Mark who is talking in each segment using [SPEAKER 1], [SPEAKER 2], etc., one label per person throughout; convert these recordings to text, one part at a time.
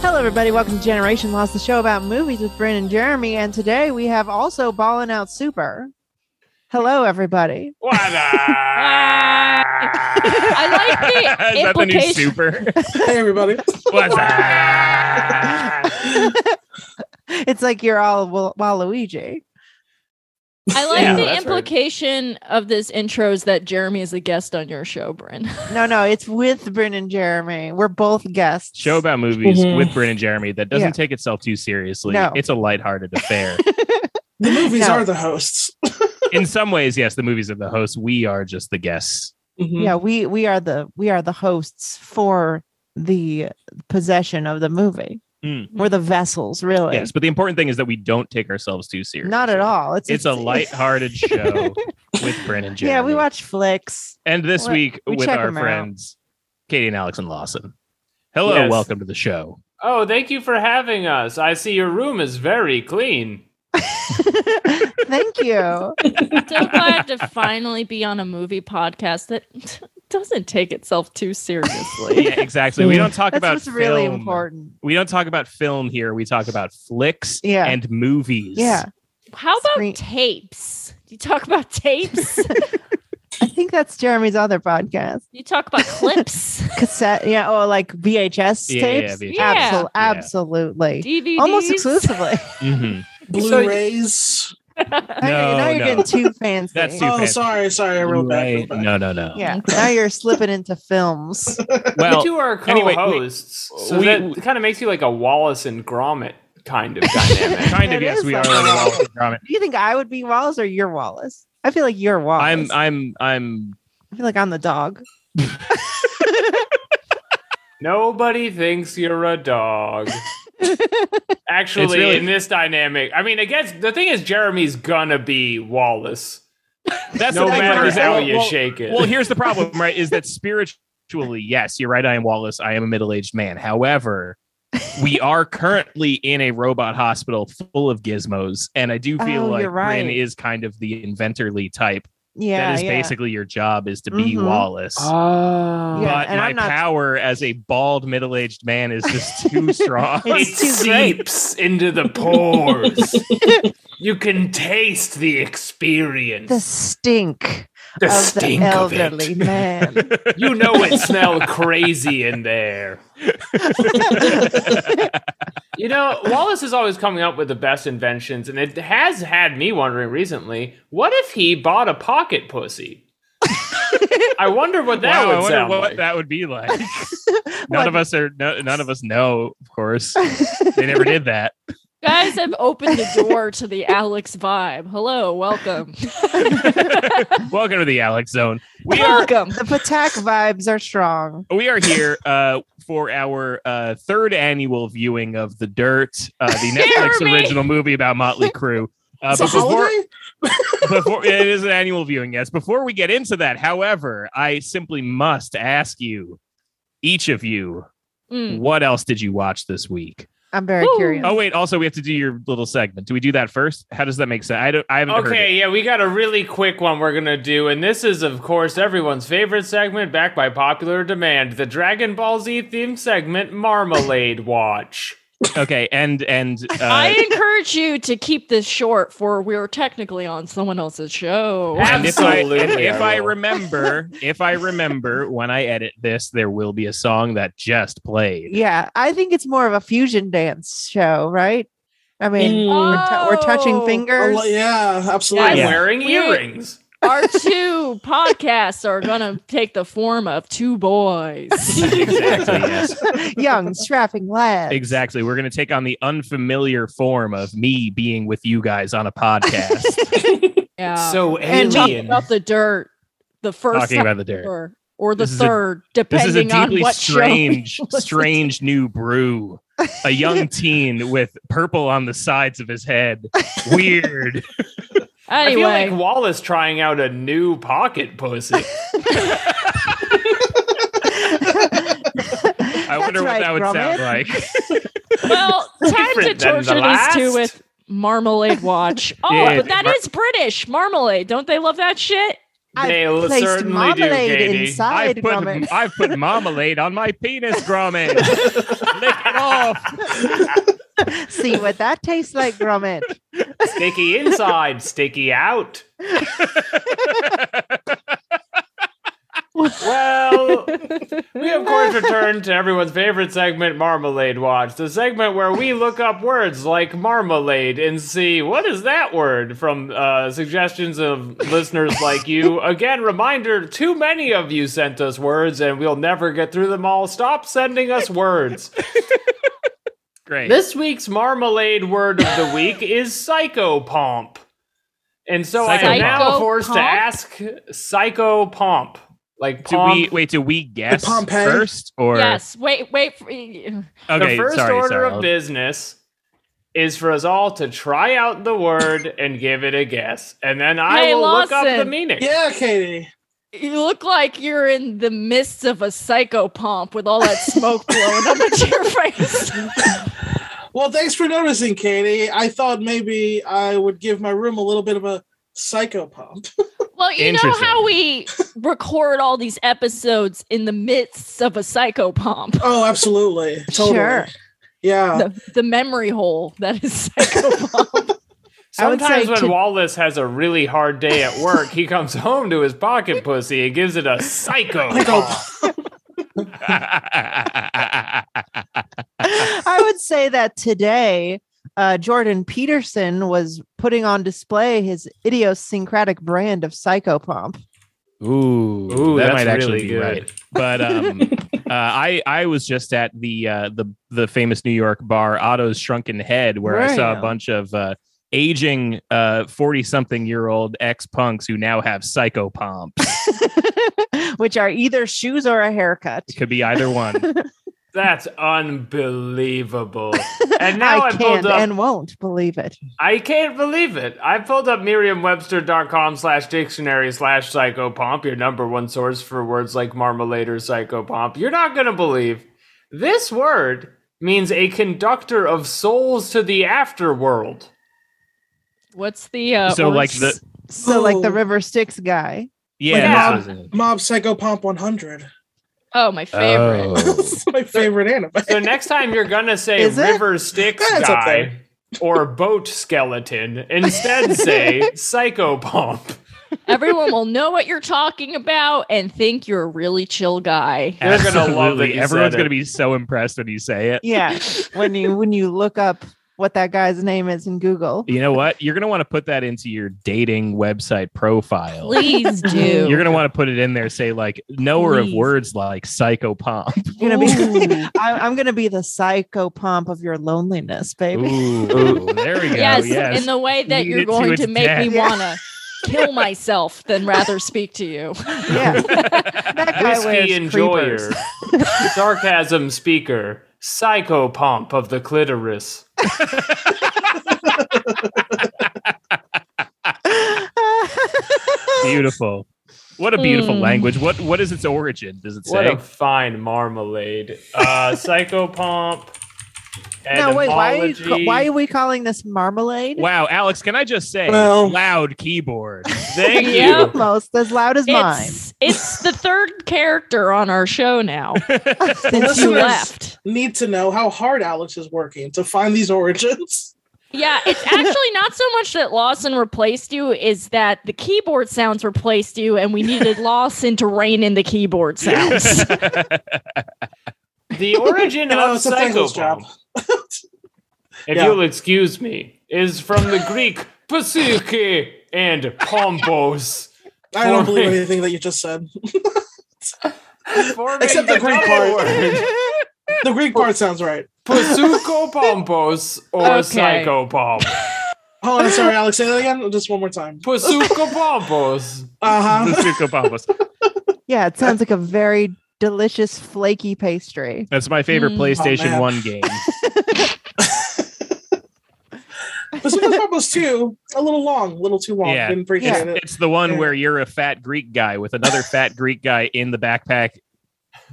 [SPEAKER 1] Hello, everybody. Welcome to Generation Lost, the show about movies with Bryn and Jeremy. And today we have also Ballin' Out Super. Hello, everybody.
[SPEAKER 2] What up? I
[SPEAKER 3] like the
[SPEAKER 2] Is that the new
[SPEAKER 3] implication.
[SPEAKER 2] super?
[SPEAKER 4] Hey everybody!
[SPEAKER 2] What's up?
[SPEAKER 1] It's like you're all Wa- Waluigi.
[SPEAKER 3] I like
[SPEAKER 2] Yeah,
[SPEAKER 3] the
[SPEAKER 2] that's right.
[SPEAKER 3] implication of this intro is that Jeremy is a guest on your show, Bryn.
[SPEAKER 1] No, no, it's with Bryn and Jeremy. We're both guests.
[SPEAKER 2] Show about movies
[SPEAKER 4] Mhm.
[SPEAKER 2] with Bryn and Jeremy that doesn't
[SPEAKER 1] Mm-hmm. Yeah.
[SPEAKER 2] take itself too seriously.
[SPEAKER 1] No.
[SPEAKER 2] It's a lighthearted affair.
[SPEAKER 4] The movies
[SPEAKER 1] No.
[SPEAKER 4] are the hosts.
[SPEAKER 2] In some ways, yes, the movies are the hosts. We are just the guests.
[SPEAKER 1] Yeah, we we are the we are the hosts for the possession of the movie.
[SPEAKER 2] Mm.
[SPEAKER 1] We're the vessels, really.
[SPEAKER 2] Yes, but the important thing is that we don't take ourselves too seriously.
[SPEAKER 1] Not at all. It's
[SPEAKER 2] It's a lighthearted show with Bryn and Jeremy.
[SPEAKER 1] Yeah, we watch flicks.
[SPEAKER 2] And this
[SPEAKER 1] Well,
[SPEAKER 2] week
[SPEAKER 1] we
[SPEAKER 2] with
[SPEAKER 1] check
[SPEAKER 2] our
[SPEAKER 1] 'em out.
[SPEAKER 2] friends, Katie and Alex and Lawson. Hello,
[SPEAKER 5] Yes.
[SPEAKER 2] welcome to the show.
[SPEAKER 5] Oh, thank you for having us. I see your room is very clean.
[SPEAKER 1] Thank you.
[SPEAKER 3] so glad to finally be on a movie podcast that doesn't take itself too seriously.
[SPEAKER 2] Yeah, exactly. We don't talk
[SPEAKER 1] That's
[SPEAKER 2] about
[SPEAKER 1] what's really
[SPEAKER 2] film.
[SPEAKER 1] important.
[SPEAKER 2] We don't talk about film here. We talk about flicks
[SPEAKER 1] Yeah.
[SPEAKER 2] and movies.
[SPEAKER 1] Yeah.
[SPEAKER 3] How about
[SPEAKER 1] Screen-
[SPEAKER 3] tapes? You talk about tapes.
[SPEAKER 1] I think that's Jeremy's other podcast.
[SPEAKER 3] you talk about clips,
[SPEAKER 1] Cassette, yeah, or like VHS
[SPEAKER 2] Yeah, yeah,
[SPEAKER 1] tapes.
[SPEAKER 2] VHS.
[SPEAKER 3] Yeah.
[SPEAKER 1] Absol- absolutely.
[SPEAKER 3] DVDs.
[SPEAKER 1] Almost exclusively.
[SPEAKER 2] Mhm.
[SPEAKER 4] Blu-rays.
[SPEAKER 1] now, you're, now
[SPEAKER 2] No,
[SPEAKER 1] you're
[SPEAKER 2] no.
[SPEAKER 1] getting too fancy.
[SPEAKER 2] That's too-
[SPEAKER 4] oh,
[SPEAKER 2] fancy.
[SPEAKER 4] sorry, sorry, I rolled back.
[SPEAKER 2] Right.
[SPEAKER 4] rolled back.
[SPEAKER 2] No, no, no.
[SPEAKER 1] yeah. Now you're slipping into films.
[SPEAKER 2] Well,
[SPEAKER 5] you two are
[SPEAKER 2] anyway, we-
[SPEAKER 5] co-hosts, so
[SPEAKER 2] we-
[SPEAKER 5] that kind of makes you like a Wallace and Gromit kind of dynamic.
[SPEAKER 2] kind
[SPEAKER 1] It
[SPEAKER 2] of. Yes,
[SPEAKER 1] is
[SPEAKER 2] we are.
[SPEAKER 1] like-
[SPEAKER 2] Like Wallace and Gromit.
[SPEAKER 1] Do you think I would be Wallace or you're Wallace? I feel like you're Wallace.
[SPEAKER 2] I'm. I'm. I'm.
[SPEAKER 1] I feel like I'm the dog.
[SPEAKER 5] Nobody thinks you're a dog.
[SPEAKER 2] It's
[SPEAKER 5] Actually,
[SPEAKER 2] really-
[SPEAKER 5] in this dynamic, I mean, I guess the thing is, Jeremy's gonna be Wallace,
[SPEAKER 2] That's
[SPEAKER 5] no
[SPEAKER 2] the thing,
[SPEAKER 5] matter
[SPEAKER 2] is that-
[SPEAKER 5] how
[SPEAKER 2] well,
[SPEAKER 5] you
[SPEAKER 2] well,
[SPEAKER 5] shake it.
[SPEAKER 2] Well, here's the problem, right? Is that spiritually, yes, you're right. I am Wallace. I am a middle aged man. However, we are currently in a robot hospital full of gizmos, and I do feel
[SPEAKER 1] Oh,
[SPEAKER 2] like
[SPEAKER 1] you're right.
[SPEAKER 2] Bryn is kind of the inventorly type.
[SPEAKER 1] Yeah.
[SPEAKER 2] that is
[SPEAKER 1] yeah.
[SPEAKER 2] basically your job is to be
[SPEAKER 1] Mhm.
[SPEAKER 2] Wallace.
[SPEAKER 5] oh,
[SPEAKER 1] Yeah,
[SPEAKER 2] but
[SPEAKER 1] and
[SPEAKER 2] my
[SPEAKER 1] I'm not-
[SPEAKER 2] power as a bald middle aged man is just too strong.
[SPEAKER 5] it
[SPEAKER 1] It's too deep.
[SPEAKER 5] seeps into the pores. you can taste the experience,
[SPEAKER 1] The stink
[SPEAKER 5] the
[SPEAKER 1] of
[SPEAKER 5] stink
[SPEAKER 1] the
[SPEAKER 5] of it.
[SPEAKER 1] elderly man.
[SPEAKER 5] You know it smelled crazy in there. You know, Wallace is always coming up with the best inventions, and it has had me wondering recently what if he bought a pocket pussy? I wonder what that
[SPEAKER 2] wow, I
[SPEAKER 5] would
[SPEAKER 2] wonder
[SPEAKER 5] sound
[SPEAKER 2] what
[SPEAKER 5] like.
[SPEAKER 2] that would be like.
[SPEAKER 1] What?
[SPEAKER 2] none of us are no, none of us know, of course. They never did that.
[SPEAKER 3] You guys have opened the door to the Alex vibe. Hello, welcome.
[SPEAKER 2] Welcome to the Alex Zone. We are
[SPEAKER 3] welcome.
[SPEAKER 1] the Patak vibes are strong.
[SPEAKER 2] we are here uh, for our uh, third annual viewing of The Dirt, uh, the Netflix
[SPEAKER 3] Jeremy!
[SPEAKER 2] original movie about Motley Crue. Uh,
[SPEAKER 4] It's a
[SPEAKER 2] but before,
[SPEAKER 4] holiday.
[SPEAKER 2] before it is an annual viewing, yes. Before we get into that, however, I simply must ask you, each of you,
[SPEAKER 3] Mm.
[SPEAKER 2] what else did you watch this week?
[SPEAKER 1] I'm very
[SPEAKER 3] Ooh.
[SPEAKER 1] curious.
[SPEAKER 2] Oh wait, also we have to do your little segment. Do we do that first? How does that make sense? I don't. I haven't heard. It.
[SPEAKER 5] Okay, yeah, we got a really quick one we're gonna do, and this is, of course, everyone's favorite segment, backed by popular demand, the Dragon Ball Z themed segment, Marmalade Watch.
[SPEAKER 2] Okay, and and
[SPEAKER 3] I
[SPEAKER 2] uh,
[SPEAKER 3] encourage you to keep this short, for we're technically on someone else's show.
[SPEAKER 2] and if I and
[SPEAKER 5] Absolutely,
[SPEAKER 2] if
[SPEAKER 5] I
[SPEAKER 2] I
[SPEAKER 5] will.
[SPEAKER 2] remember, if I remember when I edit this, there will be a song that just played.
[SPEAKER 1] Yeah, I think it's more of a fusion dance show, right? I mean,
[SPEAKER 4] Mm.
[SPEAKER 1] we're, tou- we're touching
[SPEAKER 3] Oh.
[SPEAKER 1] fingers.
[SPEAKER 4] Oh, yeah,
[SPEAKER 3] I
[SPEAKER 5] I'm
[SPEAKER 4] absolutely.
[SPEAKER 2] Yeah.
[SPEAKER 5] wearing
[SPEAKER 3] We-
[SPEAKER 5] earrings.
[SPEAKER 3] Our two podcasts are gonna take the form of two boys.
[SPEAKER 2] exactly. Yes.
[SPEAKER 1] Young, strapping lad.
[SPEAKER 2] Exactly. We're going to take on the unfamiliar form of me being with you guys on a podcast
[SPEAKER 3] Yeah.
[SPEAKER 5] So
[SPEAKER 1] And
[SPEAKER 3] talking
[SPEAKER 5] alien.
[SPEAKER 3] about the dirt, the first
[SPEAKER 2] talking
[SPEAKER 3] time
[SPEAKER 2] about the dirt.
[SPEAKER 3] or, or the
[SPEAKER 2] This is a-
[SPEAKER 3] third,
[SPEAKER 2] This is a
[SPEAKER 3] depending on
[SPEAKER 2] deeply
[SPEAKER 3] what
[SPEAKER 2] strange,
[SPEAKER 3] show. you listen
[SPEAKER 2] strange new brew. A young teen with purple on the sides of his head. Weird.
[SPEAKER 3] to. Anyway,
[SPEAKER 5] I feel like Wallace trying out a new pocket pussy.
[SPEAKER 2] I wonder what that would sound like.
[SPEAKER 3] well, time to
[SPEAKER 5] Different than the
[SPEAKER 3] torture these two
[SPEAKER 5] last.
[SPEAKER 3] with Marmalade Watch. Oh,
[SPEAKER 2] Yeah,
[SPEAKER 3] but that is
[SPEAKER 2] mar-
[SPEAKER 3] British marmalade. Don't they love that shit?
[SPEAKER 1] I've
[SPEAKER 5] They l-
[SPEAKER 1] placed
[SPEAKER 5] certainly do,
[SPEAKER 1] marmalade
[SPEAKER 5] Katie.
[SPEAKER 1] inside,
[SPEAKER 2] I've put
[SPEAKER 1] Grumman.
[SPEAKER 2] I've put marmalade on my penis, Grumman. Lick it off.
[SPEAKER 1] See what that tastes like, Grummet.
[SPEAKER 5] Sticky inside, sticky out. well, we of course return to everyone's favorite segment, Marmalade Watch, the segment where we look up words like marmalade and see what is that word from uh, suggestions of listeners like you. Again, reminder: too many of you sent us words, and we'll never get through them all. Stop sending us words.
[SPEAKER 2] Great.
[SPEAKER 5] This week's marmalade word of the week is psychopomp. And so I am now forced to
[SPEAKER 3] Psychopomp?
[SPEAKER 5] ask psychopomp. Like
[SPEAKER 2] do
[SPEAKER 5] pomp.
[SPEAKER 2] we wait? Do we guess
[SPEAKER 4] Pompeii?
[SPEAKER 2] first or
[SPEAKER 3] yes. Wait. Wait. For,
[SPEAKER 2] Okay,
[SPEAKER 5] the first
[SPEAKER 2] sorry,
[SPEAKER 5] order
[SPEAKER 2] sorry.
[SPEAKER 5] of business is for us all to try out the word and give it a guess. And then I
[SPEAKER 3] Hey,
[SPEAKER 5] will look up the
[SPEAKER 3] Lawson.
[SPEAKER 5] meaning.
[SPEAKER 4] Yeah, Katie.
[SPEAKER 3] You look like you're in the midst of a psychopomp with all that smoke blowing up at your face.
[SPEAKER 4] Well, thanks for noticing, Katie. I thought maybe I would give my room a little bit of a psycho pump.
[SPEAKER 3] Well, you know
[SPEAKER 2] Interesting.
[SPEAKER 3] how we record all these episodes in the midst of a psychopomp.
[SPEAKER 4] Oh, absolutely. Totally.
[SPEAKER 1] Sure.
[SPEAKER 4] Yeah.
[SPEAKER 3] The, the memory hole that is psychopomp.
[SPEAKER 1] I would say
[SPEAKER 5] Sometimes when
[SPEAKER 1] to-
[SPEAKER 5] Wallace has a really hard day at work, he comes home to his pocket pussy and gives it a
[SPEAKER 4] Psycho
[SPEAKER 5] psychopomp.
[SPEAKER 1] I would say that today, uh, Jordan Peterson was putting on display his idiosyncratic brand of psychopomp.
[SPEAKER 2] Ooh,
[SPEAKER 5] Ooh,
[SPEAKER 2] that
[SPEAKER 5] that's
[SPEAKER 2] might actually
[SPEAKER 5] really
[SPEAKER 2] be
[SPEAKER 5] good.
[SPEAKER 2] right. But um, uh, I I was just at the uh, the the famous New York bar Otto's Shrunken Head, where I saw
[SPEAKER 1] Wow.
[SPEAKER 2] a bunch of uh, aging forty something year old ex punks who now have psychopomp.
[SPEAKER 1] Which are either shoes or a haircut.
[SPEAKER 2] It could be either one.
[SPEAKER 5] That's unbelievable. And now I,
[SPEAKER 1] I
[SPEAKER 5] pulled
[SPEAKER 1] can't
[SPEAKER 5] up
[SPEAKER 1] and won't believe it.
[SPEAKER 5] I can't believe it. I pulled up merriam-webster.com slash dictionary slash psychopomp, your number one source for words like marmalade or psychopomp. You're not going to believe. This word means a conductor of souls to the afterworld.
[SPEAKER 3] What's the uh,
[SPEAKER 2] So, like
[SPEAKER 3] orange-
[SPEAKER 2] the-
[SPEAKER 1] So, like the
[SPEAKER 4] Oh.
[SPEAKER 1] River Styx guy.
[SPEAKER 2] Yeah,
[SPEAKER 5] Like
[SPEAKER 2] this was it.
[SPEAKER 4] Mob Psycho Pomp 100.
[SPEAKER 3] oh my favorite.
[SPEAKER 4] That's my favorite anime.
[SPEAKER 5] So next time you're going to say
[SPEAKER 1] Is it?
[SPEAKER 5] river sticks
[SPEAKER 4] That's
[SPEAKER 5] guy
[SPEAKER 4] okay.
[SPEAKER 5] or boat skeleton, instead say psychopomp.
[SPEAKER 3] Everyone will know what you're talking about and think you're a really chill guy.
[SPEAKER 5] They're gonna love that
[SPEAKER 2] Absolutely.
[SPEAKER 5] you
[SPEAKER 2] Everyone's
[SPEAKER 5] said
[SPEAKER 2] gonna
[SPEAKER 5] it.
[SPEAKER 2] be so impressed when you say it.
[SPEAKER 1] Yeah. when you when you look up what that guy's name is in Google.
[SPEAKER 2] You know what? You're gonna want to put that into your dating website profile.
[SPEAKER 3] Please do.
[SPEAKER 2] You're gonna want to put it in there. Say like knower of
[SPEAKER 3] Please.
[SPEAKER 2] words like psychopomp.
[SPEAKER 1] You're gonna be
[SPEAKER 4] Ooh.
[SPEAKER 1] I, I'm gonna be the psychopomp of your loneliness, baby.
[SPEAKER 2] Ooh, there we go.
[SPEAKER 3] yes,
[SPEAKER 2] Yes,
[SPEAKER 3] in the way that
[SPEAKER 2] Lead
[SPEAKER 3] you're
[SPEAKER 2] it to
[SPEAKER 3] going
[SPEAKER 2] its
[SPEAKER 3] to make
[SPEAKER 2] death.
[SPEAKER 3] me
[SPEAKER 1] Yeah.
[SPEAKER 3] wanna kill myself than rather speak to you.
[SPEAKER 1] Yeah. That guy
[SPEAKER 5] Whiskey
[SPEAKER 1] wears
[SPEAKER 5] enjoyer,
[SPEAKER 1] creepers.
[SPEAKER 5] sarcasm speaker, psychopomp of the clitoris.
[SPEAKER 2] beautiful. What a beautiful
[SPEAKER 1] Hmm.
[SPEAKER 3] Mm.
[SPEAKER 2] language. What what is its origin? Does it
[SPEAKER 5] What
[SPEAKER 2] say?
[SPEAKER 5] a fine marmalade. Uh, psychopomp.
[SPEAKER 1] now wait, why are you ca-
[SPEAKER 5] etymology.
[SPEAKER 1] why are we calling this marmalade?
[SPEAKER 2] wow, Alex, can I just say
[SPEAKER 4] Well-
[SPEAKER 2] loud keyboard?
[SPEAKER 5] Thank you.
[SPEAKER 3] Yeah.
[SPEAKER 1] Almost as loud as mine.
[SPEAKER 3] It's it's the third character on our show now since you
[SPEAKER 4] listeners-
[SPEAKER 3] left.
[SPEAKER 4] Need to know how hard Alex is working to find these origins.
[SPEAKER 3] Yeah, it's actually not so much that Lawson replaced you, is that the keyboard sounds replaced you, and we needed Lawson to rein in the keyboard sounds.
[SPEAKER 5] The origin
[SPEAKER 4] You know,
[SPEAKER 5] of
[SPEAKER 4] it's a thankless job.
[SPEAKER 5] psychopomp, if
[SPEAKER 4] Yeah.
[SPEAKER 5] you'll excuse me, is from the Greek psyche and pompos.
[SPEAKER 4] I don't
[SPEAKER 5] Boring.
[SPEAKER 4] believe anything that you just said.
[SPEAKER 5] forming
[SPEAKER 4] Except the Greek
[SPEAKER 5] double
[SPEAKER 4] part.
[SPEAKER 5] word,
[SPEAKER 4] The Greek part sounds right.
[SPEAKER 5] Pasukopompos or
[SPEAKER 3] Okay.
[SPEAKER 5] psychopomp.
[SPEAKER 4] Hold on, sorry, Alex. Say that again, just one more time.
[SPEAKER 5] Pasukopompos.
[SPEAKER 4] Uh
[SPEAKER 2] The
[SPEAKER 4] huh.
[SPEAKER 2] Sukopapas.
[SPEAKER 1] Yeah, it sounds like a very delicious flaky pastry.
[SPEAKER 2] That's my favorite
[SPEAKER 3] Mm.
[SPEAKER 1] Hmm.
[SPEAKER 2] PlayStation
[SPEAKER 4] Oh, man.
[SPEAKER 2] 1 game.
[SPEAKER 4] This was almost too a little long, a little too long.
[SPEAKER 2] Yeah.
[SPEAKER 4] Didn't appreciate
[SPEAKER 1] Yeah.
[SPEAKER 4] it.
[SPEAKER 2] It's the one
[SPEAKER 4] Yeah.
[SPEAKER 2] where you're a fat Greek guy with another fat Greek guy in the backpack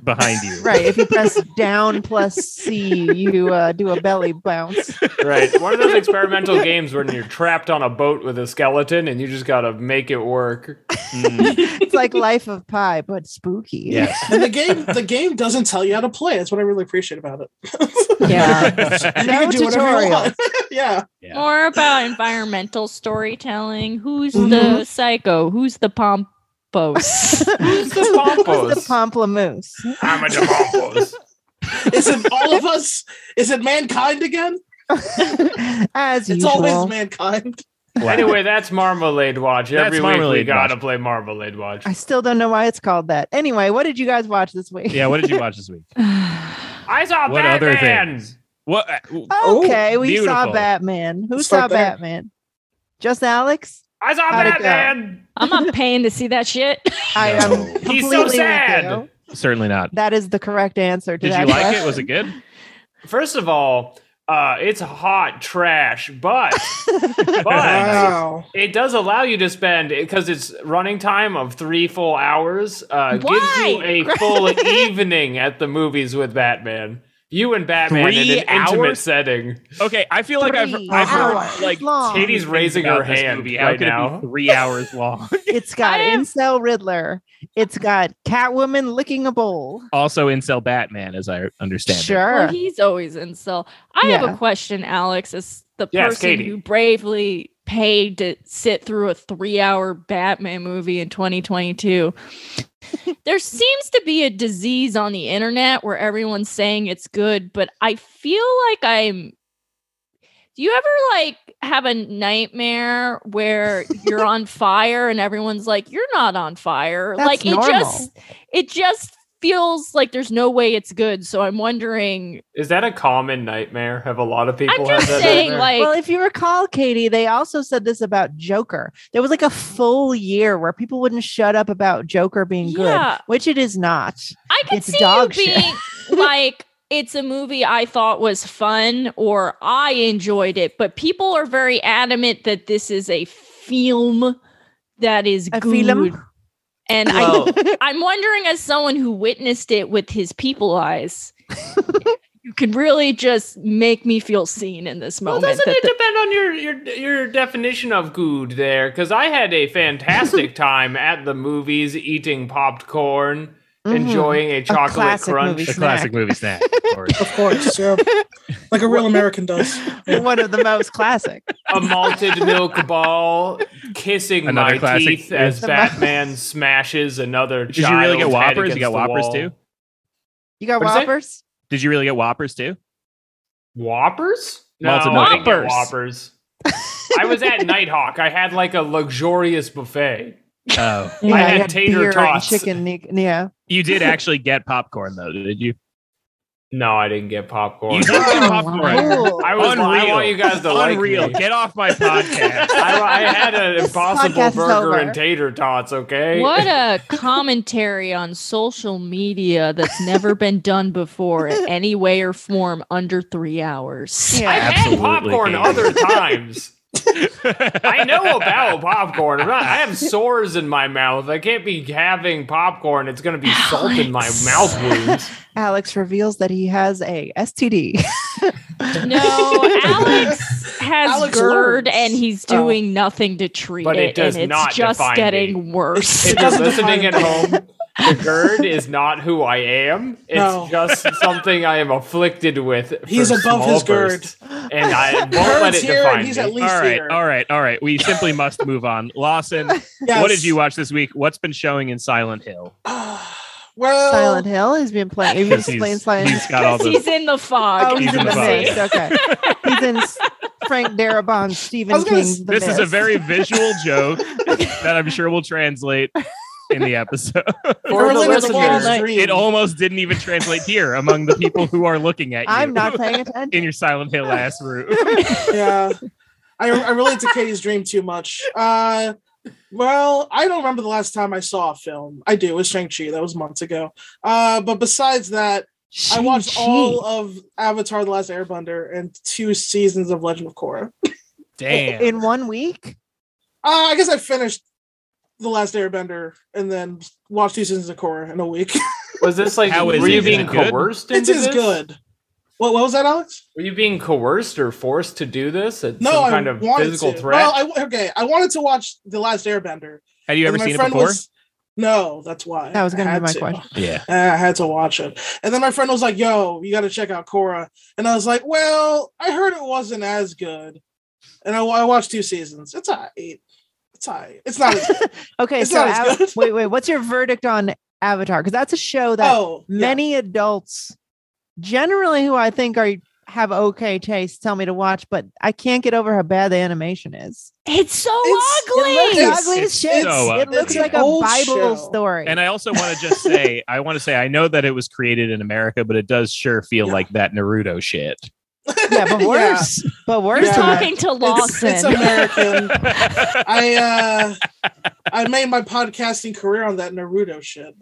[SPEAKER 2] behind you.
[SPEAKER 1] Right. If you press down plus C, you uh, do a belly bounce.
[SPEAKER 5] Right. One of those experimental games when you're trapped on a boat with a skeleton and you just gotta make it work.
[SPEAKER 2] Mm,
[SPEAKER 1] It's like Life of Pi, but spooky.
[SPEAKER 2] yes.
[SPEAKER 4] And the game, the game doesn't tell you how to play. That's what I really appreciate about it.
[SPEAKER 1] Yeah.
[SPEAKER 4] You
[SPEAKER 1] No
[SPEAKER 4] can do whatever you
[SPEAKER 1] tutorial.
[SPEAKER 4] want. yeah.
[SPEAKER 2] Yeah.
[SPEAKER 3] More about environmental storytelling. Who's the
[SPEAKER 4] Mhm.
[SPEAKER 3] psycho? Who's the pompous?
[SPEAKER 5] Who's the
[SPEAKER 1] Who's
[SPEAKER 5] pompos?
[SPEAKER 1] the Pomplamoose?
[SPEAKER 5] I'm a depompos.
[SPEAKER 4] Is it all of us? Is it mankind again?
[SPEAKER 1] As
[SPEAKER 4] It's
[SPEAKER 1] usual.
[SPEAKER 4] always mankind.
[SPEAKER 2] Wow.
[SPEAKER 5] Anyway, that's Marmalade Watch.
[SPEAKER 2] That's
[SPEAKER 5] Every week we
[SPEAKER 2] Marmalade
[SPEAKER 5] gotta
[SPEAKER 2] Watch.
[SPEAKER 5] play Marmalade Watch.
[SPEAKER 1] I still don't know why it's called that. Anyway, what did you guys watch this week?
[SPEAKER 2] yeah. What did you watch this week?
[SPEAKER 5] I saw
[SPEAKER 2] What other
[SPEAKER 5] Batman.
[SPEAKER 2] What? uh,
[SPEAKER 5] Uh,
[SPEAKER 1] Okay, we saw
[SPEAKER 2] beautiful.
[SPEAKER 1] Batman. Who
[SPEAKER 4] Let's
[SPEAKER 1] saw
[SPEAKER 4] start there.
[SPEAKER 1] Batman? Just Alex?
[SPEAKER 5] I saw
[SPEAKER 1] How'd it go?
[SPEAKER 5] Batman.
[SPEAKER 3] I'm not paying to see that shit.
[SPEAKER 1] I am
[SPEAKER 2] No. He's so
[SPEAKER 1] completely with
[SPEAKER 5] sad.
[SPEAKER 1] you.
[SPEAKER 2] Certainly not.
[SPEAKER 1] That is the correct answer to
[SPEAKER 2] Did
[SPEAKER 1] that.
[SPEAKER 2] you like
[SPEAKER 1] question.
[SPEAKER 2] it? Was it good?
[SPEAKER 5] First of all, uh, it's hot trash, but but
[SPEAKER 4] Wow.
[SPEAKER 5] it does allow you to spend because it's running time of three full hours. Uh, gives you
[SPEAKER 3] Why?
[SPEAKER 5] a full evening at the movies with Batman. You and Batman in
[SPEAKER 2] Three
[SPEAKER 5] an intimate
[SPEAKER 2] hours?
[SPEAKER 5] setting.
[SPEAKER 2] Okay, I feel like I've,
[SPEAKER 1] Three
[SPEAKER 2] I've
[SPEAKER 1] hours
[SPEAKER 2] heard like
[SPEAKER 1] long.
[SPEAKER 2] ten
[SPEAKER 5] Katie's
[SPEAKER 2] things
[SPEAKER 5] raising
[SPEAKER 2] about
[SPEAKER 5] her
[SPEAKER 2] this
[SPEAKER 5] hand
[SPEAKER 2] movie. How
[SPEAKER 5] right
[SPEAKER 2] could
[SPEAKER 5] now.
[SPEAKER 2] it be three hours long?
[SPEAKER 1] It's got
[SPEAKER 3] I am-
[SPEAKER 1] incel Riddler. It's got Catwoman licking a bowl.
[SPEAKER 2] also, incel Batman, as I understand. it.
[SPEAKER 1] Sure.
[SPEAKER 3] Well, he's always in cell. I have
[SPEAKER 1] Yeah.
[SPEAKER 3] a question, Alex, as the
[SPEAKER 5] Yes,
[SPEAKER 3] person
[SPEAKER 5] Katie.
[SPEAKER 3] who bravely paid to sit through a three hour Batman movie in 2022. there seems to be a disease on the internet where everyone's saying it's good, but I feel like I'm. Do you ever like have a nightmare where you're on fire and everyone's like, you're not on fire?
[SPEAKER 1] That's
[SPEAKER 3] like,
[SPEAKER 1] normal.
[SPEAKER 3] it just it just feels like there's no way it's good. So I'm wondering.
[SPEAKER 5] Is that a common nightmare? Have a lot of people?
[SPEAKER 3] I'm just
[SPEAKER 5] had that
[SPEAKER 3] saying,
[SPEAKER 5] nightmare?
[SPEAKER 3] like,
[SPEAKER 1] well, if you recall, Katie, they also said this about Joker. There was like a full year where people wouldn't shut up about Joker being
[SPEAKER 3] Yeah.
[SPEAKER 1] good, which it is not.
[SPEAKER 3] I could
[SPEAKER 1] it's
[SPEAKER 3] see you
[SPEAKER 1] dog shit.
[SPEAKER 3] being like, it's a movie I thought was fun or I enjoyed it, but people are very adamant that this is a film that is
[SPEAKER 1] A
[SPEAKER 3] good.
[SPEAKER 1] film?
[SPEAKER 3] And
[SPEAKER 5] Well,
[SPEAKER 3] I, I'm wondering, as someone who witnessed it with his people eyes. You could really just make me feel seen in this
[SPEAKER 5] Well,
[SPEAKER 3] moment.
[SPEAKER 5] doesn't
[SPEAKER 3] that
[SPEAKER 5] it
[SPEAKER 3] the-
[SPEAKER 5] depend on your your your definition of good there? Because I had a fantastic time at the movies, eating popcorn,
[SPEAKER 3] Mm-hmm.
[SPEAKER 1] Mhm.
[SPEAKER 4] Mm-hmm.
[SPEAKER 5] enjoying a chocolate
[SPEAKER 1] classic
[SPEAKER 5] crunch.
[SPEAKER 1] movie.
[SPEAKER 2] The
[SPEAKER 1] Snack.
[SPEAKER 2] classic movie snack. of course.
[SPEAKER 4] Of course. Yeah. Like a real American does.
[SPEAKER 1] One of the most classic.
[SPEAKER 5] a malted milk ball, kissing
[SPEAKER 2] Another
[SPEAKER 5] my
[SPEAKER 2] classic.
[SPEAKER 5] teeth as
[SPEAKER 1] The
[SPEAKER 5] Batman smashes another.
[SPEAKER 2] Did you really get
[SPEAKER 5] child's head
[SPEAKER 2] Whoppers? You
[SPEAKER 5] against
[SPEAKER 2] got
[SPEAKER 5] the
[SPEAKER 2] Whoppers
[SPEAKER 5] wall.
[SPEAKER 2] too?
[SPEAKER 1] You got
[SPEAKER 5] What'd you say?
[SPEAKER 1] Whoppers?
[SPEAKER 2] Did you really get Whoppers too?
[SPEAKER 5] Whoppers?
[SPEAKER 2] Malted
[SPEAKER 5] I didn't get
[SPEAKER 2] Whoppers.
[SPEAKER 5] Whoppers. I was at Nighthawk. I had like a luxurious buffet.
[SPEAKER 2] Oh,
[SPEAKER 5] I had
[SPEAKER 1] you
[SPEAKER 5] tater
[SPEAKER 1] beer and
[SPEAKER 5] tots.
[SPEAKER 1] chicken. ne- Yeah.
[SPEAKER 2] you did actually get popcorn though, did you?
[SPEAKER 5] No, I didn't get popcorn.
[SPEAKER 2] You did get
[SPEAKER 1] Oh,
[SPEAKER 2] popcorn.
[SPEAKER 1] Cool.
[SPEAKER 5] I was.
[SPEAKER 2] Unreal.
[SPEAKER 5] I want you guys to like
[SPEAKER 2] Unreal.
[SPEAKER 5] me.
[SPEAKER 2] Get off my podcast.
[SPEAKER 5] I, I had an
[SPEAKER 1] This podcast
[SPEAKER 5] impossible
[SPEAKER 1] is
[SPEAKER 5] burger
[SPEAKER 1] over.
[SPEAKER 5] and tater tots. Okay.
[SPEAKER 3] What a commentary on social media that's never been done before in any way or form under three hours.
[SPEAKER 1] Yeah.
[SPEAKER 5] I've had
[SPEAKER 2] Absolutely,
[SPEAKER 5] popcorn
[SPEAKER 2] Katie.
[SPEAKER 5] other times. I know about popcorn. I'm not, I have sores in my mouth. I can't be having popcorn. It's going to be salt in my
[SPEAKER 3] Alex.
[SPEAKER 5] mouth wounds.
[SPEAKER 1] Alex reveals that he has a STD.
[SPEAKER 3] No, Alex has
[SPEAKER 4] Alex
[SPEAKER 3] GERD
[SPEAKER 4] learns.
[SPEAKER 3] and he's
[SPEAKER 4] Oh.
[SPEAKER 3] doing nothing to treat
[SPEAKER 5] But it
[SPEAKER 3] it,
[SPEAKER 5] does
[SPEAKER 3] and
[SPEAKER 5] not
[SPEAKER 3] it's just
[SPEAKER 5] define me.
[SPEAKER 3] getting worse.
[SPEAKER 5] If you're
[SPEAKER 4] doesn't
[SPEAKER 5] listening
[SPEAKER 4] define
[SPEAKER 5] at home, the GERD is not who I am. It's
[SPEAKER 4] No.
[SPEAKER 5] just something I am afflicted with. for
[SPEAKER 4] He's above
[SPEAKER 5] small
[SPEAKER 4] his GERD.
[SPEAKER 5] bursts. And I won't let
[SPEAKER 4] Kurt's
[SPEAKER 5] it
[SPEAKER 4] here and
[SPEAKER 5] define
[SPEAKER 4] he's
[SPEAKER 5] me.
[SPEAKER 4] at least
[SPEAKER 2] all right,
[SPEAKER 4] here.
[SPEAKER 2] all right, all right. We simply must move on. Lawson,
[SPEAKER 4] Yes.
[SPEAKER 2] what did you watch this week? What's been showing in Silent Hill?
[SPEAKER 4] well,
[SPEAKER 1] Silent Hill has been playing. He's been
[SPEAKER 2] Because
[SPEAKER 1] playing Silent Hill.
[SPEAKER 2] he's got all the
[SPEAKER 3] he's in the fog.
[SPEAKER 1] Oh, he's, in the
[SPEAKER 2] mist.
[SPEAKER 1] mist. Okay. he's in S- Frank Darabont's
[SPEAKER 4] I
[SPEAKER 1] Stephen
[SPEAKER 4] was gonna
[SPEAKER 1] King's The
[SPEAKER 2] this is a
[SPEAKER 1] Mist.
[SPEAKER 2] very visual joke that I'm sure will translate in the episode.
[SPEAKER 5] For the
[SPEAKER 4] Berlin is
[SPEAKER 5] listeners,
[SPEAKER 4] Wall's dream.
[SPEAKER 2] It almost didn't even translate here among the people who are looking at you
[SPEAKER 1] I'm not paying attention.
[SPEAKER 2] in your Silent Hill ass room.
[SPEAKER 4] yeah. I, I relate to Katie's dream too much. Uh, well, I don't remember the last time I saw a film. I do. It was Shang-Chi. That was months ago. Uh, but besides that, I watched all of Avatar The Last Airbender and two seasons of Legend of Korra.
[SPEAKER 2] Damn.
[SPEAKER 1] in one week.
[SPEAKER 4] Uh, I guess I finished The Last Airbender and then watched two seasons of Korra in a week.
[SPEAKER 5] Was this like
[SPEAKER 2] How is
[SPEAKER 5] were
[SPEAKER 2] it?
[SPEAKER 5] you
[SPEAKER 2] Is
[SPEAKER 5] being
[SPEAKER 2] it good?
[SPEAKER 5] coerced
[SPEAKER 4] It's
[SPEAKER 5] into
[SPEAKER 4] as
[SPEAKER 5] this?
[SPEAKER 4] good. What, what was that, Alex?
[SPEAKER 5] Were you being coerced or forced to do this? At
[SPEAKER 4] No,
[SPEAKER 5] some
[SPEAKER 4] I
[SPEAKER 5] kind of
[SPEAKER 4] wanted
[SPEAKER 5] physical
[SPEAKER 4] to.
[SPEAKER 5] threat?
[SPEAKER 4] Well, I, okay, I wanted to watch The Last Airbender.
[SPEAKER 2] Had you ever seen it before?
[SPEAKER 4] no, that's why.
[SPEAKER 1] That was
[SPEAKER 4] I
[SPEAKER 1] gonna be
[SPEAKER 4] had
[SPEAKER 1] my question.
[SPEAKER 2] Yeah.
[SPEAKER 4] I had to watch it. And then my friend was like, yo, you got to check out Korra. And I was like, well, I heard it wasn't as good. And I, I watched two seasons. It's all right. It's all right. It's not as good.
[SPEAKER 1] Okay,
[SPEAKER 4] It's
[SPEAKER 1] so
[SPEAKER 4] not as
[SPEAKER 1] Av-
[SPEAKER 4] good.
[SPEAKER 1] wait, wait. What's your verdict on Avatar? Because that's a show that
[SPEAKER 4] oh, yeah.
[SPEAKER 1] many adults, generally who I think are have okay taste, tell me to watch, but I can't get over how bad the animation is.
[SPEAKER 3] It's so
[SPEAKER 4] It's-
[SPEAKER 3] ugly.
[SPEAKER 4] it
[SPEAKER 1] It's
[SPEAKER 4] looks-
[SPEAKER 1] ugly as
[SPEAKER 2] it's
[SPEAKER 1] shit.
[SPEAKER 2] so
[SPEAKER 1] it
[SPEAKER 2] ugly.
[SPEAKER 1] looks
[SPEAKER 2] It's
[SPEAKER 1] like
[SPEAKER 4] an
[SPEAKER 1] a
[SPEAKER 4] old
[SPEAKER 1] Bible
[SPEAKER 4] show.
[SPEAKER 1] story.
[SPEAKER 2] And I also want to just say, I want to say, I know that it was created in America, but it does sure feel
[SPEAKER 4] Yeah.
[SPEAKER 2] like that Naruto shit.
[SPEAKER 1] yeah, but worse. But worse.
[SPEAKER 3] You're
[SPEAKER 4] Yeah.
[SPEAKER 3] talking to
[SPEAKER 4] It's,
[SPEAKER 3] Lawson.
[SPEAKER 4] it's American. I uh I made my podcasting career on that Naruto shit.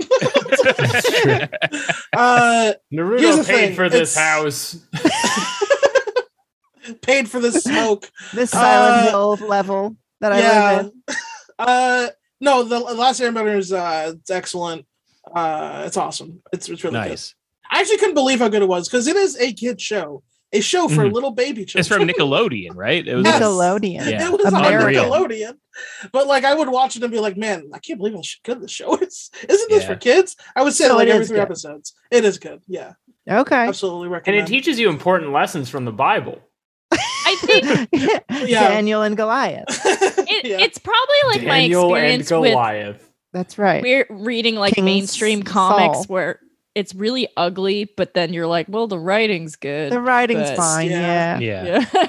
[SPEAKER 4] Uh Here's the
[SPEAKER 5] Naruto paid
[SPEAKER 4] thing,
[SPEAKER 5] for this
[SPEAKER 4] it's-
[SPEAKER 5] house.
[SPEAKER 4] paid for the smoke.
[SPEAKER 1] This Silent
[SPEAKER 4] Uh,
[SPEAKER 1] Hill level that I live in.
[SPEAKER 4] Uh no, the last airbender is uh it's excellent. Uh it's awesome. It's it's really good.
[SPEAKER 2] nice.
[SPEAKER 4] I actually couldn't believe how good it was because it is a kid show, a show for
[SPEAKER 2] Mhm.
[SPEAKER 4] little baby children.
[SPEAKER 2] It's from Nickelodeon, right? It was
[SPEAKER 4] Yes.
[SPEAKER 1] Nickelodeon.
[SPEAKER 2] Yeah.
[SPEAKER 4] It was
[SPEAKER 2] Unreal.
[SPEAKER 4] on Nickelodeon, but like I would watch it and be like, "Man, I can't believe how sh- good this show is! Isn't this
[SPEAKER 2] Yeah.
[SPEAKER 4] for kids?" I would say
[SPEAKER 1] So
[SPEAKER 4] like
[SPEAKER 1] it
[SPEAKER 4] every
[SPEAKER 1] is
[SPEAKER 4] three
[SPEAKER 1] good.
[SPEAKER 4] episodes, it is good. Yeah,
[SPEAKER 1] Okay.
[SPEAKER 4] absolutely
[SPEAKER 5] And
[SPEAKER 4] recommend.
[SPEAKER 5] it teaches you important lessons from the Bible.
[SPEAKER 3] I think
[SPEAKER 1] Daniel and Goliath.
[SPEAKER 3] it,
[SPEAKER 4] Yeah.
[SPEAKER 3] it's probably like
[SPEAKER 5] Daniel
[SPEAKER 3] my
[SPEAKER 5] and
[SPEAKER 3] experience with
[SPEAKER 5] Goliath.
[SPEAKER 1] That's right.
[SPEAKER 3] we're reading like
[SPEAKER 1] King
[SPEAKER 3] mainstream
[SPEAKER 1] Saul.
[SPEAKER 3] comics where it's really ugly, but then you're like, well, the writing's good.
[SPEAKER 1] The writing's
[SPEAKER 3] but-
[SPEAKER 1] fine.
[SPEAKER 4] Yeah.
[SPEAKER 1] Yeah.
[SPEAKER 2] yeah.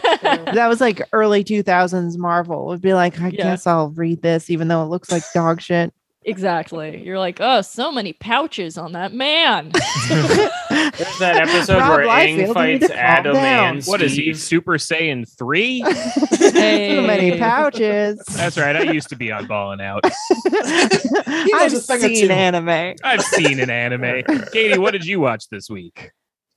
[SPEAKER 4] Yeah.
[SPEAKER 1] That was like early 2000s Marvel. Would be like, I
[SPEAKER 3] Yeah.
[SPEAKER 1] guess I'll read this, even though it looks like dog shit.
[SPEAKER 3] exactly. You're like, oh, so many pouches on that man.
[SPEAKER 5] There's that episode
[SPEAKER 1] Rob
[SPEAKER 5] where
[SPEAKER 1] Liefeld, you
[SPEAKER 5] Aang
[SPEAKER 1] need
[SPEAKER 5] fights
[SPEAKER 1] to calm
[SPEAKER 5] Adam
[SPEAKER 1] down.
[SPEAKER 5] and
[SPEAKER 2] What is he?
[SPEAKER 5] Steve.
[SPEAKER 2] Super Saiyan 3?
[SPEAKER 1] Too many
[SPEAKER 3] Hey.
[SPEAKER 1] pouches.
[SPEAKER 2] That's right. I used to be on balling out.
[SPEAKER 1] I've
[SPEAKER 4] a thing or
[SPEAKER 1] seen
[SPEAKER 4] two.
[SPEAKER 1] anime.
[SPEAKER 2] I've seen an anime. Katie, what did you watch this week?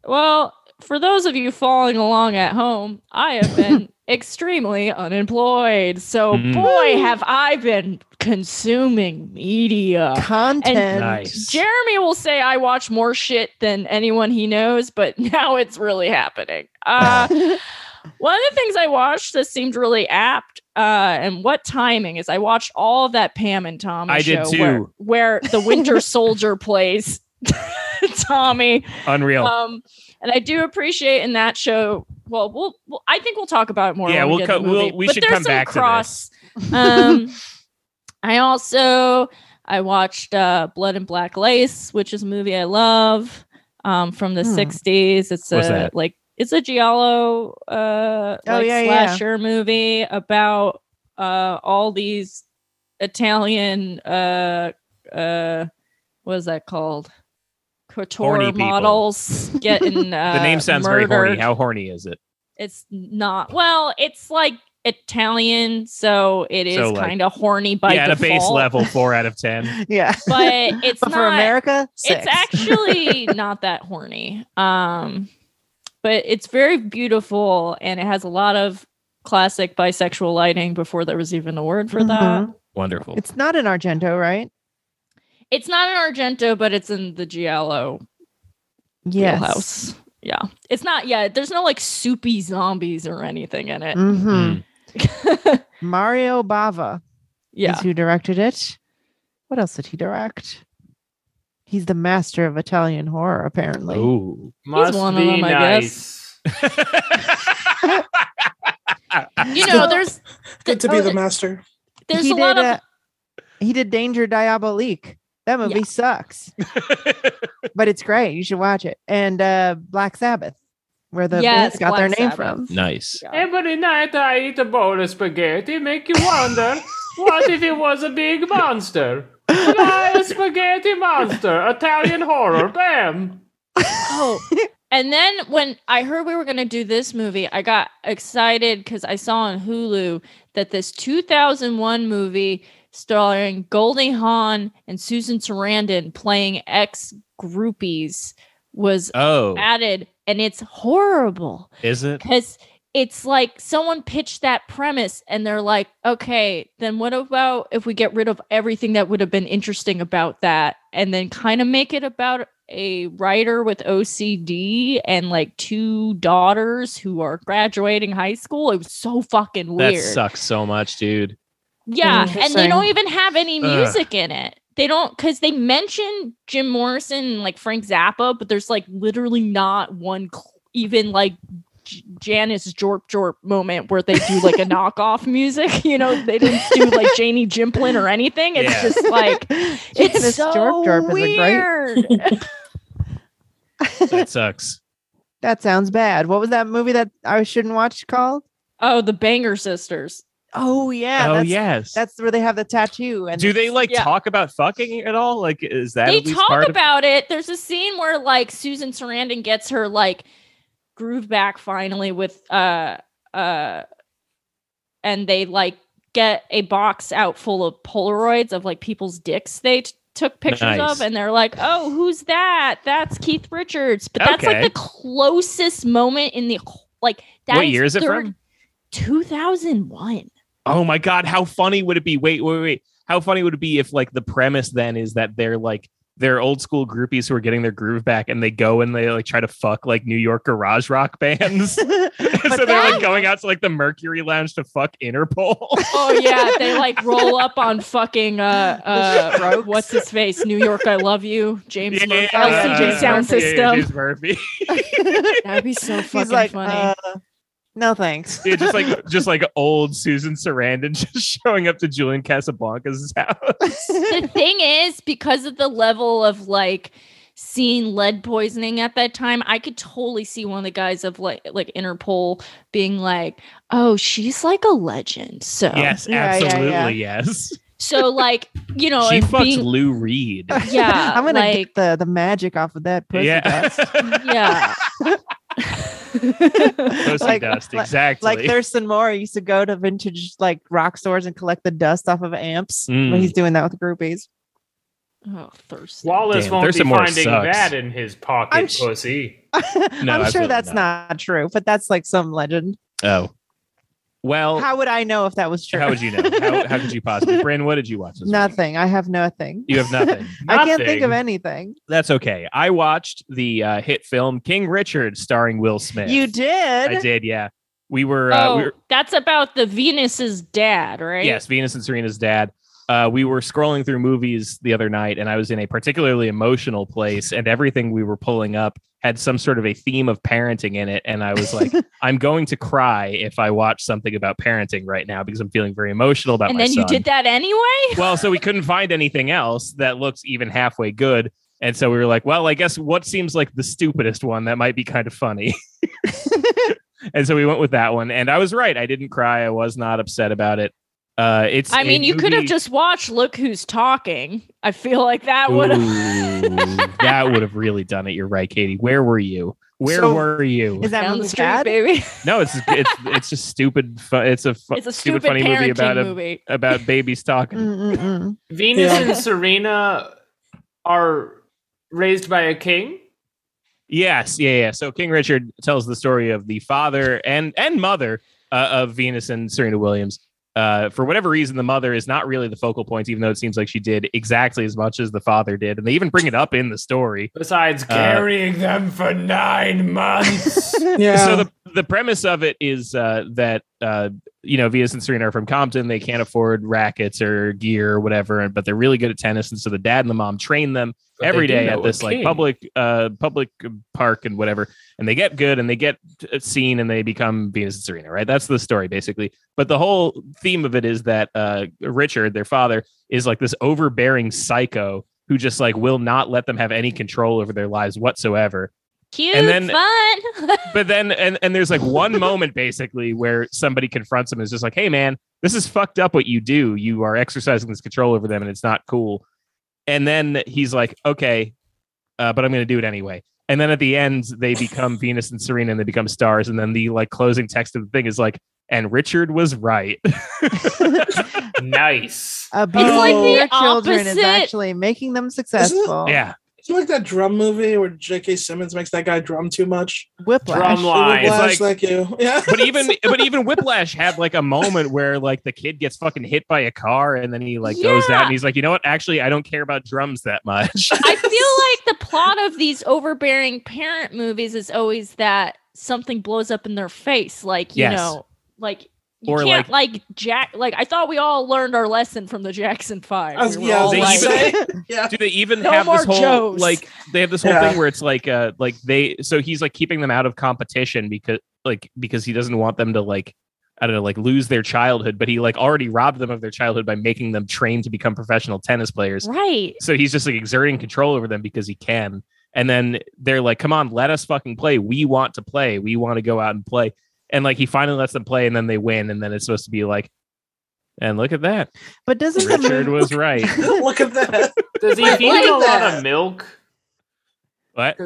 [SPEAKER 3] Well, for those of you following along at home, I have been extremely unemployed. So,
[SPEAKER 2] Mm.
[SPEAKER 3] boy, have I been consuming media.
[SPEAKER 1] Content.
[SPEAKER 2] Nice.
[SPEAKER 3] Jeremy will say I watch more shit than anyone he knows, but now it's really happening. Uh, one of the things I watched that seemed really apt, uh, and what timing is I watched all of that Pam and Tommy
[SPEAKER 2] I did
[SPEAKER 3] show where-
[SPEAKER 2] too.
[SPEAKER 3] Where, the Winter Soldier plays Tommy.
[SPEAKER 2] Unreal.
[SPEAKER 3] Um, and I do appreciate in that show. Well, we'll, we'll I think we'll talk about it more.
[SPEAKER 2] Yeah,
[SPEAKER 3] when
[SPEAKER 2] we'll
[SPEAKER 3] we get to
[SPEAKER 2] co-
[SPEAKER 3] the movie,
[SPEAKER 2] we'll- we
[SPEAKER 3] but
[SPEAKER 2] should
[SPEAKER 3] there's
[SPEAKER 2] come
[SPEAKER 3] some
[SPEAKER 2] back to this.
[SPEAKER 3] cross. Um, I also I watched uh, Blood and Black Lace, which is a movie I love um, from the
[SPEAKER 1] Hmm.
[SPEAKER 3] '60s. It's
[SPEAKER 2] What's
[SPEAKER 3] a
[SPEAKER 2] that?
[SPEAKER 3] like it's a giallo uh, like
[SPEAKER 1] Oh, yeah, yeah.
[SPEAKER 3] slasher movie about uh, all these Italian uh, uh, what is that called?
[SPEAKER 2] Horny
[SPEAKER 3] Couture
[SPEAKER 2] people.
[SPEAKER 3] models getting uh,
[SPEAKER 2] the name sounds
[SPEAKER 3] murdered.
[SPEAKER 2] very horny. How horny is it?
[SPEAKER 3] It's not well. It's like Italian, so it is
[SPEAKER 2] So, like-
[SPEAKER 3] kind of horny by
[SPEAKER 2] yeah, at a base
[SPEAKER 3] default,
[SPEAKER 2] level, four out of 10.
[SPEAKER 1] yeah.
[SPEAKER 3] but it's
[SPEAKER 1] But
[SPEAKER 3] not.
[SPEAKER 1] for America, six.
[SPEAKER 3] It's actually not that horny. Um, but it's very beautiful, and it has a lot of classic bisexual lighting before there was even a word for that.
[SPEAKER 1] Mhm.
[SPEAKER 2] Wonderful.
[SPEAKER 1] It's not an Argento, right?
[SPEAKER 3] It's not an Argento, but it's in the giallo
[SPEAKER 1] Yes.
[SPEAKER 3] wheelhouse. Yeah, it's not. Yeah, there's no like soupy zombies or anything in it.
[SPEAKER 1] hmm
[SPEAKER 2] Mm.
[SPEAKER 1] Mario Bava
[SPEAKER 3] yeah,
[SPEAKER 1] is who directed it. What else did he direct? He's the master of Italian horror, apparently.
[SPEAKER 2] Ooh.
[SPEAKER 5] Must
[SPEAKER 3] one of
[SPEAKER 5] be
[SPEAKER 3] them, I
[SPEAKER 5] nice.
[SPEAKER 3] you know, there's
[SPEAKER 4] Good to be
[SPEAKER 3] oh,
[SPEAKER 4] the master.
[SPEAKER 3] there's
[SPEAKER 1] he
[SPEAKER 3] a lot
[SPEAKER 1] did,
[SPEAKER 3] of
[SPEAKER 1] uh, he did Danger Diabolique. That movie sucks, but it's great. You should watch it. And uh, Black Sabbath, where the
[SPEAKER 3] Yes,
[SPEAKER 1] band's got their
[SPEAKER 3] Black
[SPEAKER 1] name from.
[SPEAKER 3] Sabbath.
[SPEAKER 2] nice.
[SPEAKER 5] Every night I eat a bowl of spaghetti, make you wonder, what if it was a big monster? Fly a spaghetti monster, Italian horror, bam!
[SPEAKER 3] Oh. and then when I heard we were going to do this movie, I got excited because I saw on Hulu that this 2001 movie starring Goldie Hawn and Susan Sarandon playing ex groupies was
[SPEAKER 2] Oh,
[SPEAKER 3] added. And it's horrible
[SPEAKER 2] is it?
[SPEAKER 3] because it's like someone pitched that premise and they're like, okay, then what about if we get rid of everything that would have been interesting about that and then kind of make it about a writer with OCD and like two daughters who are graduating high school. It was so fucking weird.
[SPEAKER 2] That sucks so much, dude.
[SPEAKER 3] Yeah, and they
[SPEAKER 1] Interesting.
[SPEAKER 3] don't even have
[SPEAKER 2] Ugh.
[SPEAKER 3] any music in it. They don't because they mention Jim Morrison and like Frank Zappa, but there's like literally not one cl- even like J- Janice Jorp Jorp moment where they do like a knockoff music. You know, they didn't do like Janie Jimplin or anything. It's
[SPEAKER 2] Yeah.
[SPEAKER 3] just like it's
[SPEAKER 1] Janice
[SPEAKER 3] so
[SPEAKER 1] Jorp Jorp is a great-
[SPEAKER 3] weird.
[SPEAKER 2] That sucks.
[SPEAKER 1] That sounds bad. What was that movie that I shouldn't watch called?
[SPEAKER 3] oh, the Banger Sisters.
[SPEAKER 1] Oh yeah.
[SPEAKER 2] oh
[SPEAKER 1] that's,
[SPEAKER 2] yes.
[SPEAKER 1] That's where they have the tattoo. And
[SPEAKER 2] Do they like
[SPEAKER 3] yeah.
[SPEAKER 2] talk about fucking at all? Like, is that
[SPEAKER 3] they
[SPEAKER 2] at least
[SPEAKER 3] talk
[SPEAKER 2] part of-
[SPEAKER 3] about it. There's a scene where like Susan Sarandon gets her like groove back finally with uh uh and they like get a box out full of Polaroids of like people's dicks they t- took pictures
[SPEAKER 2] Nice.
[SPEAKER 3] of and they're like, "Oh, who's that? That's Keith Richards." But that's like
[SPEAKER 2] Okay.
[SPEAKER 3] the closest moment in the wh- like that
[SPEAKER 2] What year is it from?
[SPEAKER 3] 2001.
[SPEAKER 2] Oh my god, how funny would it be? Wait, wait, wait. How funny would it be if like the premise then is that they're like they're old school groupies who are getting their groove back and they go and they like try to fuck like New York garage rock bands. so they're
[SPEAKER 3] that-
[SPEAKER 2] like going out to like the Mercury Lounge to fuck Interpol.
[SPEAKER 3] Oh yeah, they like roll up on fucking uh uh what's his face? New York, I love you, James Murphy, LCJ
[SPEAKER 1] yeah,
[SPEAKER 3] Sound
[SPEAKER 2] yeah,
[SPEAKER 3] System.
[SPEAKER 2] James Murphy.
[SPEAKER 3] That'd be so
[SPEAKER 1] He's
[SPEAKER 3] fucking
[SPEAKER 1] like,
[SPEAKER 3] funny.
[SPEAKER 1] uh, no thanks.
[SPEAKER 2] Yeah, just like just like old Susan Sarandon just showing up to Julian Casablancas' house.
[SPEAKER 3] the thing is, because of the level of like seeing lead poisoning at that time, I could totally see one of the guys of like like Interpol being like, "Oh, she's like a legend." So
[SPEAKER 2] yes,
[SPEAKER 1] Yeah, Oh, yeah, yeah.
[SPEAKER 2] absolutely, yes.
[SPEAKER 3] so like you know,
[SPEAKER 2] she
[SPEAKER 3] if
[SPEAKER 2] fucks
[SPEAKER 3] being-
[SPEAKER 2] Lou Reed.
[SPEAKER 3] yeah,
[SPEAKER 1] I'm gonna get
[SPEAKER 3] like
[SPEAKER 1] the, the magic off of that pussy
[SPEAKER 2] yeah.
[SPEAKER 1] dust.
[SPEAKER 3] yeah.
[SPEAKER 2] Pussy
[SPEAKER 1] Like-
[SPEAKER 2] dust,
[SPEAKER 1] like-
[SPEAKER 2] exactly.
[SPEAKER 1] Like Thurston Moore used to go to vintage like rock stores and collect the dust off of amps
[SPEAKER 2] Mm.
[SPEAKER 1] when he's doing that with groupies.
[SPEAKER 3] oh, thirsty.
[SPEAKER 5] Wallace
[SPEAKER 2] Damn,
[SPEAKER 5] won't
[SPEAKER 2] Thurston
[SPEAKER 5] be
[SPEAKER 2] Moore
[SPEAKER 5] finding
[SPEAKER 2] sucks.
[SPEAKER 5] that in his pocket,
[SPEAKER 1] I'm sh-
[SPEAKER 5] pussy.
[SPEAKER 1] I'm sure
[SPEAKER 2] absolutely
[SPEAKER 1] that's not. true, but that's like some legend.
[SPEAKER 2] oh. Well, how,
[SPEAKER 1] How would I know if that was true?
[SPEAKER 2] would you know? Oh. How, how could you possibly? Bryn, what did you watch this week?
[SPEAKER 1] nothing. I have nothing.
[SPEAKER 2] You have nothing.
[SPEAKER 1] I can't think of
[SPEAKER 5] Nothing.
[SPEAKER 1] anything.
[SPEAKER 2] That's okay. I watched the uh, hit film King Richard starring Will Smith.
[SPEAKER 1] You did.
[SPEAKER 2] I did, yeah. We were, uh,
[SPEAKER 3] Oh,
[SPEAKER 2] we were
[SPEAKER 3] that's about the Venus's dad, right?
[SPEAKER 2] Yes, Venus and Serena's dad. Uh, we were scrolling through movies the other night, and I was in a particularly emotional place, and everything we were pulling up had some sort of a theme of parenting in it. And I was like, I'm going to cry if I watch something about parenting right now because I'm feeling very emotional about
[SPEAKER 3] And
[SPEAKER 2] my
[SPEAKER 3] then you
[SPEAKER 2] son.
[SPEAKER 3] did that anyway?
[SPEAKER 2] well, so we couldn't find anything else that looks even halfway good. And so we were like, well, I guess what seems like the stupidest one that might be kind of funny. and so we went with that one. And I was right. I didn't cry. I was not upset about it. Uh, it's
[SPEAKER 3] I
[SPEAKER 2] a
[SPEAKER 3] mean, you could have
[SPEAKER 2] movie-
[SPEAKER 3] just watched Look Who's Talking. I feel like that would have.
[SPEAKER 2] Ooh, that would have really done it. You're right, Katie. Where were you? Where
[SPEAKER 1] So-
[SPEAKER 2] were you?
[SPEAKER 1] Is that
[SPEAKER 3] Down
[SPEAKER 1] movie
[SPEAKER 3] the street,
[SPEAKER 1] bad?
[SPEAKER 3] baby.
[SPEAKER 2] No, it's it's it's just stupid. Fu- it's a fu-
[SPEAKER 3] It's a stupid,
[SPEAKER 2] funny
[SPEAKER 3] parenting
[SPEAKER 2] movie about a,
[SPEAKER 3] movie.
[SPEAKER 2] about babies talking.
[SPEAKER 1] Mm, Mm-mm-mm.
[SPEAKER 5] Venus
[SPEAKER 4] Yeah.
[SPEAKER 5] and Serena are raised by a king.
[SPEAKER 2] Yes, yeah, yeah. So King Richard tells the story of the father and and mother uh, of Venus and Serena Williams. Uh, for whatever reason, the mother is not really the focal point, even though it seems like she did exactly as much as the father did, and they even bring it up in the story.
[SPEAKER 5] Besides carrying them for nine months.
[SPEAKER 4] Yeah.
[SPEAKER 2] So the, the premise of it is uh, that uh, you know Venus and Serena are from Compton. They can't afford rackets or gear or whatever, and- but they're really good at tennis. And so the dad and the mom train them
[SPEAKER 5] But they
[SPEAKER 2] every
[SPEAKER 5] do
[SPEAKER 2] day
[SPEAKER 5] know
[SPEAKER 2] at
[SPEAKER 5] a
[SPEAKER 2] this like
[SPEAKER 5] king.
[SPEAKER 2] public uh, public park and whatever. And they get good and they get uh, seen and they become Venus and Serena. Right? That's the story basically. But the whole theme of it is that uh, Richard, their father, is like this overbearing psycho who just like will not let them have any control over their lives whatsoever
[SPEAKER 3] Cute,
[SPEAKER 2] and then-
[SPEAKER 3] fun.
[SPEAKER 2] but then and and there's like one moment basically where somebody confronts him and is just like, "Hey man, this is fucked up what you do. You are exercising this control over them and it's not cool." And then he's like, "Okay, uh, but I'm going to do it anyway." And then at the end they become Venus and Serena and they become stars and then the like closing text of the thing is like, "And Richard was right."
[SPEAKER 5] nice.
[SPEAKER 1] Abusing
[SPEAKER 4] like the
[SPEAKER 1] your children is
[SPEAKER 3] opposite.
[SPEAKER 1] actually making them successful.
[SPEAKER 2] yeah.
[SPEAKER 4] It's like that drum movie where J.K. Simmons makes that guy drum too much.
[SPEAKER 1] Whiplash.
[SPEAKER 5] Drumline. Fine, it's
[SPEAKER 4] Whiplash,
[SPEAKER 2] like-
[SPEAKER 4] thank you. Yeah.
[SPEAKER 2] But even but even Whiplash had like a moment where like the kid gets fucking hit by a car and then he like goes
[SPEAKER 3] Yeah.
[SPEAKER 2] out and he's like, you know what? Actually, I don't care about drums that much.
[SPEAKER 3] I feel like the plot of these overbearing parent movies is always that something blows up in their face, like you
[SPEAKER 2] Yes.
[SPEAKER 3] know, like you
[SPEAKER 2] Or
[SPEAKER 3] can't like, Jack. Like I thought we all learned our lesson from the Jackson Five.
[SPEAKER 4] I was,
[SPEAKER 3] We were
[SPEAKER 4] yeah, I
[SPEAKER 3] all
[SPEAKER 4] was
[SPEAKER 2] They
[SPEAKER 4] gonna
[SPEAKER 3] like-
[SPEAKER 2] even-
[SPEAKER 4] say. yeah.
[SPEAKER 2] Do they even
[SPEAKER 3] No
[SPEAKER 2] have this
[SPEAKER 3] more
[SPEAKER 2] whole
[SPEAKER 3] Joes.
[SPEAKER 2] like they have this whole
[SPEAKER 4] Yeah.
[SPEAKER 2] thing where it's like uh like they so he's like keeping them out of competition because like because he doesn't want them to like I don't know like lose their childhood, but he like already robbed them of their childhood by making them train to become professional tennis players.
[SPEAKER 3] right.
[SPEAKER 2] So he's just like exerting control over them because he can. And then they're like, come on, let us fucking play. We want to play. We want to go out and play. And like he finally lets them play and then they win. And then it's supposed to be like, and look at that.
[SPEAKER 1] But doesn't the
[SPEAKER 2] Richard
[SPEAKER 1] movie,
[SPEAKER 2] was right.
[SPEAKER 4] Look at that.
[SPEAKER 5] Does he
[SPEAKER 4] I
[SPEAKER 5] feed
[SPEAKER 4] like
[SPEAKER 5] a lot
[SPEAKER 4] that.
[SPEAKER 5] of milk?
[SPEAKER 2] What?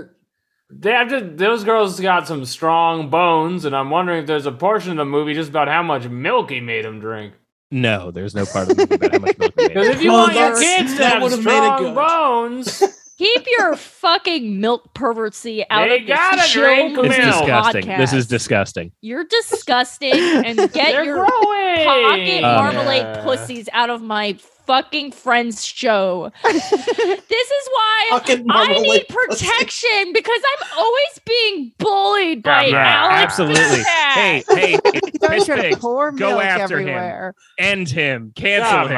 [SPEAKER 5] They have to, those girls got some strong bones, and I'm wondering if there's a portion of the movie just about how much milk he made them drink.
[SPEAKER 2] No, there's no part of the movie about how much milk we
[SPEAKER 5] Because
[SPEAKER 2] ate.
[SPEAKER 5] if you
[SPEAKER 4] Well,
[SPEAKER 5] want your
[SPEAKER 4] that's-
[SPEAKER 5] kids to
[SPEAKER 4] that
[SPEAKER 5] have
[SPEAKER 4] would've made it
[SPEAKER 5] strong
[SPEAKER 4] good.
[SPEAKER 5] bones,
[SPEAKER 3] Keep your fucking milk pervertcy out
[SPEAKER 5] They
[SPEAKER 3] of
[SPEAKER 5] gotta
[SPEAKER 3] this
[SPEAKER 5] drink
[SPEAKER 3] show
[SPEAKER 2] It's
[SPEAKER 5] milk.
[SPEAKER 2] disgusting. This is
[SPEAKER 3] disgusting.
[SPEAKER 2] disgusting.
[SPEAKER 3] You're disgusting and get
[SPEAKER 5] they're
[SPEAKER 3] your
[SPEAKER 5] growing.
[SPEAKER 3] pocket
[SPEAKER 2] Um,
[SPEAKER 3] marmalade
[SPEAKER 5] Oh, Yeah.
[SPEAKER 3] pussies out of my fucking friend's show. this is why
[SPEAKER 4] Fucking
[SPEAKER 3] I need
[SPEAKER 4] marmalade.
[SPEAKER 3] protection because I'm always being bullied by
[SPEAKER 5] Yeah,
[SPEAKER 3] Alex.
[SPEAKER 2] Absolutely.
[SPEAKER 3] Biscat.
[SPEAKER 2] Hey, hey,
[SPEAKER 1] don't
[SPEAKER 2] piss
[SPEAKER 1] you
[SPEAKER 2] pig.
[SPEAKER 1] pour
[SPEAKER 2] Go
[SPEAKER 1] milk
[SPEAKER 2] after him.
[SPEAKER 1] everywhere?
[SPEAKER 2] End him. Cancel
[SPEAKER 5] Come
[SPEAKER 2] him.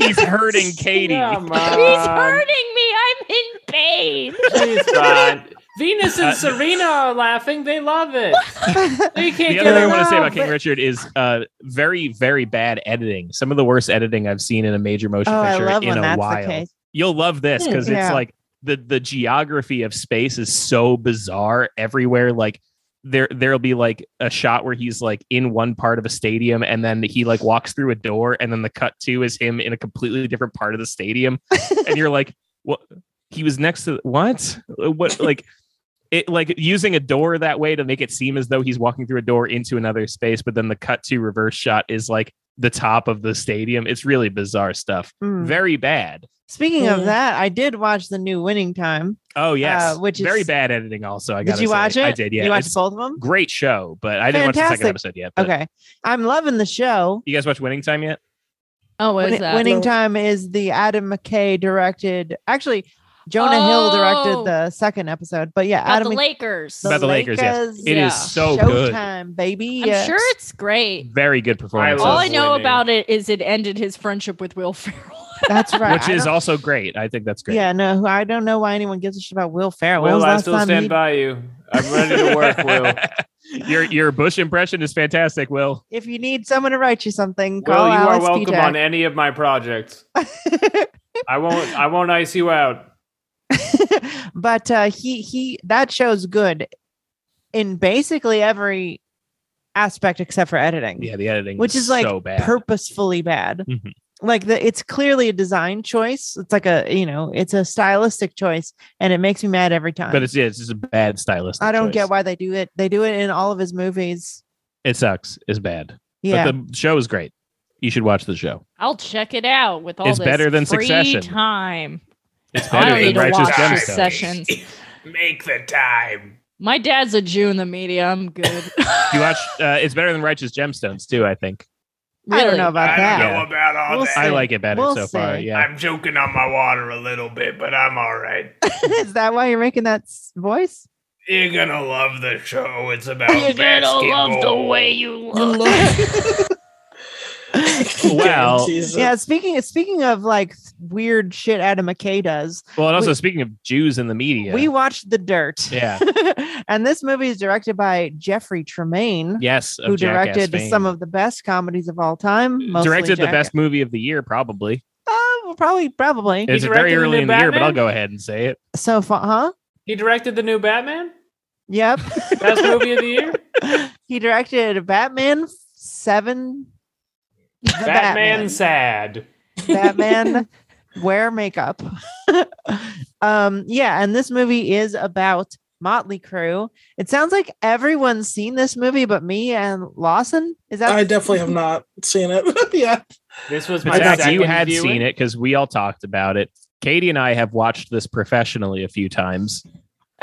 [SPEAKER 2] He's hurting Katie.
[SPEAKER 5] Come
[SPEAKER 3] He's
[SPEAKER 2] um,
[SPEAKER 5] on.
[SPEAKER 3] hurting me. I'm in pain.
[SPEAKER 5] She's fine. Venus
[SPEAKER 2] Uh,
[SPEAKER 5] and Serena are laughing. They love it. They can't
[SPEAKER 2] the other thing
[SPEAKER 5] get
[SPEAKER 2] I
[SPEAKER 5] enough.
[SPEAKER 2] want to say about
[SPEAKER 1] but-
[SPEAKER 2] King Richard is uh, very, very bad editing. Some of the worst editing I've seen in a major motion
[SPEAKER 1] Oh, I
[SPEAKER 2] picture
[SPEAKER 1] love
[SPEAKER 2] in
[SPEAKER 1] when
[SPEAKER 2] a
[SPEAKER 1] that's
[SPEAKER 2] while.
[SPEAKER 1] the case.
[SPEAKER 2] You'll love this because
[SPEAKER 1] Yeah.
[SPEAKER 2] it's like the the geography of space is so bizarre everywhere. Like there there'll be like a shot where he's like in one part of a stadium and then he like walks through a door and then the cut to is him in a completely different part of the stadium. and you're like, what he was next to what? Uh, What like it like using a door that way to make it seem as though he's walking through a door into another space, but then the cut to reverse shot is like the top of the stadium. It's really bizarre stuff.
[SPEAKER 1] Mm.
[SPEAKER 2] Very bad.
[SPEAKER 1] Speaking
[SPEAKER 4] Yeah.
[SPEAKER 1] of that, I did watch the new Winning Time.
[SPEAKER 2] Oh yes,
[SPEAKER 1] Uh, which is-
[SPEAKER 2] very bad editing. Also, I got.
[SPEAKER 1] Did you watch it?
[SPEAKER 2] I did. Yeah,
[SPEAKER 1] you watched
[SPEAKER 2] it's
[SPEAKER 1] both of them.
[SPEAKER 2] a great show, but I didn't watch the second
[SPEAKER 1] Fantastic.
[SPEAKER 2] episode yet. but-
[SPEAKER 1] Okay, I'm loving the show.
[SPEAKER 2] You guys watch Winning Time yet?
[SPEAKER 3] Oh, what is
[SPEAKER 1] Winning,
[SPEAKER 3] that?
[SPEAKER 1] Winning Time is the Adam McKay directed. Actually, Jonah Hill
[SPEAKER 3] Oh.
[SPEAKER 1] directed the second episode. But yeah,
[SPEAKER 3] About
[SPEAKER 1] Adam
[SPEAKER 3] the
[SPEAKER 1] Mc-
[SPEAKER 3] Lakers.
[SPEAKER 2] About the Lakers, yes. It is
[SPEAKER 3] Yeah.
[SPEAKER 2] so good.
[SPEAKER 1] Showtime, baby.
[SPEAKER 3] I'm sure it's great.
[SPEAKER 2] Very good performance.
[SPEAKER 5] I love
[SPEAKER 3] All I know
[SPEAKER 5] winning.
[SPEAKER 3] about it is it ended his friendship with Will Ferrell.
[SPEAKER 1] that's right.
[SPEAKER 2] which
[SPEAKER 1] I
[SPEAKER 2] is
[SPEAKER 1] don't-
[SPEAKER 2] also great. I think that's great.
[SPEAKER 1] yeah. No, I don't know why anyone gives a shit about Will Ferrell. When
[SPEAKER 5] Will,
[SPEAKER 1] was
[SPEAKER 5] I
[SPEAKER 1] last
[SPEAKER 5] still
[SPEAKER 1] time
[SPEAKER 5] stand
[SPEAKER 1] he-
[SPEAKER 5] by you. I'm ready to work, Will.
[SPEAKER 2] your your Bush impression is fantastic, Will.
[SPEAKER 1] If you need someone to write you something,
[SPEAKER 5] Will,
[SPEAKER 1] call
[SPEAKER 5] you are
[SPEAKER 1] Alex
[SPEAKER 5] welcome
[SPEAKER 1] P.
[SPEAKER 5] on any of my projects. I won't. I won't ice you out.
[SPEAKER 1] but uh, he he that show's good in basically every aspect except for editing.
[SPEAKER 2] Yeah, the editing,
[SPEAKER 1] Which is, like,
[SPEAKER 2] so bad.
[SPEAKER 1] purposefully bad.
[SPEAKER 2] Mhm.
[SPEAKER 1] Like the, it's clearly a design choice. It's like a you know, it's a stylistic choice, and it makes me mad every time.
[SPEAKER 2] but it's yeah, it's just a bad stylistic.
[SPEAKER 1] I don't
[SPEAKER 2] choice.
[SPEAKER 1] get why they do it. They do it in all of his movies.
[SPEAKER 2] it sucks. It's bad.
[SPEAKER 1] Yeah,
[SPEAKER 2] But the show is great. You should watch the show.
[SPEAKER 3] I'll check it out with all
[SPEAKER 2] It's
[SPEAKER 3] this
[SPEAKER 2] better than
[SPEAKER 3] free
[SPEAKER 2] Succession.
[SPEAKER 3] time.
[SPEAKER 2] It's
[SPEAKER 3] I
[SPEAKER 2] better
[SPEAKER 3] don't
[SPEAKER 2] than
[SPEAKER 3] need to
[SPEAKER 2] Righteous
[SPEAKER 3] watch
[SPEAKER 2] Gemstones.
[SPEAKER 3] Successions.
[SPEAKER 5] Make the time.
[SPEAKER 3] My dad's a Jew in the media. I'm good.
[SPEAKER 2] You watch. Uh, it's better than Righteous Gemstones too. I think
[SPEAKER 1] I don't
[SPEAKER 3] Really?
[SPEAKER 1] know about that.
[SPEAKER 2] know
[SPEAKER 5] about all
[SPEAKER 1] We'll that.
[SPEAKER 2] I
[SPEAKER 1] see.
[SPEAKER 2] like it better
[SPEAKER 1] We'll
[SPEAKER 2] so far.
[SPEAKER 1] see.
[SPEAKER 2] Yeah.
[SPEAKER 5] joking on my water a little bit, but I'm all right.
[SPEAKER 1] Is that why you're making that s- voice?
[SPEAKER 5] You're gonna love the show. It's about
[SPEAKER 3] you
[SPEAKER 2] Well,
[SPEAKER 4] Jesus.
[SPEAKER 1] Yeah. Speaking speaking of like weird shit Adam McKay does,
[SPEAKER 2] Well, and also
[SPEAKER 1] We-
[SPEAKER 2] speaking of Jews in the media,
[SPEAKER 1] we watched The Dirt,
[SPEAKER 2] yeah,
[SPEAKER 1] and this movie is directed by Jeffrey Tremaine,
[SPEAKER 2] yes, of
[SPEAKER 1] who
[SPEAKER 2] Jackass
[SPEAKER 1] directed
[SPEAKER 2] fame.
[SPEAKER 1] some of the best comedies of all time. Mostly
[SPEAKER 2] directed the
[SPEAKER 1] Jackass.
[SPEAKER 2] best movie of the year, probably.
[SPEAKER 1] Oh, well, probably, probably.
[SPEAKER 2] It's
[SPEAKER 5] directed
[SPEAKER 2] very
[SPEAKER 5] the
[SPEAKER 2] early
[SPEAKER 5] new
[SPEAKER 2] in the year, but
[SPEAKER 5] Batman?
[SPEAKER 2] I'll go ahead and say it.
[SPEAKER 1] So far, huh?
[SPEAKER 5] He directed the new Batman.
[SPEAKER 1] Yep.
[SPEAKER 5] Best movie of the year.
[SPEAKER 1] he directed Batman Seven. The
[SPEAKER 5] Batman sad.
[SPEAKER 1] Batman wear makeup. um, yeah, and this movie is about Motley Crue. It sounds like everyone's seen this movie but me and Lawson. Is that
[SPEAKER 4] I definitely have not seen it. yeah.
[SPEAKER 5] This was my
[SPEAKER 2] But Zach,
[SPEAKER 5] second
[SPEAKER 2] you had
[SPEAKER 5] viewing.
[SPEAKER 2] seen it because we all talked about it. Katie and I have watched this professionally a few times.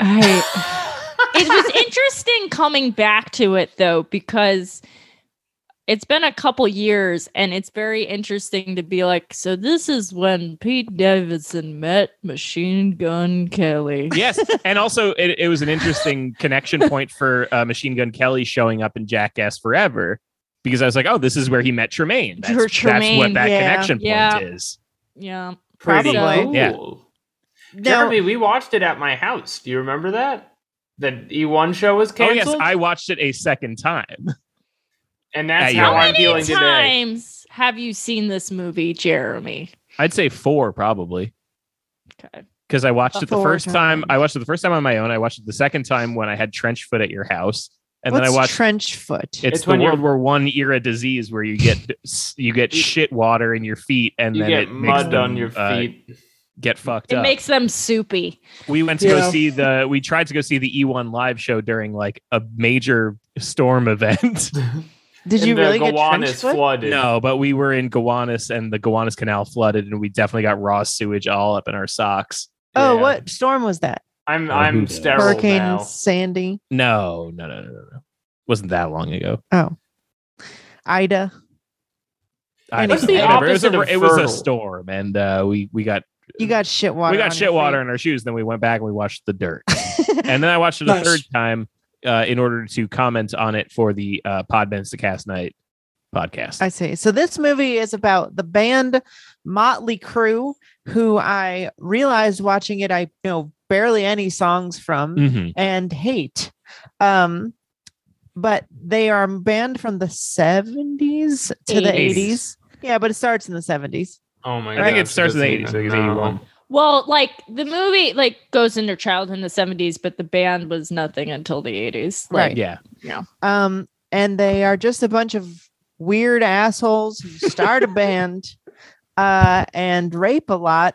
[SPEAKER 3] I, it was interesting coming back to it though, because it's been a couple years and it's very interesting to be like, so this is when Pete Davidson met Machine Gun Kelly.
[SPEAKER 2] Yes, and also it, it was an interesting connection point for uh, Machine Gun Kelly showing up in Jackass Forever because I was like, oh, this is where he met Tremaine. That's,
[SPEAKER 3] Tr-
[SPEAKER 2] that's
[SPEAKER 3] Tremaine,
[SPEAKER 2] what that
[SPEAKER 1] yeah.
[SPEAKER 2] connection point
[SPEAKER 3] Yeah.
[SPEAKER 2] is.
[SPEAKER 3] Yeah.
[SPEAKER 5] Pretty
[SPEAKER 1] Probably.
[SPEAKER 5] cool.
[SPEAKER 2] Yeah.
[SPEAKER 1] No,
[SPEAKER 5] Jeremy, we watched it at my house. Do you remember that? The E1 show was
[SPEAKER 2] Oh yes,
[SPEAKER 5] canceled.
[SPEAKER 2] I watched it a second time.
[SPEAKER 5] and that's
[SPEAKER 2] At your-
[SPEAKER 5] how I'm
[SPEAKER 3] How many
[SPEAKER 5] feeling today.
[SPEAKER 3] times have you seen this movie, Jeremy?
[SPEAKER 2] I'd say four probably.
[SPEAKER 3] Okay.
[SPEAKER 2] because I watched
[SPEAKER 1] A
[SPEAKER 2] it the
[SPEAKER 1] four
[SPEAKER 2] first time.
[SPEAKER 1] times.
[SPEAKER 2] I watched it the first time on my own. I watched it the second time when I had trench foot at your house, and
[SPEAKER 1] what's
[SPEAKER 2] then I watched.
[SPEAKER 1] trench foot.
[SPEAKER 2] it's,
[SPEAKER 5] It's
[SPEAKER 2] the
[SPEAKER 5] when you're-
[SPEAKER 2] World War One era disease where you get you get
[SPEAKER 5] You-
[SPEAKER 2] shit water in your feet, and
[SPEAKER 5] You
[SPEAKER 2] then
[SPEAKER 5] get
[SPEAKER 2] it makes
[SPEAKER 5] mud
[SPEAKER 2] them,
[SPEAKER 5] on your
[SPEAKER 2] uh,
[SPEAKER 5] feet.
[SPEAKER 2] get fucked
[SPEAKER 3] It
[SPEAKER 2] up.
[SPEAKER 3] makes them soupy.
[SPEAKER 2] we went to
[SPEAKER 4] Yeah.
[SPEAKER 2] go see the. We tried to go see the E1 live show during like a major storm event.
[SPEAKER 1] Did
[SPEAKER 5] and
[SPEAKER 1] you
[SPEAKER 5] the
[SPEAKER 1] really get trench
[SPEAKER 5] Gowanus
[SPEAKER 1] foot?
[SPEAKER 5] flooded.
[SPEAKER 2] no, but we were in Gowanus, and the Gowanus Canal flooded, and we definitely got raw sewage all up in our socks.
[SPEAKER 1] Oh,
[SPEAKER 5] Yeah.
[SPEAKER 1] what storm was that?
[SPEAKER 5] I'm
[SPEAKER 2] Oh, who
[SPEAKER 5] I'm
[SPEAKER 2] knows?
[SPEAKER 5] sterile
[SPEAKER 1] Hurricane
[SPEAKER 5] now.
[SPEAKER 1] Sandy,
[SPEAKER 2] No, no, no, no, no, no. Wasn't that long ago?
[SPEAKER 1] Ida.
[SPEAKER 2] I
[SPEAKER 1] And
[SPEAKER 2] don't
[SPEAKER 1] it's
[SPEAKER 2] know,
[SPEAKER 1] the
[SPEAKER 2] whatever. It was,
[SPEAKER 5] opposite
[SPEAKER 2] a,
[SPEAKER 5] of
[SPEAKER 2] it was a
[SPEAKER 5] fertile.
[SPEAKER 2] storm, and uh, we we got
[SPEAKER 1] You got shit water.
[SPEAKER 2] we
[SPEAKER 1] on
[SPEAKER 2] got
[SPEAKER 1] your
[SPEAKER 2] shit water
[SPEAKER 1] feet.
[SPEAKER 2] in our shoes. Then we went back and we watched the dirt, and then I watched it a
[SPEAKER 4] Nice.
[SPEAKER 2] third time uh, in order to comment on it for the uh, Podbens to Cast Night podcast.
[SPEAKER 1] I see. So this movie is about the band Motley Crue, who I realized watching it, I know barely any songs from
[SPEAKER 2] Mhm.
[SPEAKER 1] and hate. Um, but they are banned from the 70s to the
[SPEAKER 3] 80s.
[SPEAKER 1] 80s. Yeah, but it starts in the 70s.
[SPEAKER 5] Oh my
[SPEAKER 2] I
[SPEAKER 5] god.
[SPEAKER 2] think it starts in the 80s, like it's 81.
[SPEAKER 3] Well, like the movie like goes into childhood in the 70s, but the band was nothing until the 80s. Like,
[SPEAKER 1] Right.
[SPEAKER 2] Yeah,
[SPEAKER 1] Um, and they are just a bunch of weird assholes who start a band uh, and rape a lot.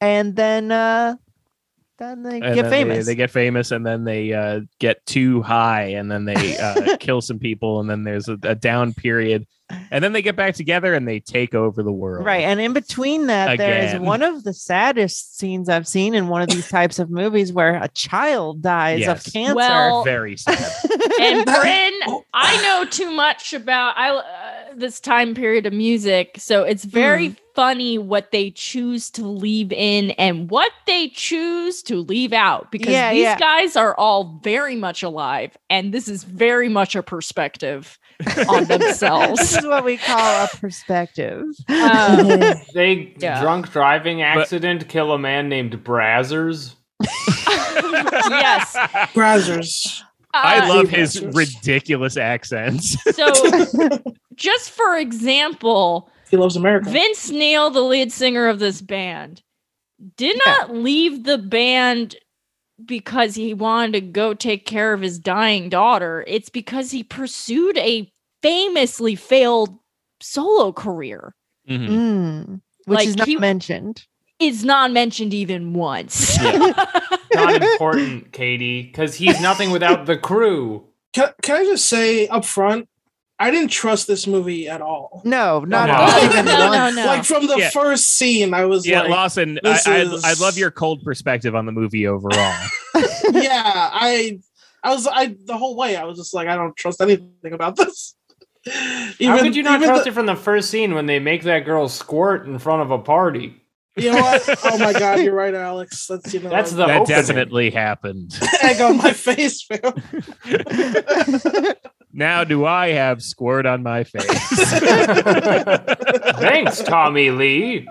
[SPEAKER 1] And then uh, then they get
[SPEAKER 2] And then they-
[SPEAKER 1] famous.
[SPEAKER 2] They, get famous, and then they uh, get too high, and then they uh, kill some people, and then there's a, a down period, and then they get back together and they take over the world.
[SPEAKER 1] Right. And in between that, there is
[SPEAKER 2] Again.
[SPEAKER 1] one of the saddest scenes I've seen in one of these types of movies where a child dies
[SPEAKER 2] Yes.
[SPEAKER 1] of cancer.
[SPEAKER 3] Well-
[SPEAKER 2] Very sad.
[SPEAKER 3] and Bryn,
[SPEAKER 4] Oh.
[SPEAKER 3] I know too much about I uh, this time period of music, so it's very
[SPEAKER 1] Hmm.
[SPEAKER 3] funny what they choose to leave in and what they choose to leave out because
[SPEAKER 1] Yeah,
[SPEAKER 3] these
[SPEAKER 1] yeah.
[SPEAKER 3] guys are all very much alive, and this is very much a perspective on
[SPEAKER 1] this
[SPEAKER 3] themselves.
[SPEAKER 1] is what we call a perspective.
[SPEAKER 2] Hmm.
[SPEAKER 3] Um,
[SPEAKER 1] Uh-huh.
[SPEAKER 5] They
[SPEAKER 3] Yeah.
[SPEAKER 5] drunk driving accident kill a man named Brazzers.
[SPEAKER 3] Yes.
[SPEAKER 4] Brazzers.
[SPEAKER 2] I
[SPEAKER 3] uh,
[SPEAKER 2] love
[SPEAKER 4] Two
[SPEAKER 2] his
[SPEAKER 4] verses.
[SPEAKER 2] ridiculous accents.
[SPEAKER 3] so, just for example,
[SPEAKER 4] He loves America.
[SPEAKER 3] Vince Neil, the lead singer of this band, did not leave the band because he wanted to go take care of his dying daughter. It's because he pursued a famously failed solo career.
[SPEAKER 2] Mhm.
[SPEAKER 1] Mm, which
[SPEAKER 3] Like,
[SPEAKER 1] is not
[SPEAKER 3] he-
[SPEAKER 1] mentioned.
[SPEAKER 3] It's not mentioned even once.
[SPEAKER 5] Not important, Katie, because he's nothing without the crew.
[SPEAKER 4] Can, can I just say up front, I didn't trust this movie at all.
[SPEAKER 1] No, not
[SPEAKER 5] No.
[SPEAKER 1] at all. even
[SPEAKER 3] No, no,
[SPEAKER 1] once.
[SPEAKER 3] no.
[SPEAKER 4] Like from the
[SPEAKER 2] Yeah.
[SPEAKER 4] first scene, I was
[SPEAKER 2] Yeah,
[SPEAKER 4] like,
[SPEAKER 2] Lawson, I,
[SPEAKER 4] this
[SPEAKER 2] I,
[SPEAKER 4] is-
[SPEAKER 2] I love your cold perspective on the movie overall.
[SPEAKER 4] yeah, I, I was, I the whole way, I was just like, I don't trust anything about this.
[SPEAKER 5] How could you not
[SPEAKER 4] even
[SPEAKER 5] trust
[SPEAKER 4] the-
[SPEAKER 5] it from the first scene when they make that girl squirt in front of a party?
[SPEAKER 4] You know what? Oh my god, you're right, Alex. That's you know
[SPEAKER 5] That's the
[SPEAKER 2] that
[SPEAKER 5] opening.
[SPEAKER 2] definitely happened.
[SPEAKER 4] egg on my face, man.
[SPEAKER 2] Now, do I have squirt on my face?
[SPEAKER 5] Thanks, Tommy Lee.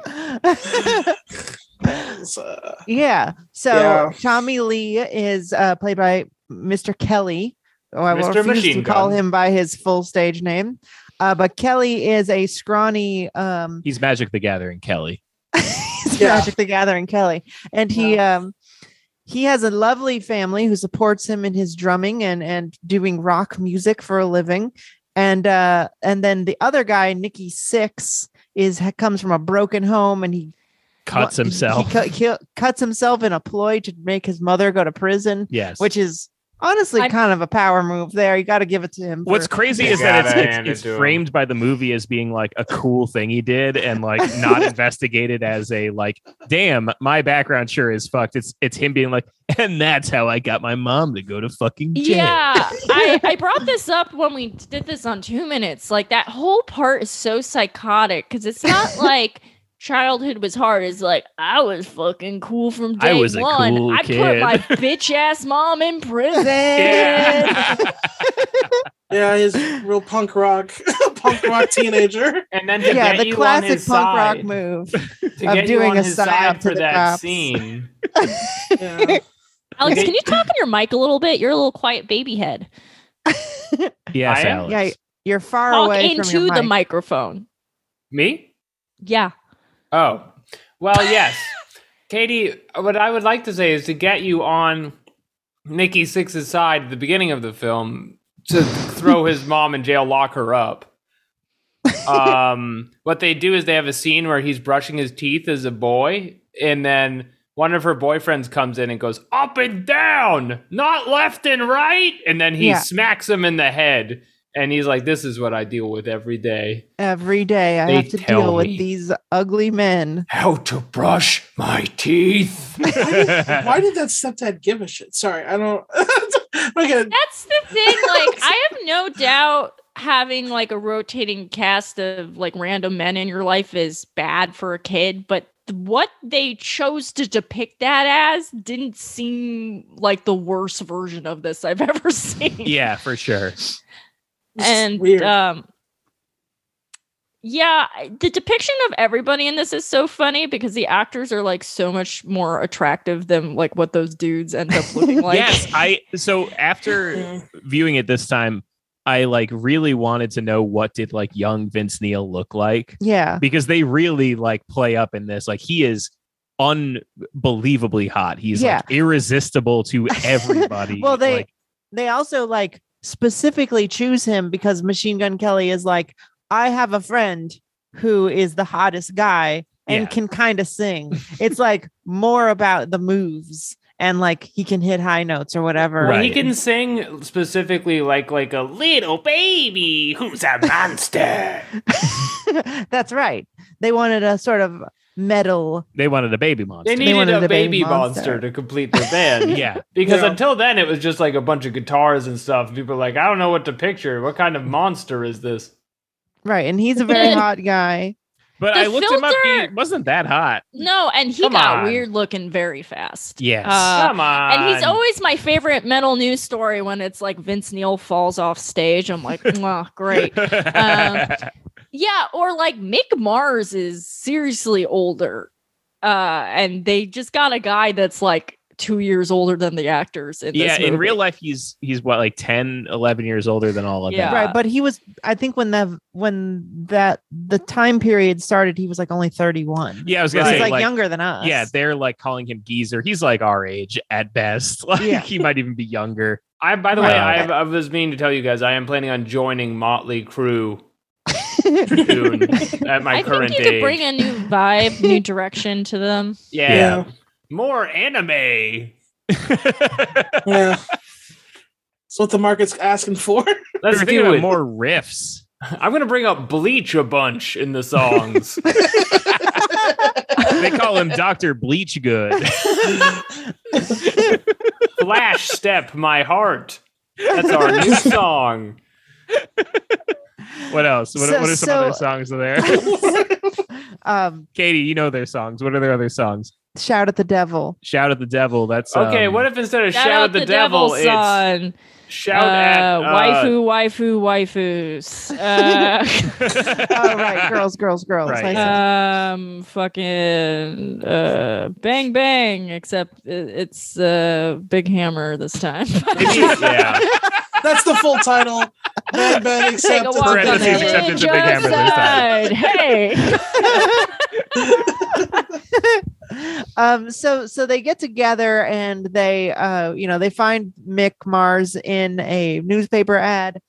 [SPEAKER 4] It's, uh,
[SPEAKER 1] yeah. So
[SPEAKER 4] Yeah.
[SPEAKER 1] Tommy Lee is uh, played by Mr. Kelly. Oh, I will
[SPEAKER 5] Mr.
[SPEAKER 1] refuse to
[SPEAKER 5] Machine
[SPEAKER 1] call
[SPEAKER 5] Gun.
[SPEAKER 1] him by his full stage name. Uh, but Kelly is a scrawny um,
[SPEAKER 2] He's Magic the Gathering Kelly.
[SPEAKER 1] It's
[SPEAKER 4] Yeah.
[SPEAKER 1] Magic the Gathering Kelly. And he um he has a lovely family who supports him in his drumming and and doing rock music for a living. And uh and then the other guy, Nikki Six, is ha- comes from a broken home and he
[SPEAKER 2] Cuts
[SPEAKER 1] wa-
[SPEAKER 2] himself.
[SPEAKER 1] He, cu- kill- cuts himself in a ploy to make his mother go to prison,
[SPEAKER 2] yes.
[SPEAKER 1] which is Honestly,
[SPEAKER 3] I-
[SPEAKER 1] kind of a power move there. You got to give it to him.
[SPEAKER 2] What's
[SPEAKER 1] for-
[SPEAKER 2] crazy
[SPEAKER 5] You
[SPEAKER 2] is that
[SPEAKER 5] gotta
[SPEAKER 2] it's, it's,
[SPEAKER 5] hand it
[SPEAKER 2] it's
[SPEAKER 5] to him.
[SPEAKER 2] framed by the movie as being like a cool thing he did and like not investigated as a like, damn, my background sure is fucked. It's it's him being like, and that's how I got my mom to go to fucking jail.
[SPEAKER 3] Yeah, I, I brought this up when we did this on two minutes. Like that whole part is so psychotic because it's not like childhood was hard. It's like I was fucking cool from
[SPEAKER 2] I
[SPEAKER 3] day
[SPEAKER 2] was a
[SPEAKER 3] one.
[SPEAKER 2] cool
[SPEAKER 3] I
[SPEAKER 2] kid."
[SPEAKER 3] put my bitch ass mom in prison.
[SPEAKER 2] Yeah.
[SPEAKER 4] Yeah, he's real punk rock, punk rock teenager.
[SPEAKER 5] And then to
[SPEAKER 1] Yeah,
[SPEAKER 5] get
[SPEAKER 1] the
[SPEAKER 5] you on
[SPEAKER 1] classic
[SPEAKER 5] his
[SPEAKER 1] punk
[SPEAKER 5] side,
[SPEAKER 1] rock move.
[SPEAKER 5] to
[SPEAKER 1] of
[SPEAKER 5] get you
[SPEAKER 1] doing
[SPEAKER 5] on
[SPEAKER 1] a
[SPEAKER 5] his
[SPEAKER 1] psyop
[SPEAKER 5] side
[SPEAKER 1] to
[SPEAKER 5] for
[SPEAKER 1] the
[SPEAKER 5] that
[SPEAKER 1] cops.
[SPEAKER 5] scene.
[SPEAKER 4] Yeah.
[SPEAKER 3] Alex,
[SPEAKER 5] Okay.
[SPEAKER 3] can you talk in your mic a little bit? You're a little quiet baby head.
[SPEAKER 2] Yes,
[SPEAKER 5] I am?
[SPEAKER 2] Alex.
[SPEAKER 1] Yeah, you're far
[SPEAKER 3] Talk
[SPEAKER 1] away
[SPEAKER 3] into
[SPEAKER 1] from your
[SPEAKER 3] the
[SPEAKER 1] mic.
[SPEAKER 3] microphone.
[SPEAKER 5] Me?
[SPEAKER 3] Yeah.
[SPEAKER 5] Oh, well, yes. Katie, what I would like to say is to get you on Nikki Six's side at the beginning of the film to throw his mom in jail, lock her up. Um, what they do is they have a scene where he's brushing his teeth as a boy, and then one of her boyfriends comes in and goes up and down, not left and right, and then he
[SPEAKER 1] Yeah.
[SPEAKER 5] smacks him in the head, and he's like, "This is what I deal with every day."
[SPEAKER 1] Every day I
[SPEAKER 5] They
[SPEAKER 1] have to
[SPEAKER 5] tell
[SPEAKER 1] deal with
[SPEAKER 5] me.
[SPEAKER 1] these ugly men.
[SPEAKER 5] How to brush my teeth.
[SPEAKER 4] Why did that stepdad give a shit? Sorry, I don't. okay,
[SPEAKER 3] That's the thing. Like, I have no doubt having like a rotating cast of like random men in your life is bad for a kid, but th- what they chose to depict that as didn't seem like the worst version of this I've ever seen.
[SPEAKER 2] yeah, for sure.
[SPEAKER 4] this is
[SPEAKER 3] and
[SPEAKER 4] weird.
[SPEAKER 3] um yeah I- the depiction of everybody in this is so funny because the actors are like so much more attractive than like what those dudes end up looking like
[SPEAKER 2] yes, I so after
[SPEAKER 4] Yeah.
[SPEAKER 2] viewing it this time, I like really wanted to know what did like young Vince Neil look like.
[SPEAKER 1] Yeah.
[SPEAKER 2] because they really like play up in this. Like he is unbelievably hot. He's like irresistible to everybody.
[SPEAKER 1] Well, they
[SPEAKER 2] Like,
[SPEAKER 1] they also like specifically choose him because Machine Gun Kelly is like, I have a friend who is the hottest guy and
[SPEAKER 2] Yeah.
[SPEAKER 1] can kind of sing. it's like more about the moves and like he can hit high notes or whatever.
[SPEAKER 5] Well, He
[SPEAKER 2] Right.
[SPEAKER 5] can sing specifically like like a little baby who's a monster.
[SPEAKER 1] That's right. They wanted a sort of metal.
[SPEAKER 2] they wanted a baby monster.
[SPEAKER 5] they
[SPEAKER 1] They
[SPEAKER 5] needed
[SPEAKER 1] wanted
[SPEAKER 5] a
[SPEAKER 1] the
[SPEAKER 5] baby,
[SPEAKER 1] baby
[SPEAKER 5] monster.
[SPEAKER 1] monster.
[SPEAKER 5] to complete their band.
[SPEAKER 2] yeah,
[SPEAKER 5] Because
[SPEAKER 4] Yeah.
[SPEAKER 5] until then it was just like a bunch of guitars and stuff. People are like, I don't know what to picture. What kind of monster is this?
[SPEAKER 1] Right. And he's a very
[SPEAKER 3] And-
[SPEAKER 1] hot guy.
[SPEAKER 2] but
[SPEAKER 3] The
[SPEAKER 2] I looked him up. He
[SPEAKER 3] filter-
[SPEAKER 2] wasn't that hot.
[SPEAKER 3] no and he
[SPEAKER 5] Come
[SPEAKER 3] got
[SPEAKER 5] on.
[SPEAKER 3] weird looking very fast
[SPEAKER 2] Yes.
[SPEAKER 3] Uh,
[SPEAKER 5] Come on.
[SPEAKER 3] and he's always my favorite metal news story when it's like Vince Neil falls off stage. I'm like, oh, great. um, Yeah, or like Mick Mars is seriously older. Uh, and they just got a guy that's like two years older than the actors. In
[SPEAKER 2] yeah,
[SPEAKER 3] this
[SPEAKER 2] in
[SPEAKER 3] movie.
[SPEAKER 2] real life, he's he's what like 10, 11 years older than all of
[SPEAKER 3] Yeah.
[SPEAKER 2] them.
[SPEAKER 1] Right. But he was, I think when that when that the time period started, he was like only 31.
[SPEAKER 2] Yeah, I was
[SPEAKER 1] He's
[SPEAKER 2] gonna say
[SPEAKER 1] like,
[SPEAKER 2] like,
[SPEAKER 1] younger than us.
[SPEAKER 2] yeah, they're like calling him geezer. He's like our age at best. Like
[SPEAKER 1] Yeah.
[SPEAKER 2] he might even be younger.
[SPEAKER 5] I by the way,
[SPEAKER 2] Right.
[SPEAKER 5] I, have, I was meaning to tell you guys I am planning on joining Motley Crue soon at my
[SPEAKER 3] I
[SPEAKER 5] current
[SPEAKER 3] think you
[SPEAKER 5] age.
[SPEAKER 3] could bring a new vibe, new direction to them.
[SPEAKER 5] yeah.
[SPEAKER 4] Yeah.
[SPEAKER 5] More anime.
[SPEAKER 4] yeah. It's what the market's asking for.
[SPEAKER 5] Let's
[SPEAKER 2] We're thinking
[SPEAKER 5] do
[SPEAKER 2] of
[SPEAKER 5] it.
[SPEAKER 2] more riffs.
[SPEAKER 5] I'm gonna bring up Bleach a bunch in the songs.
[SPEAKER 2] They call him Doctor Bleach Good.
[SPEAKER 5] Flash Step My Heart. That's our new song.
[SPEAKER 2] What else? What,
[SPEAKER 1] So-
[SPEAKER 2] what are some
[SPEAKER 1] so-
[SPEAKER 2] other songs in there?
[SPEAKER 1] um,
[SPEAKER 2] Katie, you know their songs. What are their other songs?
[SPEAKER 1] shout at the devil.
[SPEAKER 2] Shout at the devil. That's um,
[SPEAKER 5] Okay, what if instead of Shout,
[SPEAKER 3] out
[SPEAKER 5] at the, Devil,
[SPEAKER 3] devil's
[SPEAKER 5] it's
[SPEAKER 3] son.
[SPEAKER 5] Shout
[SPEAKER 3] uh,
[SPEAKER 5] at uh,
[SPEAKER 3] waifu, waifu, Uh, waifus.
[SPEAKER 1] Oh, right. Girls, girls, girls.
[SPEAKER 2] Right.
[SPEAKER 1] I
[SPEAKER 3] Uh,
[SPEAKER 1] see.
[SPEAKER 3] um, fucking uh, bang bang. Except it, it's uh, big hammer this time.
[SPEAKER 5] yeah.
[SPEAKER 4] That's the full title. Bang bang,
[SPEAKER 3] Take
[SPEAKER 4] except
[SPEAKER 3] a
[SPEAKER 4] it's
[SPEAKER 3] walk
[SPEAKER 4] a
[SPEAKER 3] on
[SPEAKER 4] big
[SPEAKER 3] the
[SPEAKER 2] Parentheses,
[SPEAKER 4] hammer.
[SPEAKER 2] except it's a big
[SPEAKER 3] ninja
[SPEAKER 2] hammer this time.
[SPEAKER 3] side. Hey,
[SPEAKER 1] um so so they get together and they uh you know they find mick mars in a newspaper ad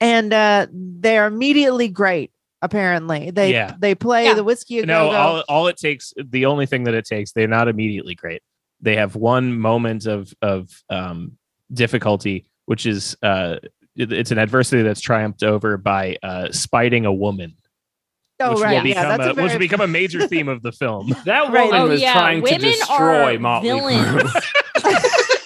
[SPEAKER 1] and uh they are immediately great apparently they
[SPEAKER 2] Yeah.
[SPEAKER 1] they play
[SPEAKER 3] Yeah.
[SPEAKER 1] the whiskey a
[SPEAKER 2] no,
[SPEAKER 1] Go-Go.
[SPEAKER 2] all, all it takes, the only thing that it takes, they're not immediately great. They have one moment of of um difficulty, which is uh, it- it's an adversity that's triumphed over by uh, spiting a woman.
[SPEAKER 1] Oh,
[SPEAKER 2] which
[SPEAKER 1] right.
[SPEAKER 2] Will
[SPEAKER 1] Yeah,
[SPEAKER 2] become
[SPEAKER 1] that's
[SPEAKER 2] a,
[SPEAKER 1] a very
[SPEAKER 2] which will become a major theme of the film.
[SPEAKER 5] That
[SPEAKER 1] Right.
[SPEAKER 5] woman
[SPEAKER 3] Oh,
[SPEAKER 5] was
[SPEAKER 3] yeah,
[SPEAKER 5] trying to
[SPEAKER 3] women
[SPEAKER 5] destroy
[SPEAKER 3] are
[SPEAKER 5] Motley
[SPEAKER 3] villains.
[SPEAKER 5] Crue.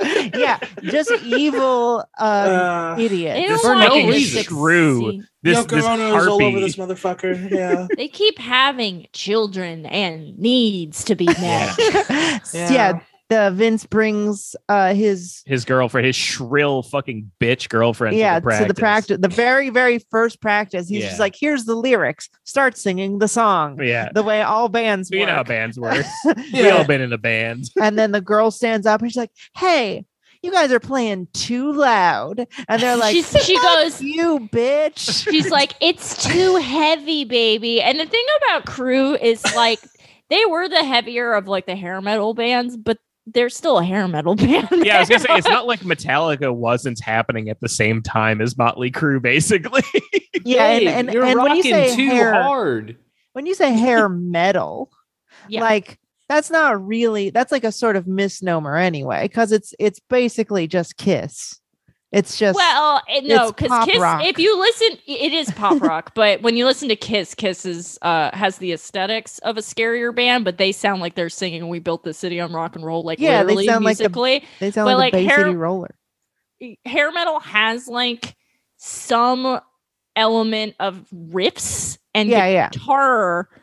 [SPEAKER 1] yeah, just evil uh,
[SPEAKER 4] Uh,
[SPEAKER 3] They
[SPEAKER 1] idiots.
[SPEAKER 3] don't
[SPEAKER 2] For
[SPEAKER 3] want
[SPEAKER 2] no
[SPEAKER 3] you to
[SPEAKER 2] reason. True.
[SPEAKER 3] succeed.
[SPEAKER 2] This,
[SPEAKER 4] Yoko
[SPEAKER 2] this
[SPEAKER 4] Ono is all over this
[SPEAKER 2] harpy.
[SPEAKER 4] motherfucker. Yeah.
[SPEAKER 3] They keep having children and needs to be
[SPEAKER 2] Yeah.
[SPEAKER 3] met.
[SPEAKER 1] yeah. the Vince brings uh, his
[SPEAKER 2] His girlfriend, his shrill fucking bitch girlfriend.
[SPEAKER 1] yeah
[SPEAKER 2] to the practice.
[SPEAKER 1] to the practice, the very very first practice. He's
[SPEAKER 2] Yeah.
[SPEAKER 1] just like, here's the lyrics. Start singing the song
[SPEAKER 2] Yeah,
[SPEAKER 1] the way all bands
[SPEAKER 2] you know how
[SPEAKER 1] work.
[SPEAKER 2] bands work. We all
[SPEAKER 4] Yeah.
[SPEAKER 2] been in a band.
[SPEAKER 1] and then the girl stands up and she's like, hey. You guys are playing too loud, and they're like,
[SPEAKER 3] She's- she goes-
[SPEAKER 1] you bitch."
[SPEAKER 3] She's like, it's too heavy, baby. And the thing about crew is like they were the heavier of like the hair metal bands, but they're still a hair metal band.
[SPEAKER 2] Yeah, I was gonna say it's not like Metallica wasn't happening at the same time as Motley Crue, basically.
[SPEAKER 1] Yeah, and,
[SPEAKER 5] Babe,
[SPEAKER 1] and,
[SPEAKER 5] you're
[SPEAKER 1] and when
[SPEAKER 5] rocking
[SPEAKER 1] you say
[SPEAKER 5] too
[SPEAKER 1] hair,
[SPEAKER 5] hard.
[SPEAKER 1] when you say hair metal,
[SPEAKER 3] Yeah.
[SPEAKER 1] like that's not really that's like a sort of misnomer anyway, because it's it's basically just kiss. It's just
[SPEAKER 3] Well, it, no,
[SPEAKER 1] It's pop
[SPEAKER 3] because Kiss.
[SPEAKER 1] rock.
[SPEAKER 3] If you listen, it is pop rock. But when you listen to Kiss, Kiss is, uh, has the aesthetics of a scarier band, but they sound like they're singing "We Built the City on Rock and Roll," like
[SPEAKER 1] Yeah, they
[SPEAKER 3] literally
[SPEAKER 1] sound like the-
[SPEAKER 3] musically.
[SPEAKER 1] they sound
[SPEAKER 3] but
[SPEAKER 1] like, a Bay
[SPEAKER 3] like hair-
[SPEAKER 1] City roller.
[SPEAKER 3] hair metal has like some element of riffs and
[SPEAKER 1] Yeah, yeah.
[SPEAKER 3] guitar.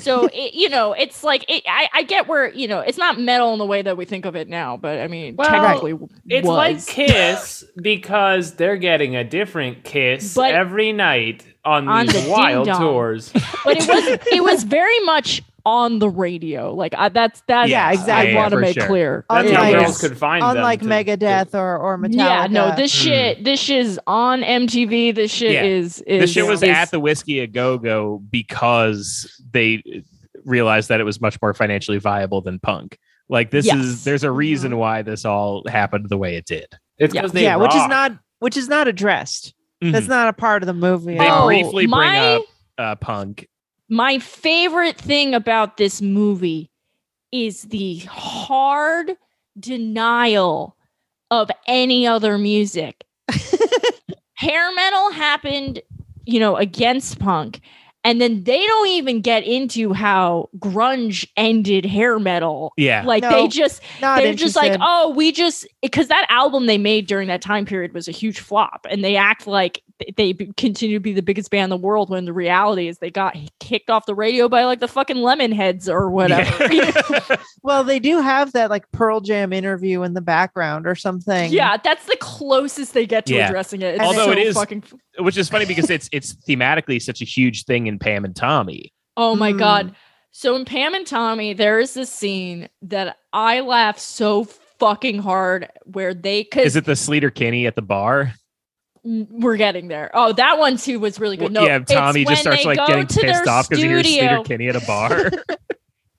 [SPEAKER 3] So it, you know, it's like it, I, I get where you know it's not metal in the way that we think of it now, but I mean,
[SPEAKER 5] Well,
[SPEAKER 3] technically,
[SPEAKER 5] It's
[SPEAKER 3] was.
[SPEAKER 5] like Kiss because they're getting a different Kiss
[SPEAKER 3] But-
[SPEAKER 5] every night on,
[SPEAKER 3] On
[SPEAKER 5] these
[SPEAKER 3] the
[SPEAKER 5] wild
[SPEAKER 3] ding-dong.
[SPEAKER 5] tours.
[SPEAKER 3] but it was it was very much on the radio. Like I, that's that's
[SPEAKER 1] Yeah, exactly.
[SPEAKER 3] I
[SPEAKER 2] Yeah,
[SPEAKER 3] want to
[SPEAKER 2] for
[SPEAKER 3] make
[SPEAKER 2] sure.
[SPEAKER 3] clear.
[SPEAKER 5] That's how
[SPEAKER 1] Unlike-
[SPEAKER 5] girls could find them.
[SPEAKER 1] Unlike
[SPEAKER 5] to-
[SPEAKER 1] Megadeth or or Metallica.
[SPEAKER 3] Yeah, no, this
[SPEAKER 2] Hmm.
[SPEAKER 3] shit, this shit is on MTV. This shit
[SPEAKER 2] Yeah.
[SPEAKER 3] is is
[SPEAKER 2] This shit was
[SPEAKER 3] is-
[SPEAKER 2] at the Whiskey a Go Go because they realized that it was much more financially viable than punk. Like this
[SPEAKER 3] Yes. Mm-hmm.
[SPEAKER 2] is there's a reason why this all happened the way it did.
[SPEAKER 5] It's because they
[SPEAKER 1] yeah, which is
[SPEAKER 5] rock. Mm-hmm.
[SPEAKER 1] not which is not addressed. That's
[SPEAKER 2] Mhm.
[SPEAKER 1] not a part of the movie.
[SPEAKER 2] They
[SPEAKER 1] at all.
[SPEAKER 2] briefly- bring
[SPEAKER 3] Oh, my,
[SPEAKER 2] up- Uh, punk.
[SPEAKER 3] my favorite thing about this movie is the hard denial of any other music. Hair metal happened, you know, against punk. And then they don't even get into how grunge ended hair metal.
[SPEAKER 2] Yeah.
[SPEAKER 3] Like
[SPEAKER 1] No,
[SPEAKER 3] they just
[SPEAKER 1] not
[SPEAKER 3] they're just like,
[SPEAKER 1] interested.
[SPEAKER 3] oh, we just because that album they made during that time period was a huge flop, and they act like th- they b- continue to be the biggest band in the world when the reality is they got kicked off the radio by like the fucking Lemonheads or whatever. Yeah,
[SPEAKER 2] Yeah.
[SPEAKER 3] "Oh."
[SPEAKER 1] Well, they do have that like Pearl Jam interview in the background or something.
[SPEAKER 3] that's the closest they get to
[SPEAKER 2] Yeah.
[SPEAKER 3] addressing it. It's
[SPEAKER 1] Although
[SPEAKER 3] so
[SPEAKER 2] it is-
[SPEAKER 3] fucking.
[SPEAKER 2] which is funny because it's it's thematically such a huge thing in Pam and Tommy.
[SPEAKER 3] Oh my
[SPEAKER 1] Mm.
[SPEAKER 3] god. So in Pam and Tommy, there is this scene that I laugh so fucking hard where they
[SPEAKER 2] Is
[SPEAKER 3] because
[SPEAKER 2] it the Sleater Kinney at the bar?
[SPEAKER 3] Mm, we're getting there. Oh, that one too was really good. No,
[SPEAKER 2] yeah,
[SPEAKER 3] it's
[SPEAKER 2] Tommy just
[SPEAKER 3] when
[SPEAKER 2] starts
[SPEAKER 3] they
[SPEAKER 2] like
[SPEAKER 3] go
[SPEAKER 2] getting
[SPEAKER 3] to their
[SPEAKER 2] pissed off because he hears
[SPEAKER 3] studio.
[SPEAKER 2] Sleater Kinney at a bar.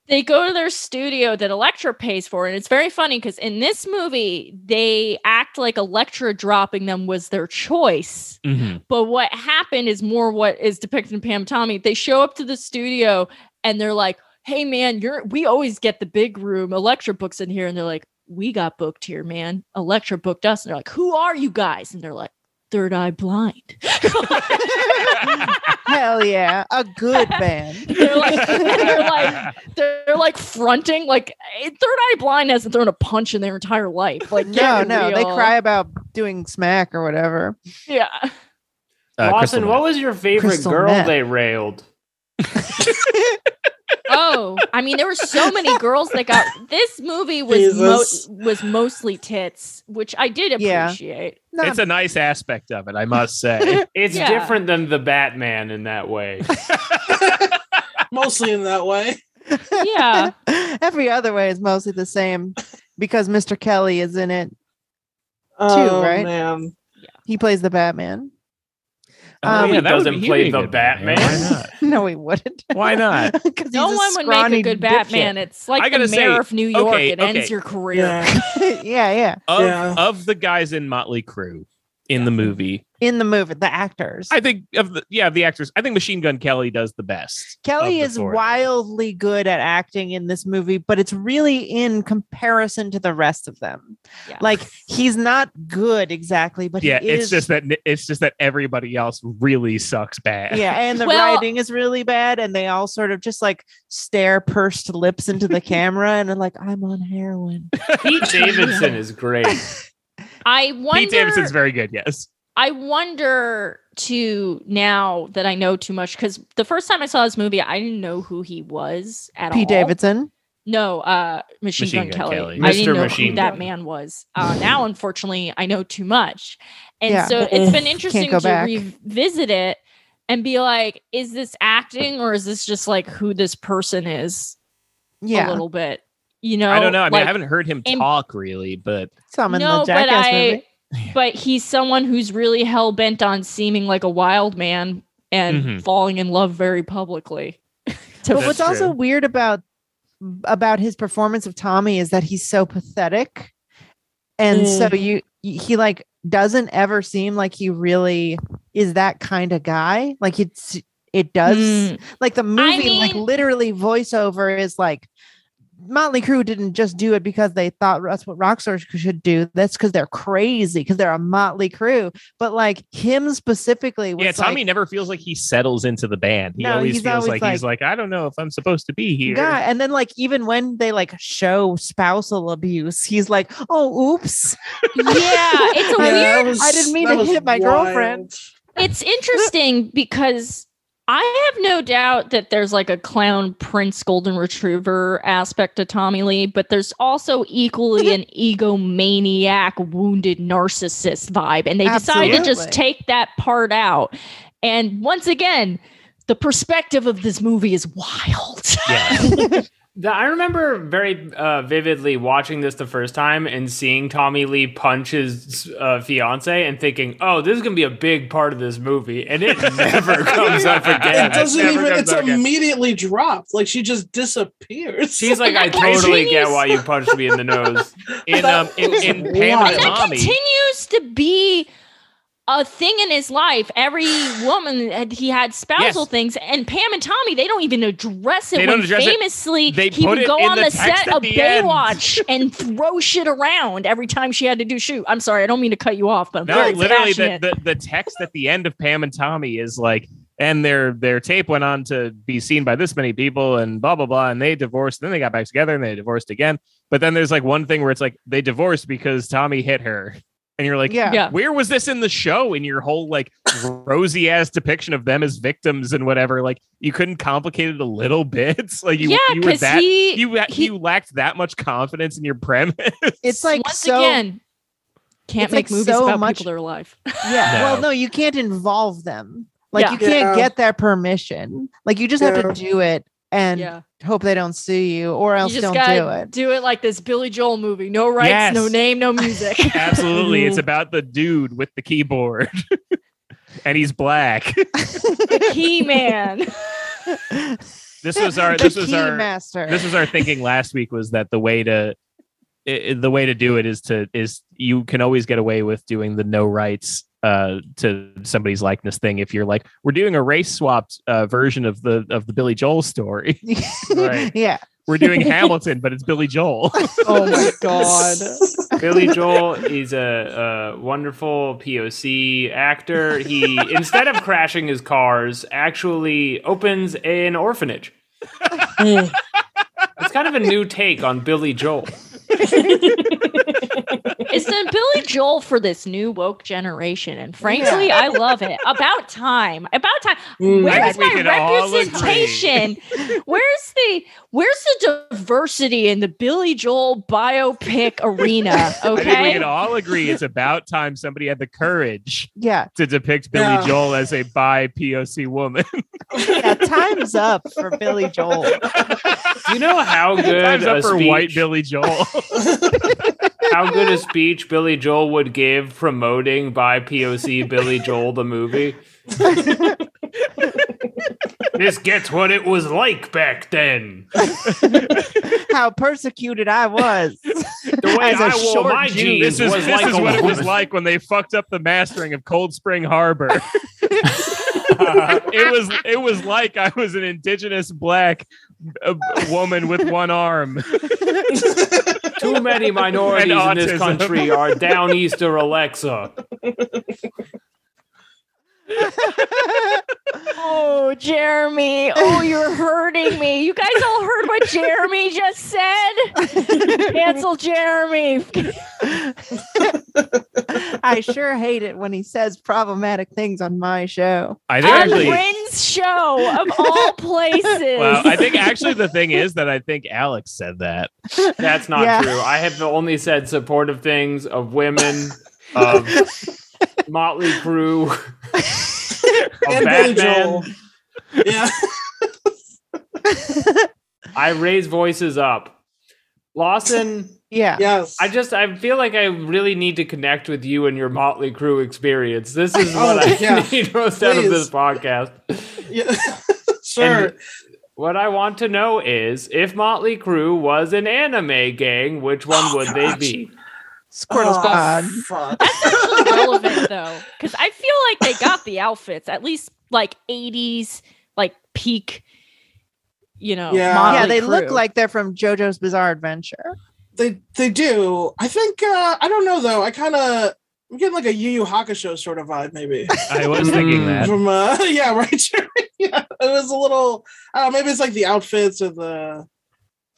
[SPEAKER 3] they go to their studio that Elektra pays for. And it's very funny because in this movie, they act like Elektra dropping them was their choice.
[SPEAKER 2] Mhm.
[SPEAKER 3] But what happened is more what is depicted in Pam Tommy. They show up to the studio and they're like, hey man, you're we always get the big room. Elektra books in here. And they're like, we got booked here, man. Elektra booked us. And they're like, who are you guys? And they're like, third eye blind.
[SPEAKER 1] Hell yeah. A good band.
[SPEAKER 3] they're like, they're like, they're like fronting like eh, third eye blind hasn't thrown a punch in their entire life like
[SPEAKER 1] No,
[SPEAKER 3] get
[SPEAKER 1] no. They
[SPEAKER 3] real.
[SPEAKER 1] cry about doing smack or whatever.
[SPEAKER 3] yeah
[SPEAKER 2] Uh,
[SPEAKER 5] Lawson,
[SPEAKER 2] Crystal
[SPEAKER 5] what was your favorite
[SPEAKER 1] Crystal
[SPEAKER 5] girl
[SPEAKER 1] meth.
[SPEAKER 5] they railed?
[SPEAKER 3] oh i mean there were so many girls that got this movie was
[SPEAKER 4] Jesus.
[SPEAKER 3] mo- was mostly tits which i did
[SPEAKER 1] Yeah.
[SPEAKER 3] appreciate
[SPEAKER 1] Not
[SPEAKER 2] it's a nice aspect of it, I must say.
[SPEAKER 5] It's
[SPEAKER 3] Yeah.
[SPEAKER 5] different than the Batman in that way.
[SPEAKER 4] Mostly in that way.
[SPEAKER 3] yeah,
[SPEAKER 1] Every other way is mostly the same because Mr. Kelly is in it.
[SPEAKER 4] Oh,
[SPEAKER 1] right?
[SPEAKER 4] man.
[SPEAKER 1] He plays the Batman.
[SPEAKER 2] Oh,
[SPEAKER 1] Um,
[SPEAKER 5] he
[SPEAKER 2] yeah, that would
[SPEAKER 5] doesn't
[SPEAKER 2] be-
[SPEAKER 5] play
[SPEAKER 2] he'd be
[SPEAKER 5] the
[SPEAKER 2] good, man.
[SPEAKER 5] Batman.
[SPEAKER 1] No, he wouldn't.
[SPEAKER 2] Why not?
[SPEAKER 1] 'Cause he's
[SPEAKER 3] no
[SPEAKER 1] a
[SPEAKER 3] one would make
[SPEAKER 1] scrawny
[SPEAKER 3] a good
[SPEAKER 1] dipshit.
[SPEAKER 3] batman it's like
[SPEAKER 2] I
[SPEAKER 3] the
[SPEAKER 2] gotta
[SPEAKER 3] mayor
[SPEAKER 2] say,
[SPEAKER 3] of new york
[SPEAKER 2] okay,
[SPEAKER 3] it
[SPEAKER 2] okay.
[SPEAKER 3] ends your career
[SPEAKER 4] Yeah.
[SPEAKER 1] yeah, yeah.
[SPEAKER 2] Of,
[SPEAKER 4] Yeah.
[SPEAKER 2] of the guys in Motley Crue, in the movie.
[SPEAKER 1] in the movie, the actors.
[SPEAKER 2] I think of the yeah, of the actors. I think Machine Gun Kelly does the best.
[SPEAKER 1] Kelly
[SPEAKER 2] of the
[SPEAKER 1] is
[SPEAKER 2] four.
[SPEAKER 1] wildly good at acting in this movie, but it's really in comparison to the rest of them.
[SPEAKER 3] Yeah.
[SPEAKER 1] Like he's not good exactly, but
[SPEAKER 2] Yeah,
[SPEAKER 1] he
[SPEAKER 2] it's
[SPEAKER 1] is-
[SPEAKER 2] just that it's just that everybody else really sucks bad.
[SPEAKER 1] yeah, and the
[SPEAKER 3] Well-
[SPEAKER 1] writing is really bad, and they all sort of just like stare pursed lips into the camera and are like, "I'm on heroin."
[SPEAKER 5] Pete Davidson is great.
[SPEAKER 3] I wonder.
[SPEAKER 2] Pete Davidson's very good. Yes,
[SPEAKER 3] I wonder too now that I know too much because the first time I saw this movie, I didn't know who he was at all.
[SPEAKER 1] Pete Davidson.
[SPEAKER 3] No, uh, Machine,
[SPEAKER 2] Machine
[SPEAKER 3] Gun,
[SPEAKER 2] Gun
[SPEAKER 3] Kelly.
[SPEAKER 2] Kelly.
[SPEAKER 3] I
[SPEAKER 5] Mr.
[SPEAKER 3] didn't know
[SPEAKER 5] Machine
[SPEAKER 3] who that
[SPEAKER 5] Gun.
[SPEAKER 3] man was. Uh, now, unfortunately, I know too much, and
[SPEAKER 1] Yeah. Uh-uh.
[SPEAKER 3] so it's been interesting
[SPEAKER 1] go
[SPEAKER 3] to
[SPEAKER 1] back.
[SPEAKER 3] revisit it and be like, is this acting or is this just like who this person is? A
[SPEAKER 1] Yeah,
[SPEAKER 3] little bit, you know.
[SPEAKER 2] I don't know. I mean, I
[SPEAKER 3] Like,
[SPEAKER 2] haven't heard him
[SPEAKER 3] in-
[SPEAKER 2] talk really, but
[SPEAKER 1] some in the
[SPEAKER 3] no, but
[SPEAKER 1] Jackass movie.
[SPEAKER 3] I, but he's someone who's really hell bent on seeming like a wild man and
[SPEAKER 2] Mhm.
[SPEAKER 3] falling in love very publicly. to
[SPEAKER 1] But what's
[SPEAKER 2] That's
[SPEAKER 1] also
[SPEAKER 2] true.
[SPEAKER 1] weird about about his performance of Tommy is that he's so pathetic, and so
[SPEAKER 2] Mm.
[SPEAKER 1] you he like doesn't ever seem like he really is that kind of guy. Like it's it does
[SPEAKER 2] Hmm.
[SPEAKER 3] Mm.
[SPEAKER 1] like the movie like
[SPEAKER 3] mean-
[SPEAKER 1] literally voiceover is like. Motley Crue didn't just do it because they thought that's what rock stars should do. That's because they're crazy because they're a Motley Crew. But like him specifically, was
[SPEAKER 2] yeah, Tommy
[SPEAKER 1] like,
[SPEAKER 2] never feels like he settles into the band. He
[SPEAKER 1] No,
[SPEAKER 2] always
[SPEAKER 1] he's
[SPEAKER 2] feels
[SPEAKER 1] always
[SPEAKER 2] like, he's like, I don't know if I'm supposed to be here.
[SPEAKER 1] Yeah, and then like even when they like show spousal abuse, he's like, "Oh, oops,
[SPEAKER 3] yeah, it's a
[SPEAKER 1] I-
[SPEAKER 3] weird
[SPEAKER 4] that was-
[SPEAKER 1] I didn't mean
[SPEAKER 4] that
[SPEAKER 1] to
[SPEAKER 4] was
[SPEAKER 1] hit my girlfriend.
[SPEAKER 3] It's interesting because I have no doubt that there's like a clown prince golden retriever aspect to Tommy Lee, but there's also equally an egomaniac wounded narcissist vibe. And they decide to just
[SPEAKER 1] Absolutely.
[SPEAKER 3] take that part out. And once again, the perspective of this movie is wild.
[SPEAKER 2] Yeah.
[SPEAKER 5] The- I remember very uh, vividly watching this the first time and seeing Tommy Lee punch his uh, fiance and thinking, "Oh, this is gonna be a big part of this movie," and it never comes up again.
[SPEAKER 4] it doesn't
[SPEAKER 2] never
[SPEAKER 4] even.
[SPEAKER 2] comes
[SPEAKER 4] It's
[SPEAKER 2] up again.
[SPEAKER 4] immediately dropped. Like she just disappears.
[SPEAKER 5] She's like, "I totally get why you punched me in the nose."
[SPEAKER 2] In
[SPEAKER 4] That
[SPEAKER 2] um in,
[SPEAKER 4] was
[SPEAKER 2] in
[SPEAKER 4] wild.
[SPEAKER 2] Pam and
[SPEAKER 4] That
[SPEAKER 3] that
[SPEAKER 2] Tommy.
[SPEAKER 3] continues to be a thing in his life. Every woman had, he had spousal
[SPEAKER 2] Yes.
[SPEAKER 3] things, and Pam and Tommy they don't even address it.
[SPEAKER 2] They
[SPEAKER 3] when
[SPEAKER 2] don't address it.
[SPEAKER 3] famously,
[SPEAKER 2] They
[SPEAKER 3] he
[SPEAKER 2] put
[SPEAKER 3] would
[SPEAKER 2] it
[SPEAKER 3] go
[SPEAKER 2] in
[SPEAKER 3] on
[SPEAKER 2] the
[SPEAKER 3] the,
[SPEAKER 2] text
[SPEAKER 3] set
[SPEAKER 2] at
[SPEAKER 3] of
[SPEAKER 2] the end.
[SPEAKER 3] Baywatch and throw shit around every time she had to do shoot. I'm sorry, I don't mean to cut you off, but I'm
[SPEAKER 2] No,
[SPEAKER 3] very
[SPEAKER 2] literally the,
[SPEAKER 3] passionate.
[SPEAKER 2] the, the text at the end of Pam and Tommy is like, and their their tape went on to be seen by this many people and blah blah blah. And they divorced, then they got back together and they divorced again. But then there's like one thing where it's like they divorced because Tommy hit her. And you're like,
[SPEAKER 1] yeah,
[SPEAKER 3] yeah.
[SPEAKER 2] where was this in the show in your whole like rosy ass depiction of them as victims and whatever like you couldn't complicate it a little bit like you,
[SPEAKER 3] yeah,
[SPEAKER 2] you were
[SPEAKER 3] because
[SPEAKER 2] that
[SPEAKER 3] he,
[SPEAKER 2] you
[SPEAKER 3] he-
[SPEAKER 2] you lacked that much confidence in your premise
[SPEAKER 1] it's like
[SPEAKER 3] once
[SPEAKER 1] so."
[SPEAKER 3] again can't
[SPEAKER 1] it's
[SPEAKER 3] make
[SPEAKER 1] like
[SPEAKER 3] movies
[SPEAKER 1] so
[SPEAKER 3] about
[SPEAKER 1] much-
[SPEAKER 3] people that are alive.
[SPEAKER 1] Yeah,
[SPEAKER 2] No.
[SPEAKER 1] well, no, you can't involve them. Like
[SPEAKER 3] Yeah.
[SPEAKER 1] you can't
[SPEAKER 4] Yeah.
[SPEAKER 1] get their permission. Like you just have
[SPEAKER 4] Yeah.
[SPEAKER 1] to do it and
[SPEAKER 3] yeah,
[SPEAKER 1] hope they don't sue you, or else
[SPEAKER 3] you just
[SPEAKER 1] don't do
[SPEAKER 3] gotta
[SPEAKER 1] it.
[SPEAKER 3] do it like this Billy Joel movie: no rights,
[SPEAKER 2] Yes.
[SPEAKER 3] no name, no music.
[SPEAKER 2] absolutely it's about the dude with the keyboard and he's black
[SPEAKER 3] Key man.
[SPEAKER 2] this was our
[SPEAKER 1] The
[SPEAKER 2] this was
[SPEAKER 1] key
[SPEAKER 2] our
[SPEAKER 1] master.
[SPEAKER 2] this was our thinking last week was that the way to i- i- the way to do it is to is you can always get away with doing the no rights uh to somebody's likeness thing if you're like we're doing a race swapped uh, version of the of the Billy Joel story
[SPEAKER 5] Right.
[SPEAKER 1] yeah,
[SPEAKER 2] we're doing Hamilton but it's Billy Joel
[SPEAKER 6] Oh my god.
[SPEAKER 5] Billy Joel is a, a wonderful POC actor. He, instead of crashing his cars, actually opens an orphanage. It's kind of a new take on Billy Joel.
[SPEAKER 3] It's the Billy Joel for this new woke generation, and frankly, I love it. About time. About time.
[SPEAKER 4] Mm.
[SPEAKER 2] I
[SPEAKER 3] Where is
[SPEAKER 2] think we
[SPEAKER 3] my
[SPEAKER 2] can all agree.
[SPEAKER 3] representation? Where's the Where's the diversity in the Billy Joel biopic arena?
[SPEAKER 2] I think we
[SPEAKER 3] Okay.
[SPEAKER 2] can all agree it's about time somebody had the courage
[SPEAKER 1] yeah,
[SPEAKER 2] to depict Billy
[SPEAKER 4] Yeah.
[SPEAKER 2] Joel as a bi POC woman
[SPEAKER 1] yeah. Time's up for Billy Joel.
[SPEAKER 5] Do you know how good
[SPEAKER 2] times
[SPEAKER 5] a
[SPEAKER 2] up for
[SPEAKER 5] speech,
[SPEAKER 2] white Billy Joel
[SPEAKER 5] how good a speech Billy Joel would give promoting by POC Billy Joel the movie? This gets what it was like back then.
[SPEAKER 1] How persecuted I was.
[SPEAKER 5] The way
[SPEAKER 1] As a
[SPEAKER 5] I wore
[SPEAKER 1] short
[SPEAKER 5] my
[SPEAKER 1] Jew,
[SPEAKER 5] jeans
[SPEAKER 2] This is,
[SPEAKER 5] was
[SPEAKER 2] this
[SPEAKER 5] like
[SPEAKER 2] is
[SPEAKER 5] a
[SPEAKER 2] what it was
[SPEAKER 5] woman.
[SPEAKER 2] like when they fucked up the mastering of Cold Spring Harbor. it was it was like I was an indigenous black uh, woman with one arm.
[SPEAKER 5] Too many minorities in
[SPEAKER 2] And
[SPEAKER 5] this
[SPEAKER 2] autism.
[SPEAKER 5] country are down Easter Alexa.
[SPEAKER 3] Oh, Jeremy. Oh, you're hurting me. You guys all heard what Jeremy just said? Cancel Jeremy.
[SPEAKER 1] I sure hate it when he says problematic things on my show.
[SPEAKER 2] I think
[SPEAKER 3] On
[SPEAKER 2] actually
[SPEAKER 3] Quinn's show, of all places.
[SPEAKER 2] well, I think actually the thing is that I think Alex said that.
[SPEAKER 5] That's not
[SPEAKER 1] Yeah.
[SPEAKER 5] true. I have only said supportive things of women, of Motley Crue, of
[SPEAKER 4] and Billy Joel.
[SPEAKER 5] Batman.
[SPEAKER 4] Yeah.
[SPEAKER 5] I raise voices up. Lawson,
[SPEAKER 1] Yeah.
[SPEAKER 4] yes.
[SPEAKER 5] I just I feel like I really need to connect with you and your Motley Crue experience. This is
[SPEAKER 4] Oh,
[SPEAKER 5] what I
[SPEAKER 4] yeah.
[SPEAKER 5] need most out of this
[SPEAKER 4] Please.
[SPEAKER 5] podcast.
[SPEAKER 4] Yeah. sure.
[SPEAKER 5] And what I want to know is if Motley Crue was an anime gang, which one
[SPEAKER 4] Oh,
[SPEAKER 5] would they
[SPEAKER 4] gosh.
[SPEAKER 5] be?
[SPEAKER 1] Squirtle
[SPEAKER 4] Oh,
[SPEAKER 1] Squad.
[SPEAKER 4] fuck.
[SPEAKER 3] relevant though because i feel like they got the outfits at least like 80s like peak you know
[SPEAKER 4] Yeah.
[SPEAKER 1] yeah,
[SPEAKER 3] Motley
[SPEAKER 1] they look
[SPEAKER 3] Crue.
[SPEAKER 1] like they're from JoJo's Bizarre Adventure.
[SPEAKER 4] They they do. I think uh I don't know though. I kind of I'm getting like a Yu Yu Hakusho sort of vibe maybe.
[SPEAKER 2] I was thinking that.
[SPEAKER 4] From uh yeah, right. Jerry? yeah. It was a little I don't know, maybe it's like the outfits or the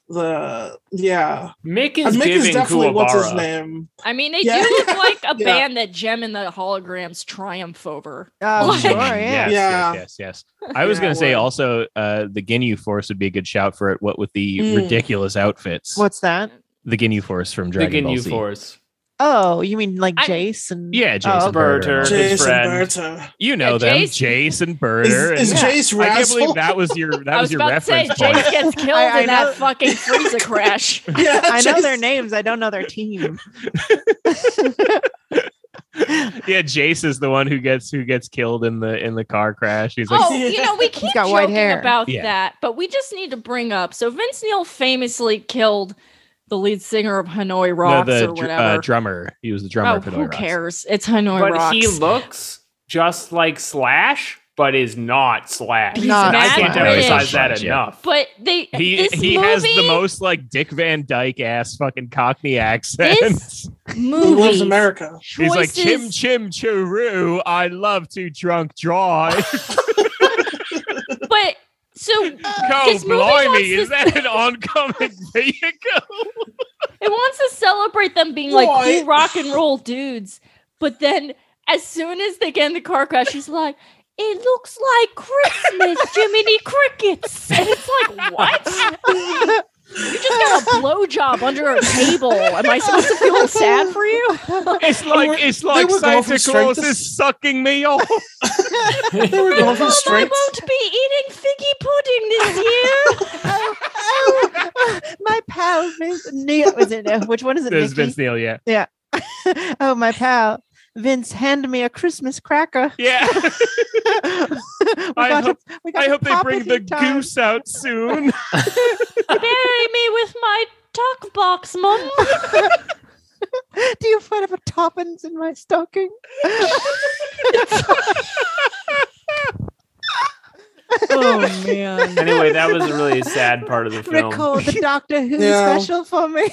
[SPEAKER 4] the yeah.
[SPEAKER 5] Mick
[SPEAKER 4] I
[SPEAKER 5] is
[SPEAKER 4] think it's
[SPEAKER 5] giving
[SPEAKER 4] Uh, definitely
[SPEAKER 5] Kuwabara.
[SPEAKER 4] what's his name.
[SPEAKER 3] i mean they
[SPEAKER 4] Yeah.
[SPEAKER 3] do look like a
[SPEAKER 4] Yeah.
[SPEAKER 3] band that gem and the holograms triumph over
[SPEAKER 1] Oh,
[SPEAKER 3] What?
[SPEAKER 1] sure,
[SPEAKER 2] Yes,
[SPEAKER 1] yeah.
[SPEAKER 4] Yeah.
[SPEAKER 2] yes, yes, yes. I was
[SPEAKER 4] Yeah,
[SPEAKER 2] going
[SPEAKER 4] it
[SPEAKER 2] to say
[SPEAKER 4] would.
[SPEAKER 2] also uh, the Ginyu Force would be a good shout for it. What with the
[SPEAKER 4] Mm.
[SPEAKER 2] ridiculous outfits,
[SPEAKER 1] What's that?
[SPEAKER 2] the Ginyu Force from
[SPEAKER 5] The
[SPEAKER 2] Dragon Ball
[SPEAKER 5] Ginyu
[SPEAKER 2] Z.
[SPEAKER 5] Force.
[SPEAKER 1] Oh, you mean like
[SPEAKER 3] I-
[SPEAKER 1] Jason?
[SPEAKER 2] Yeah, Jason
[SPEAKER 1] Oh, okay.
[SPEAKER 2] Berger. and all
[SPEAKER 5] Berger.
[SPEAKER 2] that.
[SPEAKER 5] his
[SPEAKER 4] Jason
[SPEAKER 5] friend.
[SPEAKER 4] Berta.
[SPEAKER 2] You know
[SPEAKER 3] Uh,
[SPEAKER 2] them,
[SPEAKER 3] Jason-
[SPEAKER 2] Jason
[SPEAKER 4] Is,
[SPEAKER 2] Berger.
[SPEAKER 4] is
[SPEAKER 2] and-
[SPEAKER 4] Jace
[SPEAKER 2] I can't
[SPEAKER 4] Rascal?
[SPEAKER 2] believe that was your that
[SPEAKER 3] i
[SPEAKER 2] was
[SPEAKER 3] was
[SPEAKER 2] your
[SPEAKER 3] about to say
[SPEAKER 2] reference point.
[SPEAKER 3] jace gets killed
[SPEAKER 1] I- I
[SPEAKER 3] in
[SPEAKER 1] know-
[SPEAKER 3] that fucking freezer crash
[SPEAKER 4] yeah,
[SPEAKER 1] I know their
[SPEAKER 4] Jace-
[SPEAKER 1] names. I don't know their team.
[SPEAKER 2] yeah, Jace is the one who gets who gets killed in the in the car crash. He's like,
[SPEAKER 3] oh you know we keep
[SPEAKER 1] got
[SPEAKER 3] joking
[SPEAKER 1] white hair.
[SPEAKER 3] about
[SPEAKER 2] Yeah.
[SPEAKER 3] that but we just need to bring up so vince neil famously killed the lead singer of hanoi
[SPEAKER 2] no,
[SPEAKER 3] rocks
[SPEAKER 2] the
[SPEAKER 3] or
[SPEAKER 2] dr-
[SPEAKER 3] whatever
[SPEAKER 2] uh, drummer. He was the drummer
[SPEAKER 3] oh,
[SPEAKER 2] for
[SPEAKER 3] who
[SPEAKER 2] Hanoi Rocks.
[SPEAKER 3] cares? It's Hanoi
[SPEAKER 5] but
[SPEAKER 3] Rocks.
[SPEAKER 5] he looks just like Slash, but is not Slash.
[SPEAKER 1] He's Not
[SPEAKER 5] And I can't
[SPEAKER 2] Slash.
[SPEAKER 5] emphasize
[SPEAKER 2] Yeah.
[SPEAKER 5] that
[SPEAKER 2] Yeah.
[SPEAKER 5] enough.
[SPEAKER 3] but they
[SPEAKER 2] He
[SPEAKER 3] this
[SPEAKER 2] he
[SPEAKER 3] movie,
[SPEAKER 2] has the most like Dick Van Dyke ass fucking Cockney accent.
[SPEAKER 3] This
[SPEAKER 4] Who loves
[SPEAKER 3] movie.
[SPEAKER 4] America?
[SPEAKER 2] He's like chim
[SPEAKER 3] choices-
[SPEAKER 2] chim chiroo. I love to drunk drive.
[SPEAKER 3] But so
[SPEAKER 2] Go
[SPEAKER 3] this movie wants
[SPEAKER 2] blimey,
[SPEAKER 3] to-
[SPEAKER 2] is that an oncoming vehicle?
[SPEAKER 3] it wants to celebrate them being like
[SPEAKER 4] Why?
[SPEAKER 3] cool rock and roll dudes, but then as soon as they get in the car crash, she's like, "It looks like Christmas, Jiminy Crickets," and it's like, "What? You just got a blowjob under a table? Am I supposed to feel sad for you?"
[SPEAKER 2] It's like it's like
[SPEAKER 4] were
[SPEAKER 2] Santa
[SPEAKER 4] going from strength
[SPEAKER 2] Claus
[SPEAKER 4] to
[SPEAKER 2] is sucking me off.
[SPEAKER 4] They were going
[SPEAKER 3] Mom,
[SPEAKER 4] from
[SPEAKER 3] I
[SPEAKER 4] straight.
[SPEAKER 3] won't be eating figgy pudding this year.
[SPEAKER 1] oh, oh, my pal Vince Neil. Is it uh, which one is it?
[SPEAKER 2] There's
[SPEAKER 1] Nikki?
[SPEAKER 2] Vince Neil, yeah.
[SPEAKER 1] oh, my pal Vince, hand me a Christmas cracker.
[SPEAKER 2] Yeah.
[SPEAKER 1] we
[SPEAKER 2] I
[SPEAKER 1] got
[SPEAKER 2] hope-
[SPEAKER 1] to- we got
[SPEAKER 2] I
[SPEAKER 1] to
[SPEAKER 2] hope they
[SPEAKER 1] pop
[SPEAKER 2] bring
[SPEAKER 1] it
[SPEAKER 2] the
[SPEAKER 1] in time.
[SPEAKER 2] goose out soon.
[SPEAKER 3] Bury me with my talk box, Mum.
[SPEAKER 1] Do you find a toppins in my stocking?
[SPEAKER 3] Oh man.
[SPEAKER 5] anyway, that was a really sad part of the film.
[SPEAKER 1] Record the Doctor Who
[SPEAKER 4] Yeah.
[SPEAKER 1] special for me.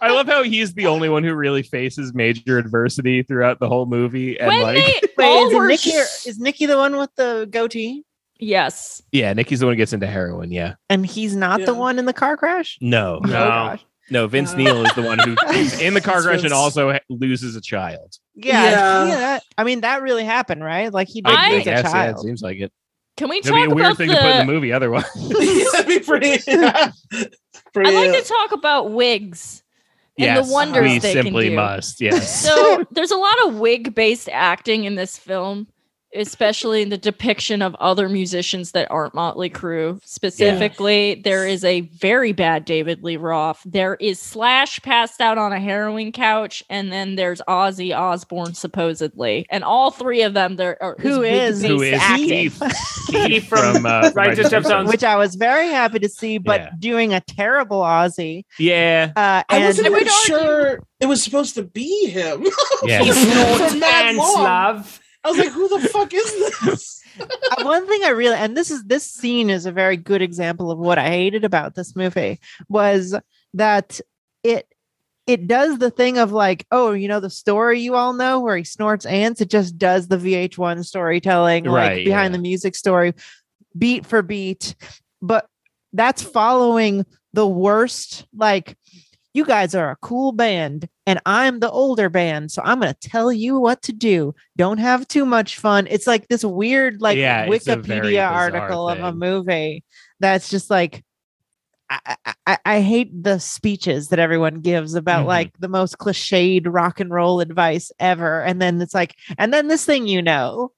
[SPEAKER 2] I love how he's the only one who really faces major adversity throughout the whole movie. And
[SPEAKER 3] When
[SPEAKER 2] like,
[SPEAKER 3] they
[SPEAKER 1] Wait,
[SPEAKER 3] all
[SPEAKER 1] is,
[SPEAKER 3] were
[SPEAKER 1] Nikki,
[SPEAKER 3] sh-
[SPEAKER 1] is Nikki the one with the goatee?
[SPEAKER 3] yes,
[SPEAKER 2] yeah, Nikki's the one who gets into heroin. Yeah,
[SPEAKER 1] And he's not
[SPEAKER 4] Yeah.
[SPEAKER 1] the one in the car crash?
[SPEAKER 2] no,
[SPEAKER 1] Oh,
[SPEAKER 5] No.
[SPEAKER 1] gosh.
[SPEAKER 2] no. Vince
[SPEAKER 4] No.
[SPEAKER 2] Neil is the one who is in the car
[SPEAKER 4] It's
[SPEAKER 2] crash and
[SPEAKER 4] Vince.
[SPEAKER 2] also ha- loses a child.
[SPEAKER 1] Yeah.
[SPEAKER 4] Yeah.
[SPEAKER 1] yeah, that- I mean, that really happened, right? Like he did
[SPEAKER 3] I-
[SPEAKER 1] lose a
[SPEAKER 2] guess, yeah, it
[SPEAKER 1] child.
[SPEAKER 2] seems like it.
[SPEAKER 3] can we
[SPEAKER 2] It'd
[SPEAKER 3] talk
[SPEAKER 2] be a weird
[SPEAKER 3] about
[SPEAKER 2] thing to put in the
[SPEAKER 3] the?
[SPEAKER 2] movie otherwise.
[SPEAKER 4] That'd be pretty.
[SPEAKER 3] I
[SPEAKER 4] pretty
[SPEAKER 3] like to talk about wigs and
[SPEAKER 2] yes,
[SPEAKER 3] the wonders
[SPEAKER 2] we
[SPEAKER 3] they
[SPEAKER 2] simply
[SPEAKER 3] can do.
[SPEAKER 2] must. Yes.
[SPEAKER 3] So there's a lot of wig-based acting in this film. especially in the depiction of other musicians that aren't Motley Crue. Specifically, there is a very bad David Lee Roth. There is Slash passed out on a heroin couch, and then there's Ozzy Osbourne supposedly, and all three of them there are
[SPEAKER 1] Who is-
[SPEAKER 2] who is
[SPEAKER 1] acting.
[SPEAKER 2] Keith, Keith
[SPEAKER 5] from
[SPEAKER 2] from uh,
[SPEAKER 5] Righteous Gemstones.
[SPEAKER 1] which I was very happy to see, but
[SPEAKER 2] Yeah.
[SPEAKER 1] doing a terrible Aussie.
[SPEAKER 2] Yeah,
[SPEAKER 1] Uh,
[SPEAKER 4] I
[SPEAKER 1] and
[SPEAKER 4] wasn't
[SPEAKER 3] I would
[SPEAKER 4] even sure it was supposed to be him.
[SPEAKER 2] yeah.
[SPEAKER 4] For mad long.
[SPEAKER 5] Slav.
[SPEAKER 4] I was like, who the fuck is this?
[SPEAKER 1] Uh, one thing I really and this is this scene is a very good example of what I hated about this movie was that it it does the thing of like oh you know the story you all know where he snorts ants it just does the VH1 storytelling
[SPEAKER 2] Right,
[SPEAKER 1] like behind
[SPEAKER 2] yeah.
[SPEAKER 1] the music story beat for beat but that's following the worst like you guys are a cool band and I'm the older band so I'm going to tell you what to do don't have too much fun. It's like this weird, like
[SPEAKER 2] Yeah, it's a very
[SPEAKER 1] Wikipedia
[SPEAKER 2] bizarre
[SPEAKER 1] article of a
[SPEAKER 2] thing.
[SPEAKER 1] movie that's just like I, I- I, I hate the speeches that everyone gives about
[SPEAKER 2] Mhm.
[SPEAKER 1] like the most cliched rock and roll advice ever. And then it's like, and then this thing you know.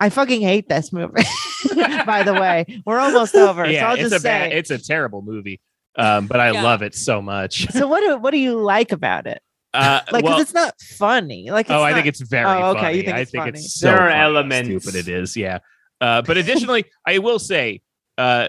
[SPEAKER 1] I fucking hate this movie. By the way, we're almost over. so
[SPEAKER 2] yeah,
[SPEAKER 1] I'll
[SPEAKER 2] it's
[SPEAKER 1] just
[SPEAKER 2] a bad,
[SPEAKER 1] say.
[SPEAKER 2] it's a terrible movie, um, but I
[SPEAKER 3] Yeah.
[SPEAKER 2] love it so much.
[SPEAKER 1] so what do what do you like about it?
[SPEAKER 2] Uh,
[SPEAKER 1] Like, 'cause
[SPEAKER 2] well,
[SPEAKER 1] it's not funny. Like, it's
[SPEAKER 2] oh, I
[SPEAKER 1] not-
[SPEAKER 2] think it's very.
[SPEAKER 1] Oh, okay,
[SPEAKER 2] Funny.
[SPEAKER 1] you think
[SPEAKER 2] I
[SPEAKER 1] it's
[SPEAKER 2] think
[SPEAKER 1] funny.
[SPEAKER 2] it's so
[SPEAKER 5] There are
[SPEAKER 2] funny how
[SPEAKER 5] elements.
[SPEAKER 2] Stupid it is, yeah. Uh, but additionally, I will say, uh,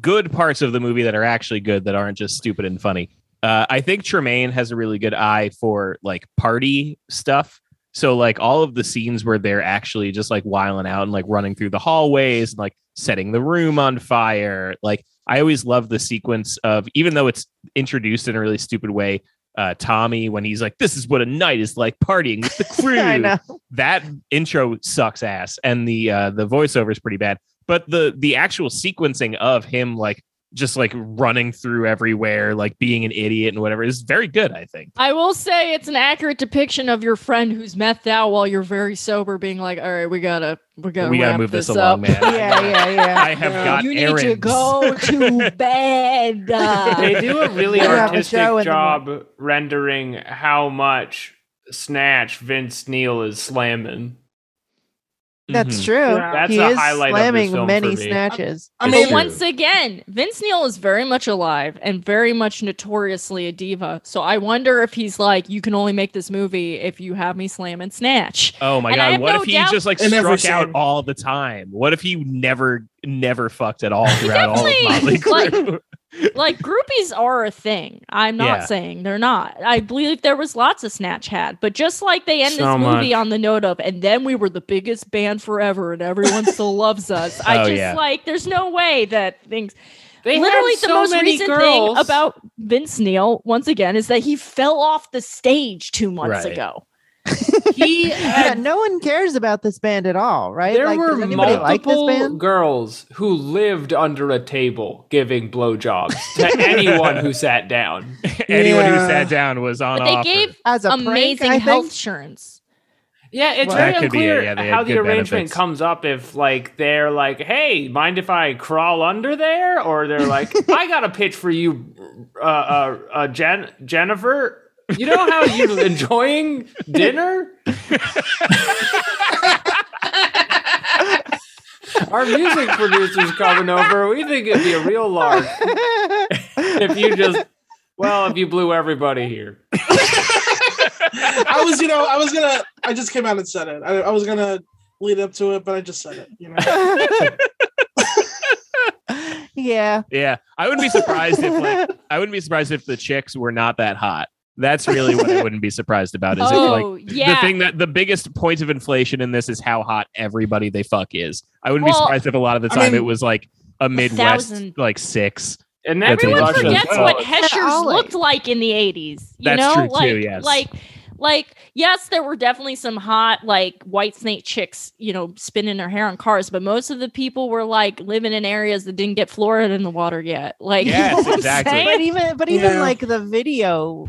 [SPEAKER 2] good parts of the movie that are actually good that aren't just stupid and funny. Uh, I think Tremaine has a really good eye for like party stuff. So like all of the scenes where they're actually just like wiling out and like running through the hallways and like setting the room on fire. Like I always love the sequence of even though it's introduced in a really stupid way. Uh, Tommy when he's like, "This is what a night is like partying with the crew."
[SPEAKER 1] I know.
[SPEAKER 2] that intro sucks ass and the uh the voiceover is pretty bad but the the actual sequencing of him like just like running through everywhere like being an idiot and whatever is very good i think
[SPEAKER 3] I will say it's an accurate depiction of your friend who's methed out while you're very sober, being like, "All right, we gotta, we gotta,
[SPEAKER 2] we gotta
[SPEAKER 3] wrap
[SPEAKER 2] move this,
[SPEAKER 3] up.
[SPEAKER 2] along man
[SPEAKER 1] Yeah, yeah, yeah.
[SPEAKER 2] i have
[SPEAKER 4] Yeah.
[SPEAKER 2] got
[SPEAKER 3] Uh, you need
[SPEAKER 2] errands.
[SPEAKER 3] to go to bed." uh,
[SPEAKER 5] They do a really
[SPEAKER 1] They have a
[SPEAKER 5] artistic
[SPEAKER 1] show in the
[SPEAKER 5] job rendering how much snatch Vince Neil is slamming.
[SPEAKER 1] That's
[SPEAKER 2] Mhm.
[SPEAKER 1] true.
[SPEAKER 4] Yeah.
[SPEAKER 5] That's
[SPEAKER 1] he
[SPEAKER 5] the
[SPEAKER 1] is
[SPEAKER 5] highlight of this
[SPEAKER 1] slamming
[SPEAKER 5] film for
[SPEAKER 1] many
[SPEAKER 5] me.
[SPEAKER 1] snatches.
[SPEAKER 4] I
[SPEAKER 5] It's
[SPEAKER 4] mean,
[SPEAKER 3] But
[SPEAKER 5] true.
[SPEAKER 3] once again, Vince Neil is very much alive and very much notoriously a diva. So I wonder if he's like, you can only make this movie if you have me slam and snatch.
[SPEAKER 2] oh my
[SPEAKER 3] And I
[SPEAKER 2] god
[SPEAKER 3] have
[SPEAKER 2] what
[SPEAKER 3] no
[SPEAKER 2] if he
[SPEAKER 3] doubt-
[SPEAKER 2] just like
[SPEAKER 4] In every
[SPEAKER 2] struck out
[SPEAKER 4] scene.
[SPEAKER 2] all the time what if he never never fucked at all throughout all of
[SPEAKER 3] Definitely.
[SPEAKER 2] motley Crue?
[SPEAKER 3] Like groupies are a thing. I'm not
[SPEAKER 2] Yeah.
[SPEAKER 3] saying they're not. I believe there was lots of snatch had, but just like they end
[SPEAKER 5] So
[SPEAKER 3] this movie
[SPEAKER 5] much.
[SPEAKER 3] on the note of, and then we were the biggest band forever, and everyone still loves us. I
[SPEAKER 2] Oh,
[SPEAKER 3] just
[SPEAKER 2] yeah.
[SPEAKER 3] like there's no way that things
[SPEAKER 5] They
[SPEAKER 3] literally
[SPEAKER 5] had
[SPEAKER 3] the
[SPEAKER 5] so
[SPEAKER 3] most
[SPEAKER 5] many
[SPEAKER 3] recent
[SPEAKER 5] girls.
[SPEAKER 3] thing about Vince Neil once again is that he fell off the stage two months
[SPEAKER 2] Right.
[SPEAKER 3] ago.
[SPEAKER 5] he had
[SPEAKER 1] yeah, no one cares about this band at all, right?
[SPEAKER 5] There
[SPEAKER 1] Like,
[SPEAKER 5] were
[SPEAKER 1] does anybody
[SPEAKER 5] multiple
[SPEAKER 1] like this band?
[SPEAKER 5] girls who lived under a table giving blowjobs to anyone who sat down.
[SPEAKER 2] anyone who
[SPEAKER 4] Yeah.
[SPEAKER 2] sat down was on
[SPEAKER 3] But they
[SPEAKER 2] offer.
[SPEAKER 3] gave
[SPEAKER 1] As a
[SPEAKER 3] amazing
[SPEAKER 1] prank, I
[SPEAKER 3] health
[SPEAKER 1] think.
[SPEAKER 3] insurance.
[SPEAKER 5] Yeah, it's
[SPEAKER 1] Well,
[SPEAKER 5] very
[SPEAKER 2] that could be it.
[SPEAKER 5] unclear
[SPEAKER 2] Yeah, they had
[SPEAKER 5] how the
[SPEAKER 2] good
[SPEAKER 5] arrangement
[SPEAKER 2] benefits.
[SPEAKER 5] comes up. If like they're like, "Hey, mind if I crawl under there?" or they're like, "I got a pitch for you, uh, uh, uh, Jen- Jennifer. You know how you're enjoying dinner." Our music producer's coming over. We think it'd be a real lark if you just, well, if you blew everybody here.
[SPEAKER 4] I was, you know, I was gonna, I just came out and said it. I, I was gonna lead up to it, but I just said it. You know,
[SPEAKER 1] yeah.
[SPEAKER 2] Yeah, I wouldn't be surprised if like I wouldn't be surprised if the chicks were not that hot. That's really what I wouldn't be surprised about. Is it like
[SPEAKER 3] Oh
[SPEAKER 2] the
[SPEAKER 3] yeah.
[SPEAKER 2] thing that the biggest point of inflation in this is how hot everybody they fuck is. I wouldn't be
[SPEAKER 3] Well,
[SPEAKER 2] surprised if a lot of the
[SPEAKER 4] I
[SPEAKER 2] time
[SPEAKER 4] mean,
[SPEAKER 2] it was like a Midwest
[SPEAKER 3] thousand.
[SPEAKER 2] like six.
[SPEAKER 5] And
[SPEAKER 2] That's
[SPEAKER 5] everyone
[SPEAKER 2] Everyone
[SPEAKER 5] forgets
[SPEAKER 3] forgets
[SPEAKER 2] Well,
[SPEAKER 3] what Heschers
[SPEAKER 1] always.
[SPEAKER 3] looked like in the 80s. You
[SPEAKER 2] That's
[SPEAKER 3] know,
[SPEAKER 2] true too,
[SPEAKER 3] like
[SPEAKER 2] yes.
[SPEAKER 3] like like yes, there were definitely some hot like white snake chicks, you know, spinning their hair on cars, but most of the people were like living in areas that didn't get Florida in the water yet. Like you know
[SPEAKER 2] Yes,
[SPEAKER 3] what I'm
[SPEAKER 2] exactly.
[SPEAKER 3] saying?
[SPEAKER 1] But even but even
[SPEAKER 4] Yeah.
[SPEAKER 1] like the video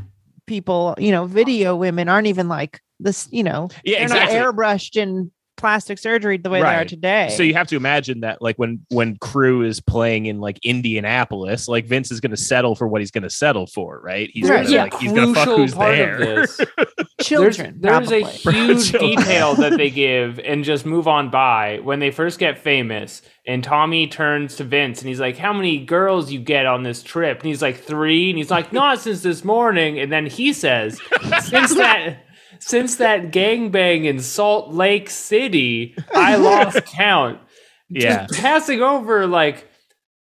[SPEAKER 1] people, you know, video women aren't even like this, you know,
[SPEAKER 2] Yeah,
[SPEAKER 1] they're
[SPEAKER 2] exactly.
[SPEAKER 1] not airbrushed and plastic surgery the way they are
[SPEAKER 2] Right.
[SPEAKER 1] today.
[SPEAKER 2] So you have to imagine that, like when when Crew is playing in like Indianapolis, like Vince is going to settle for what he's going to settle for, right? He's
[SPEAKER 1] Right.
[SPEAKER 2] gonna,
[SPEAKER 1] Yeah.
[SPEAKER 2] like, he's going to fuck
[SPEAKER 5] Crucial
[SPEAKER 2] who's
[SPEAKER 5] part of
[SPEAKER 2] there.
[SPEAKER 5] this. There's,
[SPEAKER 1] children.
[SPEAKER 5] there's a
[SPEAKER 1] probably.
[SPEAKER 5] huge
[SPEAKER 2] Children.
[SPEAKER 5] detail that they give and just move on by when they first get famous. And Tommy turns to Vince and he's like, How many girls you get on this trip? And he's like, Three. And he's like, Not since this morning. And then he says, Since that. Since that gangbang in Salt Lake City, I lost count.
[SPEAKER 2] yeah,
[SPEAKER 5] Just passing over like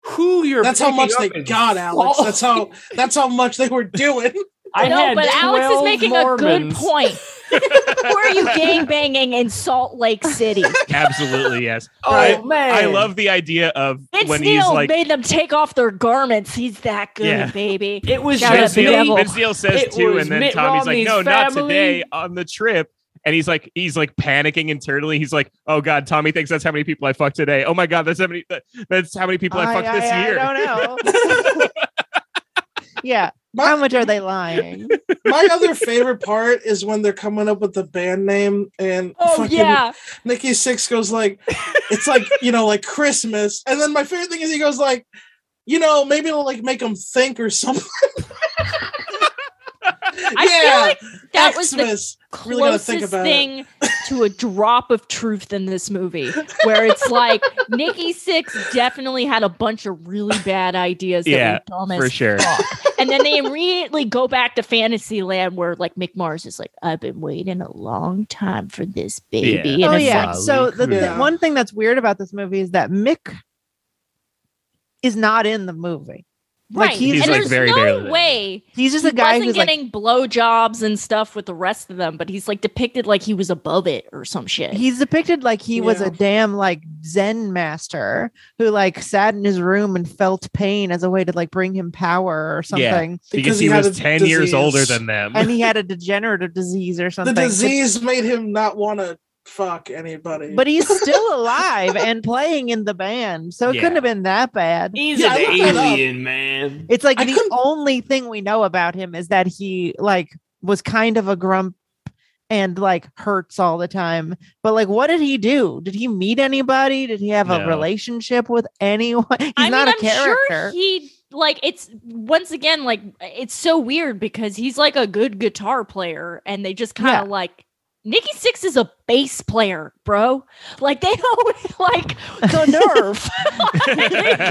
[SPEAKER 5] who you're.
[SPEAKER 4] That's how
[SPEAKER 5] picking
[SPEAKER 4] much
[SPEAKER 5] up
[SPEAKER 4] they
[SPEAKER 5] is
[SPEAKER 4] got, Alex.
[SPEAKER 5] false.
[SPEAKER 4] That's how that's how much they were doing.
[SPEAKER 5] I
[SPEAKER 3] no,
[SPEAKER 5] had
[SPEAKER 3] but Alex is
[SPEAKER 5] 12
[SPEAKER 3] making a good
[SPEAKER 5] Mormons.
[SPEAKER 3] point. Who are you gang banging in Salt Lake City?
[SPEAKER 2] absolutely, yes.
[SPEAKER 5] Oh
[SPEAKER 2] I,
[SPEAKER 5] man,
[SPEAKER 2] I love the idea of
[SPEAKER 3] Vince
[SPEAKER 2] when he's
[SPEAKER 3] Neil
[SPEAKER 2] like,
[SPEAKER 3] made them take off their garments. He's that good,
[SPEAKER 2] Yeah.
[SPEAKER 3] baby.
[SPEAKER 5] It was
[SPEAKER 3] Shout
[SPEAKER 2] Vince
[SPEAKER 5] just
[SPEAKER 3] out to
[SPEAKER 5] me.
[SPEAKER 3] Devil.
[SPEAKER 2] Neil, Vince Neil says
[SPEAKER 5] It
[SPEAKER 2] two,
[SPEAKER 5] was
[SPEAKER 2] and then
[SPEAKER 5] Mitt
[SPEAKER 2] Tommy's
[SPEAKER 5] Romney's
[SPEAKER 2] like, "No, not
[SPEAKER 5] family."
[SPEAKER 2] today on the trip." And he's like, he's like panicking internally. He's like, "Oh God, Tommy thinks that's how many people I fucked today. Oh my God, that's how many. that- That's how many people I, fucked this year."
[SPEAKER 1] don't know. yeah. How
[SPEAKER 4] My,
[SPEAKER 1] much are they lying?
[SPEAKER 4] my other favorite part is when they're coming up with the band name and
[SPEAKER 3] Oh
[SPEAKER 4] fucking
[SPEAKER 3] yeah,
[SPEAKER 4] Nikki Six goes like, it's like you know like Christmas, and then my favorite thing is he goes like, you know maybe it'll like make them think or something.
[SPEAKER 3] I feel like that was the
[SPEAKER 4] Xmas. Really gotta
[SPEAKER 3] closest
[SPEAKER 4] think about it.
[SPEAKER 3] thing to a drop of truth in this movie, where it's like Nikki Six definitely had a bunch of really bad ideas that
[SPEAKER 2] Yeah,
[SPEAKER 3] were dumb
[SPEAKER 2] For
[SPEAKER 3] as
[SPEAKER 2] sure.
[SPEAKER 3] and then they immediately go back to Fantasyland where like Mick Mars is like, I've been waiting a long time for this baby.
[SPEAKER 2] Yeah.
[SPEAKER 1] oh
[SPEAKER 3] And it's
[SPEAKER 1] yeah.
[SPEAKER 2] like-
[SPEAKER 1] so the,
[SPEAKER 4] Yeah.
[SPEAKER 1] the one thing that's weird about this movie is that Mick is not in the movie. Like
[SPEAKER 3] Right.
[SPEAKER 1] he's,
[SPEAKER 2] He's,
[SPEAKER 3] and
[SPEAKER 2] like,
[SPEAKER 3] there's
[SPEAKER 2] very
[SPEAKER 3] no
[SPEAKER 2] barely there.
[SPEAKER 3] way
[SPEAKER 1] he's just
[SPEAKER 3] he
[SPEAKER 1] a guy
[SPEAKER 3] wasn't
[SPEAKER 1] who's like
[SPEAKER 3] getting blowjobs and stuff with the rest of them, but he's like depicted like he was above it or some shit.
[SPEAKER 1] he's depicted like he was
[SPEAKER 4] Yeah.
[SPEAKER 1] a damn like Zen master who like sat in his room and felt pain as a way to like bring him power or something.
[SPEAKER 2] because
[SPEAKER 4] Because
[SPEAKER 2] he,
[SPEAKER 4] he had
[SPEAKER 2] was
[SPEAKER 4] a
[SPEAKER 2] 10 years
[SPEAKER 4] disease.
[SPEAKER 2] older than them.
[SPEAKER 1] And he had a degenerative disease or
[SPEAKER 4] the
[SPEAKER 1] something.
[SPEAKER 4] disease made him not want to fuck anybody.
[SPEAKER 1] But he's still alive and playing in the band. So it
[SPEAKER 2] Yeah.
[SPEAKER 1] couldn't have been that bad.
[SPEAKER 5] He's
[SPEAKER 4] Yeah, I looked
[SPEAKER 5] an
[SPEAKER 4] that up.
[SPEAKER 5] alien, man.
[SPEAKER 1] It's like
[SPEAKER 4] I
[SPEAKER 1] the
[SPEAKER 4] couldn't-
[SPEAKER 1] only thing we know about him is that he like was kind of a grump and like hurts all the time. But like what did he do? Did he meet anybody? Did he have
[SPEAKER 2] No.
[SPEAKER 1] a relationship with anyone? He's
[SPEAKER 3] I mean,
[SPEAKER 1] not a
[SPEAKER 3] I'm sure
[SPEAKER 1] character.
[SPEAKER 3] he like it's once again like it's so weird because he's like a good guitar player, and they just kind
[SPEAKER 1] Yeah.
[SPEAKER 3] of like Nikki Six is a bass player, bro. Like they don't like the nerve.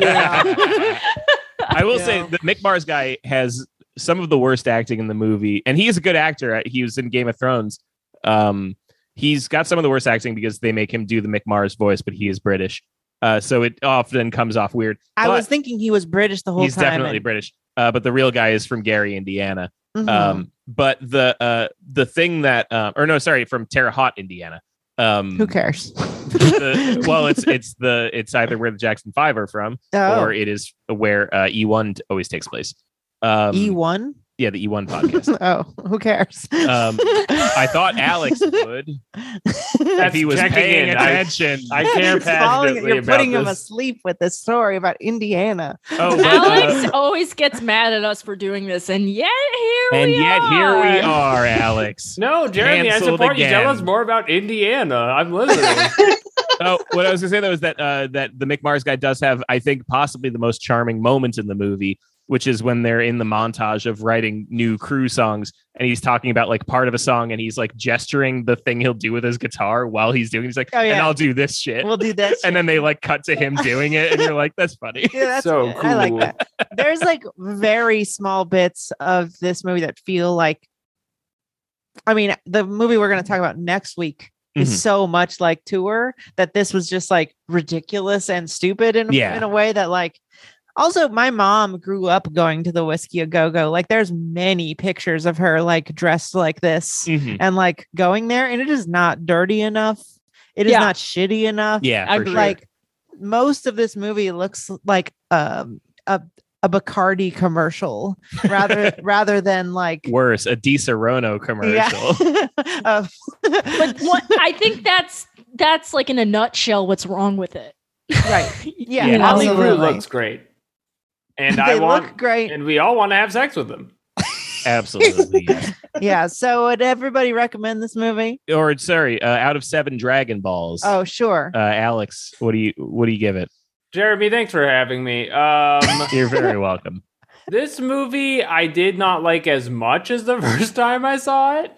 [SPEAKER 2] Yeah. I will say
[SPEAKER 4] Yeah.
[SPEAKER 2] that Mick Mars guy has some of the worst acting in the movie, and he is a good actor. He was in Game of Thrones. Um, he's got some of the worst acting because they make him do the Mick Mars voice, but he is British, uh, so it often comes off weird.
[SPEAKER 1] I
[SPEAKER 2] but
[SPEAKER 1] was thinking he was British the whole
[SPEAKER 2] He's
[SPEAKER 1] time.
[SPEAKER 2] definitely
[SPEAKER 1] and-
[SPEAKER 2] British, uh, but the real guy is from Gary, Indiana.
[SPEAKER 1] Mhm.
[SPEAKER 2] Um, but the uh, the thing that, um, or no, sorry, from Terre Haute, Indiana. Um,
[SPEAKER 1] Who cares?
[SPEAKER 2] the- Uh, well, it's it's the it's either where the Jackson Five are from,
[SPEAKER 1] Oh,
[SPEAKER 2] or it is where uh, E1 t- always takes place. Um,
[SPEAKER 1] E1?
[SPEAKER 2] yeah, the E1 podcast.
[SPEAKER 1] E Oh, who cares?
[SPEAKER 2] Um, I thought Alex would if
[SPEAKER 5] That's
[SPEAKER 2] he was
[SPEAKER 5] checking
[SPEAKER 2] paying
[SPEAKER 5] in. I-
[SPEAKER 2] attention.
[SPEAKER 5] I care
[SPEAKER 1] You're following it.
[SPEAKER 5] passionately
[SPEAKER 1] You're
[SPEAKER 5] about
[SPEAKER 1] putting him
[SPEAKER 5] this.
[SPEAKER 1] asleep with this story about Indiana.
[SPEAKER 2] oh, but, uh,
[SPEAKER 3] Alex always gets mad at us for doing this, and yet here
[SPEAKER 2] uh, and
[SPEAKER 3] we
[SPEAKER 2] yet
[SPEAKER 3] are.
[SPEAKER 2] here we are, Alex.
[SPEAKER 5] No, Jeremy, I
[SPEAKER 2] Cancelled
[SPEAKER 5] support you. Tell
[SPEAKER 2] again.
[SPEAKER 5] us more about Indiana. I'm listening.
[SPEAKER 2] oh, what I was gonna say though is that uh, that the Mick Mars guy does have, I think, possibly the most charming moment in the movie, which is when they're in the montage of writing new crew songs, and he's talking about like part of a song, and he's like gesturing the thing he'll do with his guitar while he's doing. It. He's like,
[SPEAKER 1] Oh,
[SPEAKER 2] and
[SPEAKER 1] yeah.
[SPEAKER 2] I'll do this shit,
[SPEAKER 1] We'll do that.
[SPEAKER 2] and then they like cut to him doing it, and you're like, that's funny.
[SPEAKER 1] Yeah, that's
[SPEAKER 5] So
[SPEAKER 1] I like
[SPEAKER 5] cool.
[SPEAKER 1] that. There's like very small bits of this movie that feel like I mean, the movie we're going to talk about next week
[SPEAKER 5] Mm-hmm.
[SPEAKER 2] Mhm.
[SPEAKER 1] is so much like tour that this was just like ridiculous and stupid in,
[SPEAKER 2] Yeah.
[SPEAKER 1] in a way that like also my mom grew up going to the whiskey a go-go. Like there's many pictures of her like dressed like this
[SPEAKER 2] Mhm.
[SPEAKER 1] and like going there and it is not dirty enough. It is
[SPEAKER 3] Yeah.
[SPEAKER 1] not shitty enough
[SPEAKER 2] Yeah, for
[SPEAKER 3] Agreed.
[SPEAKER 2] sure.
[SPEAKER 1] like most of this movie looks like um a a Bacardi commercial rather rather than like
[SPEAKER 2] worse, a Di Serono commercial.
[SPEAKER 1] Yeah. Uh,
[SPEAKER 3] But what I think that's that's like in a nutshell what's wrong with it.
[SPEAKER 1] right. Yeah,
[SPEAKER 2] Yeah.
[SPEAKER 5] Motley Crue
[SPEAKER 1] absolutely.
[SPEAKER 5] looks great. And
[SPEAKER 1] they
[SPEAKER 5] I want
[SPEAKER 1] look great.
[SPEAKER 5] and we all want to have sex with them.
[SPEAKER 2] Absolutely. yes.
[SPEAKER 1] yeah. So would everybody recommend this movie?
[SPEAKER 2] Or sorry, uh, out of seven Dragon Balls.
[SPEAKER 1] Oh, sure.
[SPEAKER 2] Uh, Alex, what do you what do you give it?
[SPEAKER 5] Jeremy, thanks for having me. Um,
[SPEAKER 2] You're very welcome.
[SPEAKER 5] this movie I did not like as much as the first time I saw it,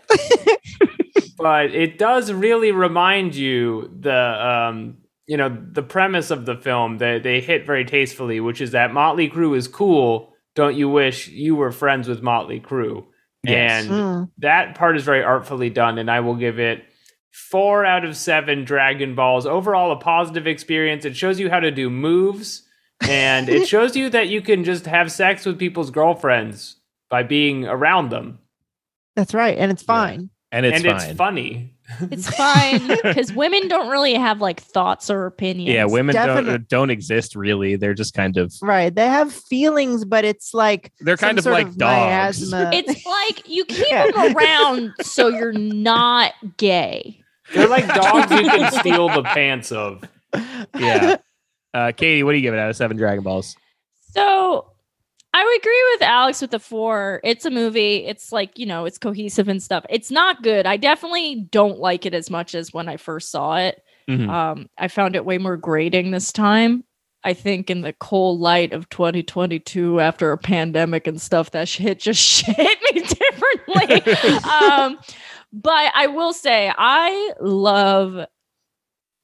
[SPEAKER 5] but it does really remind you the um, you know the premise of the film that they hit very tastefully, which is that Motley Crue is cool. Don't you wish you were friends with Motley Crue?
[SPEAKER 2] Yes.
[SPEAKER 5] And
[SPEAKER 1] Mm.
[SPEAKER 5] that part is very artfully done, and I will give it four out of seven Dragon Balls. Overall, a positive experience. It shows you how to do moves, and it shows you that you can just have sex with people's girlfriends by being around them.
[SPEAKER 1] That's right. And it's
[SPEAKER 2] Yeah.
[SPEAKER 1] fine.
[SPEAKER 2] And it's
[SPEAKER 5] and
[SPEAKER 2] fine.
[SPEAKER 5] it's funny.
[SPEAKER 3] It's fine because women don't really have like thoughts or opinions.
[SPEAKER 2] Yeah, women
[SPEAKER 1] Definite-
[SPEAKER 2] don't uh, don't exist really. They're just kind of
[SPEAKER 1] Right. They have feelings, but it's like
[SPEAKER 2] they're
[SPEAKER 1] some
[SPEAKER 2] kind of
[SPEAKER 1] sort
[SPEAKER 2] like dogs.
[SPEAKER 1] miasma.
[SPEAKER 3] It's like you keep
[SPEAKER 1] Yeah.
[SPEAKER 3] them around so you're not gay.
[SPEAKER 5] They're like dogs you can steal the pants of.
[SPEAKER 2] Yeah. Uh, Katie, what do you give it out of seven Dragon Balls?
[SPEAKER 3] So I would agree with Alex with the four. It's a movie. It's like, you know, it's cohesive and stuff. It's not good. I definitely don't like it as much as when I first saw it.
[SPEAKER 2] Mhm.
[SPEAKER 3] Um, I found it way more grating this time. I think in the cold light of 2022 after a pandemic and stuff, that shit just hit me differently. um, but I will say I love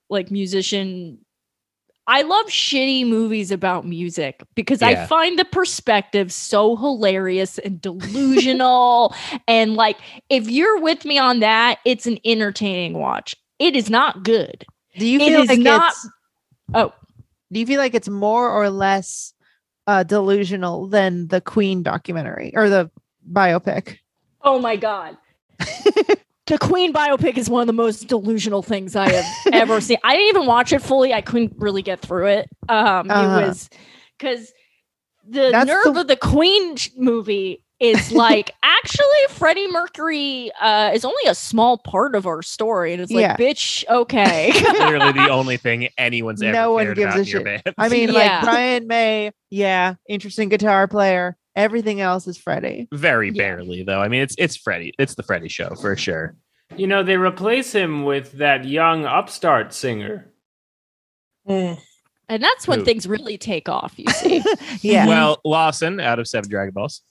[SPEAKER 3] like musician I love shitty movies about music because I
[SPEAKER 2] Yeah.
[SPEAKER 3] find the perspective so hilarious and delusional and like if you're with me on that it's an entertaining watch. It is not good.
[SPEAKER 1] do you
[SPEAKER 3] it
[SPEAKER 1] feel
[SPEAKER 3] is
[SPEAKER 1] like
[SPEAKER 3] not-
[SPEAKER 1] it's
[SPEAKER 3] Oh.
[SPEAKER 1] do you feel like it's more or less uh delusional than the Queen documentary or the biopic?
[SPEAKER 3] Oh my god. the Queen biopic is one of the most delusional things I have ever seen. I didn't even watch it fully. I couldn't really get through it. Um
[SPEAKER 1] Uh-huh.
[SPEAKER 3] it was cuz the
[SPEAKER 1] That's
[SPEAKER 3] nerve
[SPEAKER 1] the-
[SPEAKER 3] of the Queen sh- movie is like actually Freddie Mercury uh is only a small part of our story and it's like
[SPEAKER 1] Yeah.
[SPEAKER 3] bitch okay.
[SPEAKER 2] Literally the only thing anyone's ever
[SPEAKER 1] No one
[SPEAKER 2] cared
[SPEAKER 1] gives
[SPEAKER 2] about
[SPEAKER 1] a
[SPEAKER 2] in your
[SPEAKER 1] shit.
[SPEAKER 2] band.
[SPEAKER 1] I mean,
[SPEAKER 3] Yeah.
[SPEAKER 1] like Brian May, yeah, interesting guitar player. Everything else is Freddie.
[SPEAKER 2] Very
[SPEAKER 3] Yeah.
[SPEAKER 2] barely though. I mean, it's it's Freddie. It's the Freddie show for sure.
[SPEAKER 5] You know, they replace him with that young upstart singer.
[SPEAKER 4] Mm.
[SPEAKER 3] and that's when
[SPEAKER 2] Who?
[SPEAKER 3] things really take off, you see.
[SPEAKER 1] Yeah.
[SPEAKER 2] Well, Lawson out of seven Dragon Balls.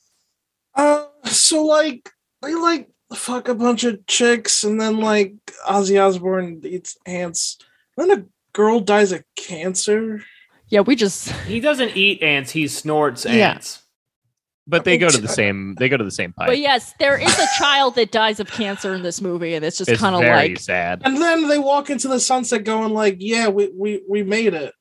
[SPEAKER 4] Uh, so like they like fuck a bunch of chicks, and then like Ozzy Osbourne eats ants. Then a girl dies of cancer.
[SPEAKER 3] yeah, we just
[SPEAKER 5] He doesn't eat ants, he snorts
[SPEAKER 1] Yeah.
[SPEAKER 5] ants.
[SPEAKER 2] But they go to the same they go to the same pipe.
[SPEAKER 3] But yes, there is a child that dies of cancer in this movie and it's just
[SPEAKER 2] it's
[SPEAKER 3] kind of
[SPEAKER 2] very
[SPEAKER 3] like
[SPEAKER 2] sad.
[SPEAKER 4] And then they walk into the sunset, going like, "Yeah, we we we made it."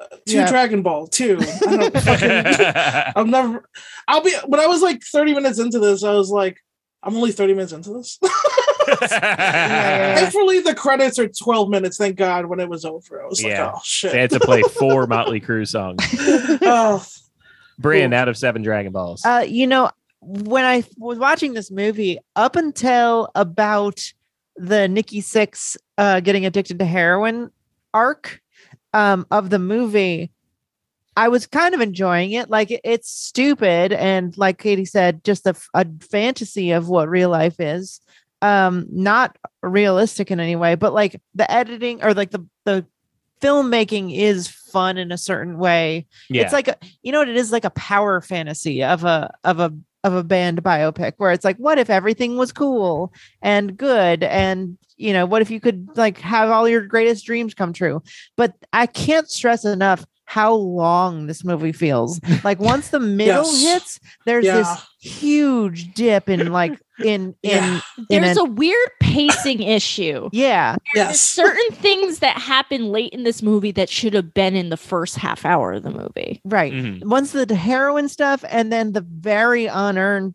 [SPEAKER 4] Uh, two
[SPEAKER 1] Yeah.
[SPEAKER 4] Dragon Ball, two. I don't fucking-
[SPEAKER 2] yeah,
[SPEAKER 4] I've never. I'll be when I was like 30 minutes into this, I was like, I'm only 30 minutes into this.
[SPEAKER 1] yeah,
[SPEAKER 4] Thankfully, the credits are 12 minutes. Thank God. When it was over, I was
[SPEAKER 2] Yeah.
[SPEAKER 4] like, oh
[SPEAKER 2] They
[SPEAKER 4] shit.
[SPEAKER 2] had to play four Motley Crue songs.
[SPEAKER 4] oh,
[SPEAKER 2] Brian out of seven Dragon Balls.
[SPEAKER 1] Uh, you know, when I was watching this movie, up until about the Nikki Six uh, getting addicted to heroin arc um, of the movie, I was kind of enjoying it. Like it- it's stupid, and like Katie said, just a, f- a fantasy of what real life is. Um, not realistic in any way, but like the editing or like the the filmmaking is fun in a certain way
[SPEAKER 2] yeah.
[SPEAKER 1] it's like a, you know what it is like a power fantasy of a of a of a band biopic where it's like what if everything was cool and good and you know what if you could like have all your greatest dreams come true but i can't stress enough how long this movie feels like once the middle
[SPEAKER 4] Yes.
[SPEAKER 1] hits there's
[SPEAKER 4] Yeah.
[SPEAKER 1] this huge dip in like in in
[SPEAKER 4] Yeah.
[SPEAKER 1] in
[SPEAKER 3] there's
[SPEAKER 1] an-
[SPEAKER 3] a weird pacing issue.
[SPEAKER 1] yeah
[SPEAKER 3] There's
[SPEAKER 4] yes.
[SPEAKER 3] certain things that happen late in this movie that should have been in the first half hour of the movie.
[SPEAKER 1] right
[SPEAKER 4] Mm.
[SPEAKER 2] Mhm.
[SPEAKER 1] once the heroin stuff and then the very unearned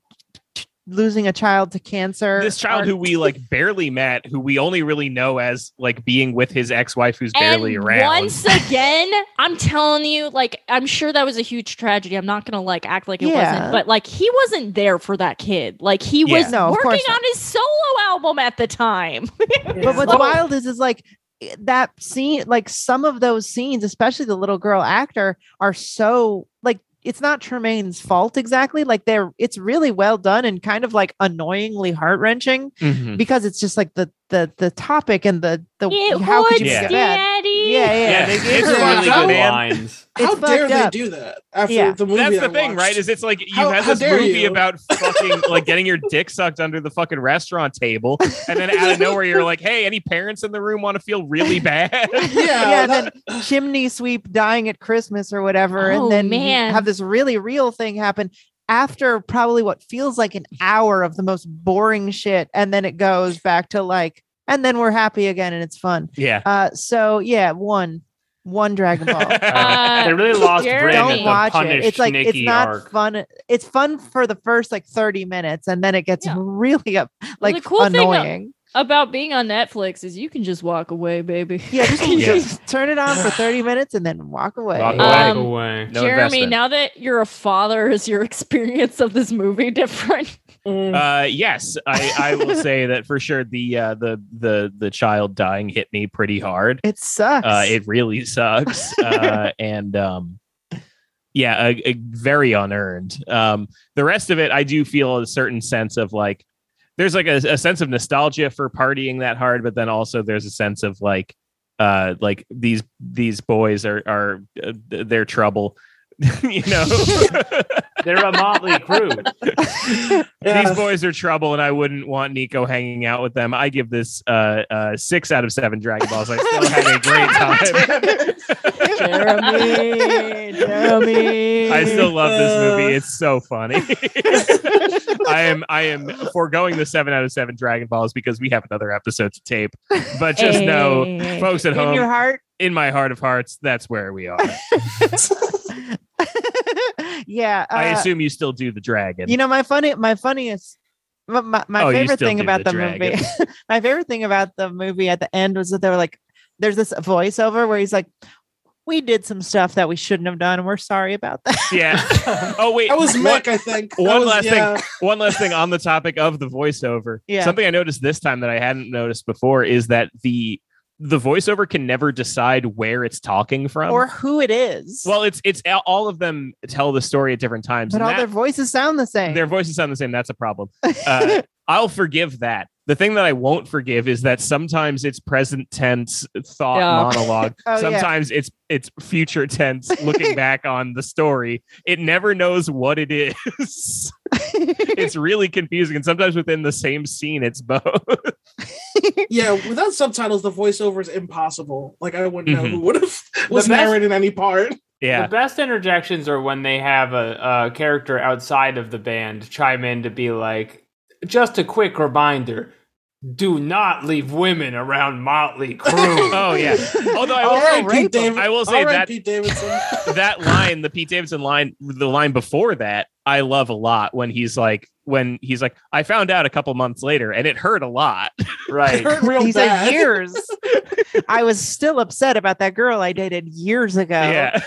[SPEAKER 1] t- losing a child to cancer
[SPEAKER 2] This child
[SPEAKER 1] arc.
[SPEAKER 2] who we like barely met, who we only really know as like being with his ex-wife who's barely
[SPEAKER 3] and
[SPEAKER 2] around.
[SPEAKER 3] once again, I'm telling you, like I'm sure that was a huge tragedy. I'm not gonna like act like it
[SPEAKER 1] Yeah.
[SPEAKER 3] wasn't, but like he wasn't there for that kid. Like he
[SPEAKER 2] Yeah.
[SPEAKER 3] was
[SPEAKER 1] No, of course
[SPEAKER 3] working
[SPEAKER 1] not.
[SPEAKER 3] on his solo album at the time.
[SPEAKER 1] But what's
[SPEAKER 3] Oh.
[SPEAKER 1] wild is is like i- that scene, like some of those scenes, especially the little girl actor, are so like it's not Tremaine's fault exactly. Like they're it's really well done and kind of like annoyingly heart wrenching
[SPEAKER 2] Mhm.
[SPEAKER 1] because it's just like the the the topic and the the
[SPEAKER 3] It
[SPEAKER 1] how
[SPEAKER 3] would,
[SPEAKER 1] could you
[SPEAKER 2] Yeah.
[SPEAKER 1] get mad?
[SPEAKER 3] Daddy.
[SPEAKER 1] Yeah, yeah.
[SPEAKER 2] Yeah,
[SPEAKER 1] they gave
[SPEAKER 2] it's
[SPEAKER 1] her
[SPEAKER 4] really
[SPEAKER 1] like-
[SPEAKER 4] good,
[SPEAKER 2] man.
[SPEAKER 5] lines.
[SPEAKER 1] It's
[SPEAKER 4] How dare
[SPEAKER 1] fucked
[SPEAKER 4] they
[SPEAKER 1] up.
[SPEAKER 4] do that after
[SPEAKER 1] Yeah.
[SPEAKER 4] the movie?
[SPEAKER 2] That's the
[SPEAKER 4] I
[SPEAKER 2] thing,
[SPEAKER 4] watched?
[SPEAKER 2] right? Is it's like you
[SPEAKER 4] How-
[SPEAKER 2] had
[SPEAKER 4] how
[SPEAKER 2] this
[SPEAKER 4] dare
[SPEAKER 2] movie
[SPEAKER 4] you?
[SPEAKER 2] about fucking like getting your dick sucked under the fucking restaurant table, and then out of nowhere you're like, "Hey, any parents in the room want to feel really bad?"
[SPEAKER 4] yeah,
[SPEAKER 1] Yeah,
[SPEAKER 4] that-
[SPEAKER 1] chimney sweep dying at Christmas or whatever,
[SPEAKER 3] Oh,
[SPEAKER 1] and then you
[SPEAKER 3] man.
[SPEAKER 1] have this really real thing happen after probably what feels like an hour of the most boring shit, and then it goes back to like, and then we're happy again and it's fun.
[SPEAKER 2] yeah.
[SPEAKER 1] Uh, so yeah, one, one Dragon Ball.
[SPEAKER 3] Uh,
[SPEAKER 5] they really lost
[SPEAKER 3] Jeremy.
[SPEAKER 5] Brynn
[SPEAKER 1] Don't
[SPEAKER 5] at the
[SPEAKER 1] watch it.
[SPEAKER 5] punished
[SPEAKER 1] It's like
[SPEAKER 5] Nikki
[SPEAKER 1] it's not
[SPEAKER 5] arc.
[SPEAKER 1] fun. It's fun for the first like thirty minutes, and then it gets
[SPEAKER 3] Yeah.
[SPEAKER 1] really up,
[SPEAKER 3] Well,
[SPEAKER 1] like
[SPEAKER 3] the cool thing a-
[SPEAKER 1] annoying.
[SPEAKER 3] About being on Netflix is you can just walk away, baby.
[SPEAKER 1] yeah, just,
[SPEAKER 2] Yeah.
[SPEAKER 1] just turn it on for thirty minutes and then walk away.
[SPEAKER 2] Walk away.
[SPEAKER 5] Black
[SPEAKER 3] Um,
[SPEAKER 5] away.
[SPEAKER 2] No
[SPEAKER 3] Jeremy,
[SPEAKER 2] investment.
[SPEAKER 3] now that you're a father, is your experience of this movie different?
[SPEAKER 4] Mm.
[SPEAKER 2] Uh, yes, I, I will say that for sure. The uh, the the the child dying hit me pretty hard.
[SPEAKER 1] It sucks.
[SPEAKER 2] Uh, it really sucks, uh, and um, yeah, a, a very unearned. Um, the rest of it, I do feel a certain sense of like, there's like a, a sense of nostalgia for partying that hard, but then also there's a sense of like, uh, like these these boys are are uh, they're trouble, you know.
[SPEAKER 5] They're a motley crew.
[SPEAKER 4] Yeah.
[SPEAKER 2] Uh, These boys are trouble, and I wouldn't want Nico hanging out with them. I give this uh, uh, six out of seven Dragon Balls. I still had a great time.
[SPEAKER 1] Jeremy, Jeremy.
[SPEAKER 2] I still love this movie. It's so funny. I am I am foregoing the seven out of seven Dragon Balls because we have another episode to tape. But just know,
[SPEAKER 3] Hey.
[SPEAKER 2] folks at
[SPEAKER 1] in your
[SPEAKER 2] home,
[SPEAKER 1] heart.
[SPEAKER 2] in my heart of hearts, that's where we are.
[SPEAKER 1] yeah,
[SPEAKER 2] I
[SPEAKER 1] uh,
[SPEAKER 2] assume you still do the dragon.
[SPEAKER 1] You know, my funny, my funniest, my, my, my
[SPEAKER 2] Oh, you
[SPEAKER 1] favorite
[SPEAKER 2] still
[SPEAKER 1] thing
[SPEAKER 2] do
[SPEAKER 1] about
[SPEAKER 2] the
[SPEAKER 1] the,
[SPEAKER 2] dragon.
[SPEAKER 1] movie, my favorite thing about the movie at the end was that they were like, there's this voiceover where he's like, we did some stuff that we shouldn't have done. and We're sorry about that.
[SPEAKER 2] yeah. Oh wait,
[SPEAKER 4] That was
[SPEAKER 2] what-
[SPEAKER 4] Mick, I think. That
[SPEAKER 2] one
[SPEAKER 4] was-
[SPEAKER 2] last
[SPEAKER 4] yeah.
[SPEAKER 2] thing one last thing on the topic of the voiceover
[SPEAKER 1] Yeah.
[SPEAKER 2] something i noticed this time that i hadn't noticed before is that the the voiceover can never decide where it's talking from
[SPEAKER 1] or who it is.
[SPEAKER 2] well it's it's all of them tell the story at different times
[SPEAKER 1] but
[SPEAKER 2] and
[SPEAKER 1] all
[SPEAKER 2] that-
[SPEAKER 1] their voices sound the same.
[SPEAKER 2] their voices sound the same that's a problem uh, i'll forgive that the thing that i won't forgive is that sometimes it's present tense thought
[SPEAKER 3] Yeah.
[SPEAKER 2] monologue
[SPEAKER 1] Oh, yeah.
[SPEAKER 2] sometimes it's it's future tense looking back on the story it never knows what it is it's really confusing and sometimes within the same scene it's both
[SPEAKER 4] Yeah, without subtitles, the voiceover is impossible. Like I wouldn't know
[SPEAKER 2] Mhm.
[SPEAKER 4] who would have was
[SPEAKER 5] best-
[SPEAKER 4] narrating any part.
[SPEAKER 2] yeah
[SPEAKER 5] The best interjections are when they have a, a character outside of the band chime in to be like, just a quick reminder. Do not leave women around Motley Crue.
[SPEAKER 2] oh yeah although i will
[SPEAKER 1] All
[SPEAKER 2] say
[SPEAKER 1] right. rape
[SPEAKER 4] David-
[SPEAKER 2] I will say
[SPEAKER 4] All right,
[SPEAKER 2] that-
[SPEAKER 4] Pete Davidson.
[SPEAKER 2] that line the pete davidson line the line before that i love a lot when he's like when he's like i found out a couple months later and it hurt a lot
[SPEAKER 5] Right.
[SPEAKER 4] Hurt real
[SPEAKER 1] These
[SPEAKER 4] bad.
[SPEAKER 1] are years. I was still upset about that girl I dated years ago.
[SPEAKER 2] yeah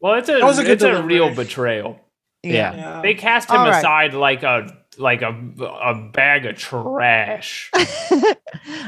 [SPEAKER 5] Well, it's a,
[SPEAKER 4] That was a good
[SPEAKER 5] it's a
[SPEAKER 4] delivery.
[SPEAKER 5] real betrayal.
[SPEAKER 2] yeah
[SPEAKER 4] Yeah.
[SPEAKER 5] They cast him
[SPEAKER 1] All right.
[SPEAKER 5] aside like a like a a bag of trash.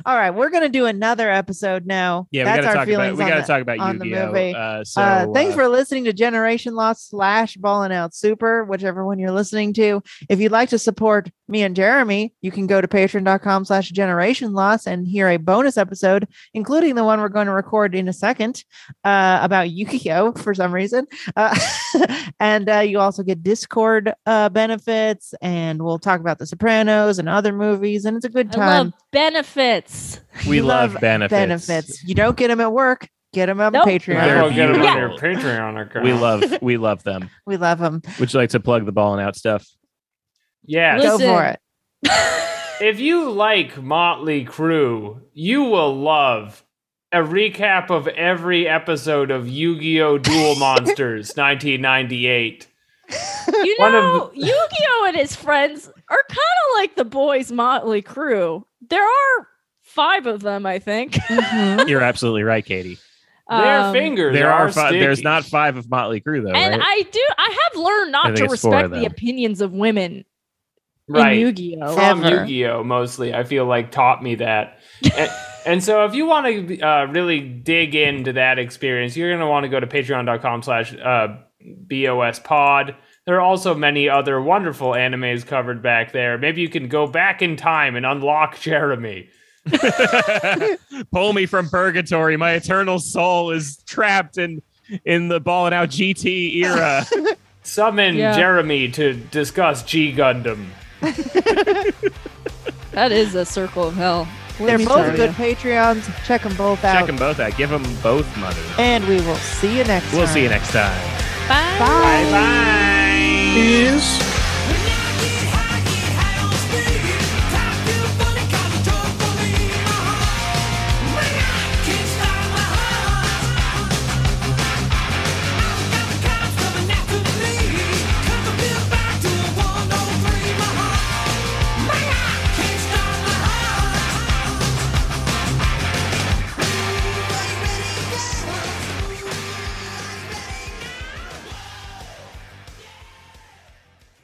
[SPEAKER 1] All right, we're gonna do another episode now.
[SPEAKER 2] yeah we
[SPEAKER 1] That's
[SPEAKER 2] gotta
[SPEAKER 1] our
[SPEAKER 2] talk about
[SPEAKER 1] feelings
[SPEAKER 2] we
[SPEAKER 1] on
[SPEAKER 2] gotta
[SPEAKER 1] the-
[SPEAKER 2] talk about
[SPEAKER 1] on the
[SPEAKER 2] yu-gi-oh
[SPEAKER 1] movie.
[SPEAKER 2] uh, so
[SPEAKER 1] uh, thanks
[SPEAKER 2] uh,
[SPEAKER 1] for listening to Generation Lost slash Ballin' Out Super, whichever one you're listening to. If you'd like to support me and Jeremy, you can go to patreon.com slash Generation Lost and hear a bonus episode, including the one we're going to record in a second uh, about Yukio for some reason. Uh, and uh, you also get Discord uh, benefits, and we'll talk about The Sopranos and other movies, and it's a good
[SPEAKER 3] I
[SPEAKER 1] time.
[SPEAKER 3] love benefits.
[SPEAKER 2] we love,
[SPEAKER 1] love
[SPEAKER 2] benefits
[SPEAKER 1] benefits. You don't get them at work. Get them on
[SPEAKER 3] Nope.
[SPEAKER 5] Might as well
[SPEAKER 1] Patreon.
[SPEAKER 2] They're-
[SPEAKER 5] get him on
[SPEAKER 2] Yeah.
[SPEAKER 5] your Patreon account.
[SPEAKER 2] we love we love them
[SPEAKER 1] We love them.
[SPEAKER 2] would you like to plug the ball and out stuff
[SPEAKER 5] Yeah.
[SPEAKER 3] Listen.
[SPEAKER 1] Go for it.
[SPEAKER 5] If you like Motley Crue, you will love a recap of every episode of Yu-Gi-Oh! Duel Monsters 1998.
[SPEAKER 3] You
[SPEAKER 5] One of-
[SPEAKER 3] know, Yu-Gi-Oh and his friends are kind of like the boys' motley crew. There are five of them, I think. Mm-hmm.
[SPEAKER 1] Mhm.
[SPEAKER 2] you're absolutely right katie
[SPEAKER 5] Their
[SPEAKER 3] Um,
[SPEAKER 5] fingers
[SPEAKER 2] there are five
[SPEAKER 5] sticky.
[SPEAKER 2] there's not five of motley crew though
[SPEAKER 3] And
[SPEAKER 2] right
[SPEAKER 3] I do. I have learned
[SPEAKER 2] I
[SPEAKER 3] not
[SPEAKER 2] think
[SPEAKER 3] to
[SPEAKER 2] it's four of
[SPEAKER 3] respect the
[SPEAKER 2] them.
[SPEAKER 3] opinions of women in
[SPEAKER 5] right.
[SPEAKER 3] Yu-Gi-Oh.
[SPEAKER 5] from
[SPEAKER 1] Ever.
[SPEAKER 5] Yu-Gi-Oh mostly. I feel like taught me that. and, and so if you want to uh, really dig into that experience, you're going to want to go to patreon.com slash uh, BOS Pod. There are also many other wonderful animes covered back there. Maybe you can go back in time and unlock Jeremy.
[SPEAKER 2] Pull me from purgatory. My eternal soul is trapped in in the ball and out GT era.
[SPEAKER 5] Summon
[SPEAKER 3] Yeah.
[SPEAKER 5] Jeremy to discuss G Gundam.
[SPEAKER 3] That is a circle of hell. Let
[SPEAKER 1] They're
[SPEAKER 3] me
[SPEAKER 1] both
[SPEAKER 3] tell
[SPEAKER 1] good
[SPEAKER 3] ya.
[SPEAKER 1] Patreons. Check them both out.
[SPEAKER 2] Check them both out. Give them both money.
[SPEAKER 1] And we will see you next
[SPEAKER 2] We'll
[SPEAKER 1] time.
[SPEAKER 2] see you next time.
[SPEAKER 3] Bye.
[SPEAKER 1] Bye.
[SPEAKER 2] Bye.
[SPEAKER 4] Is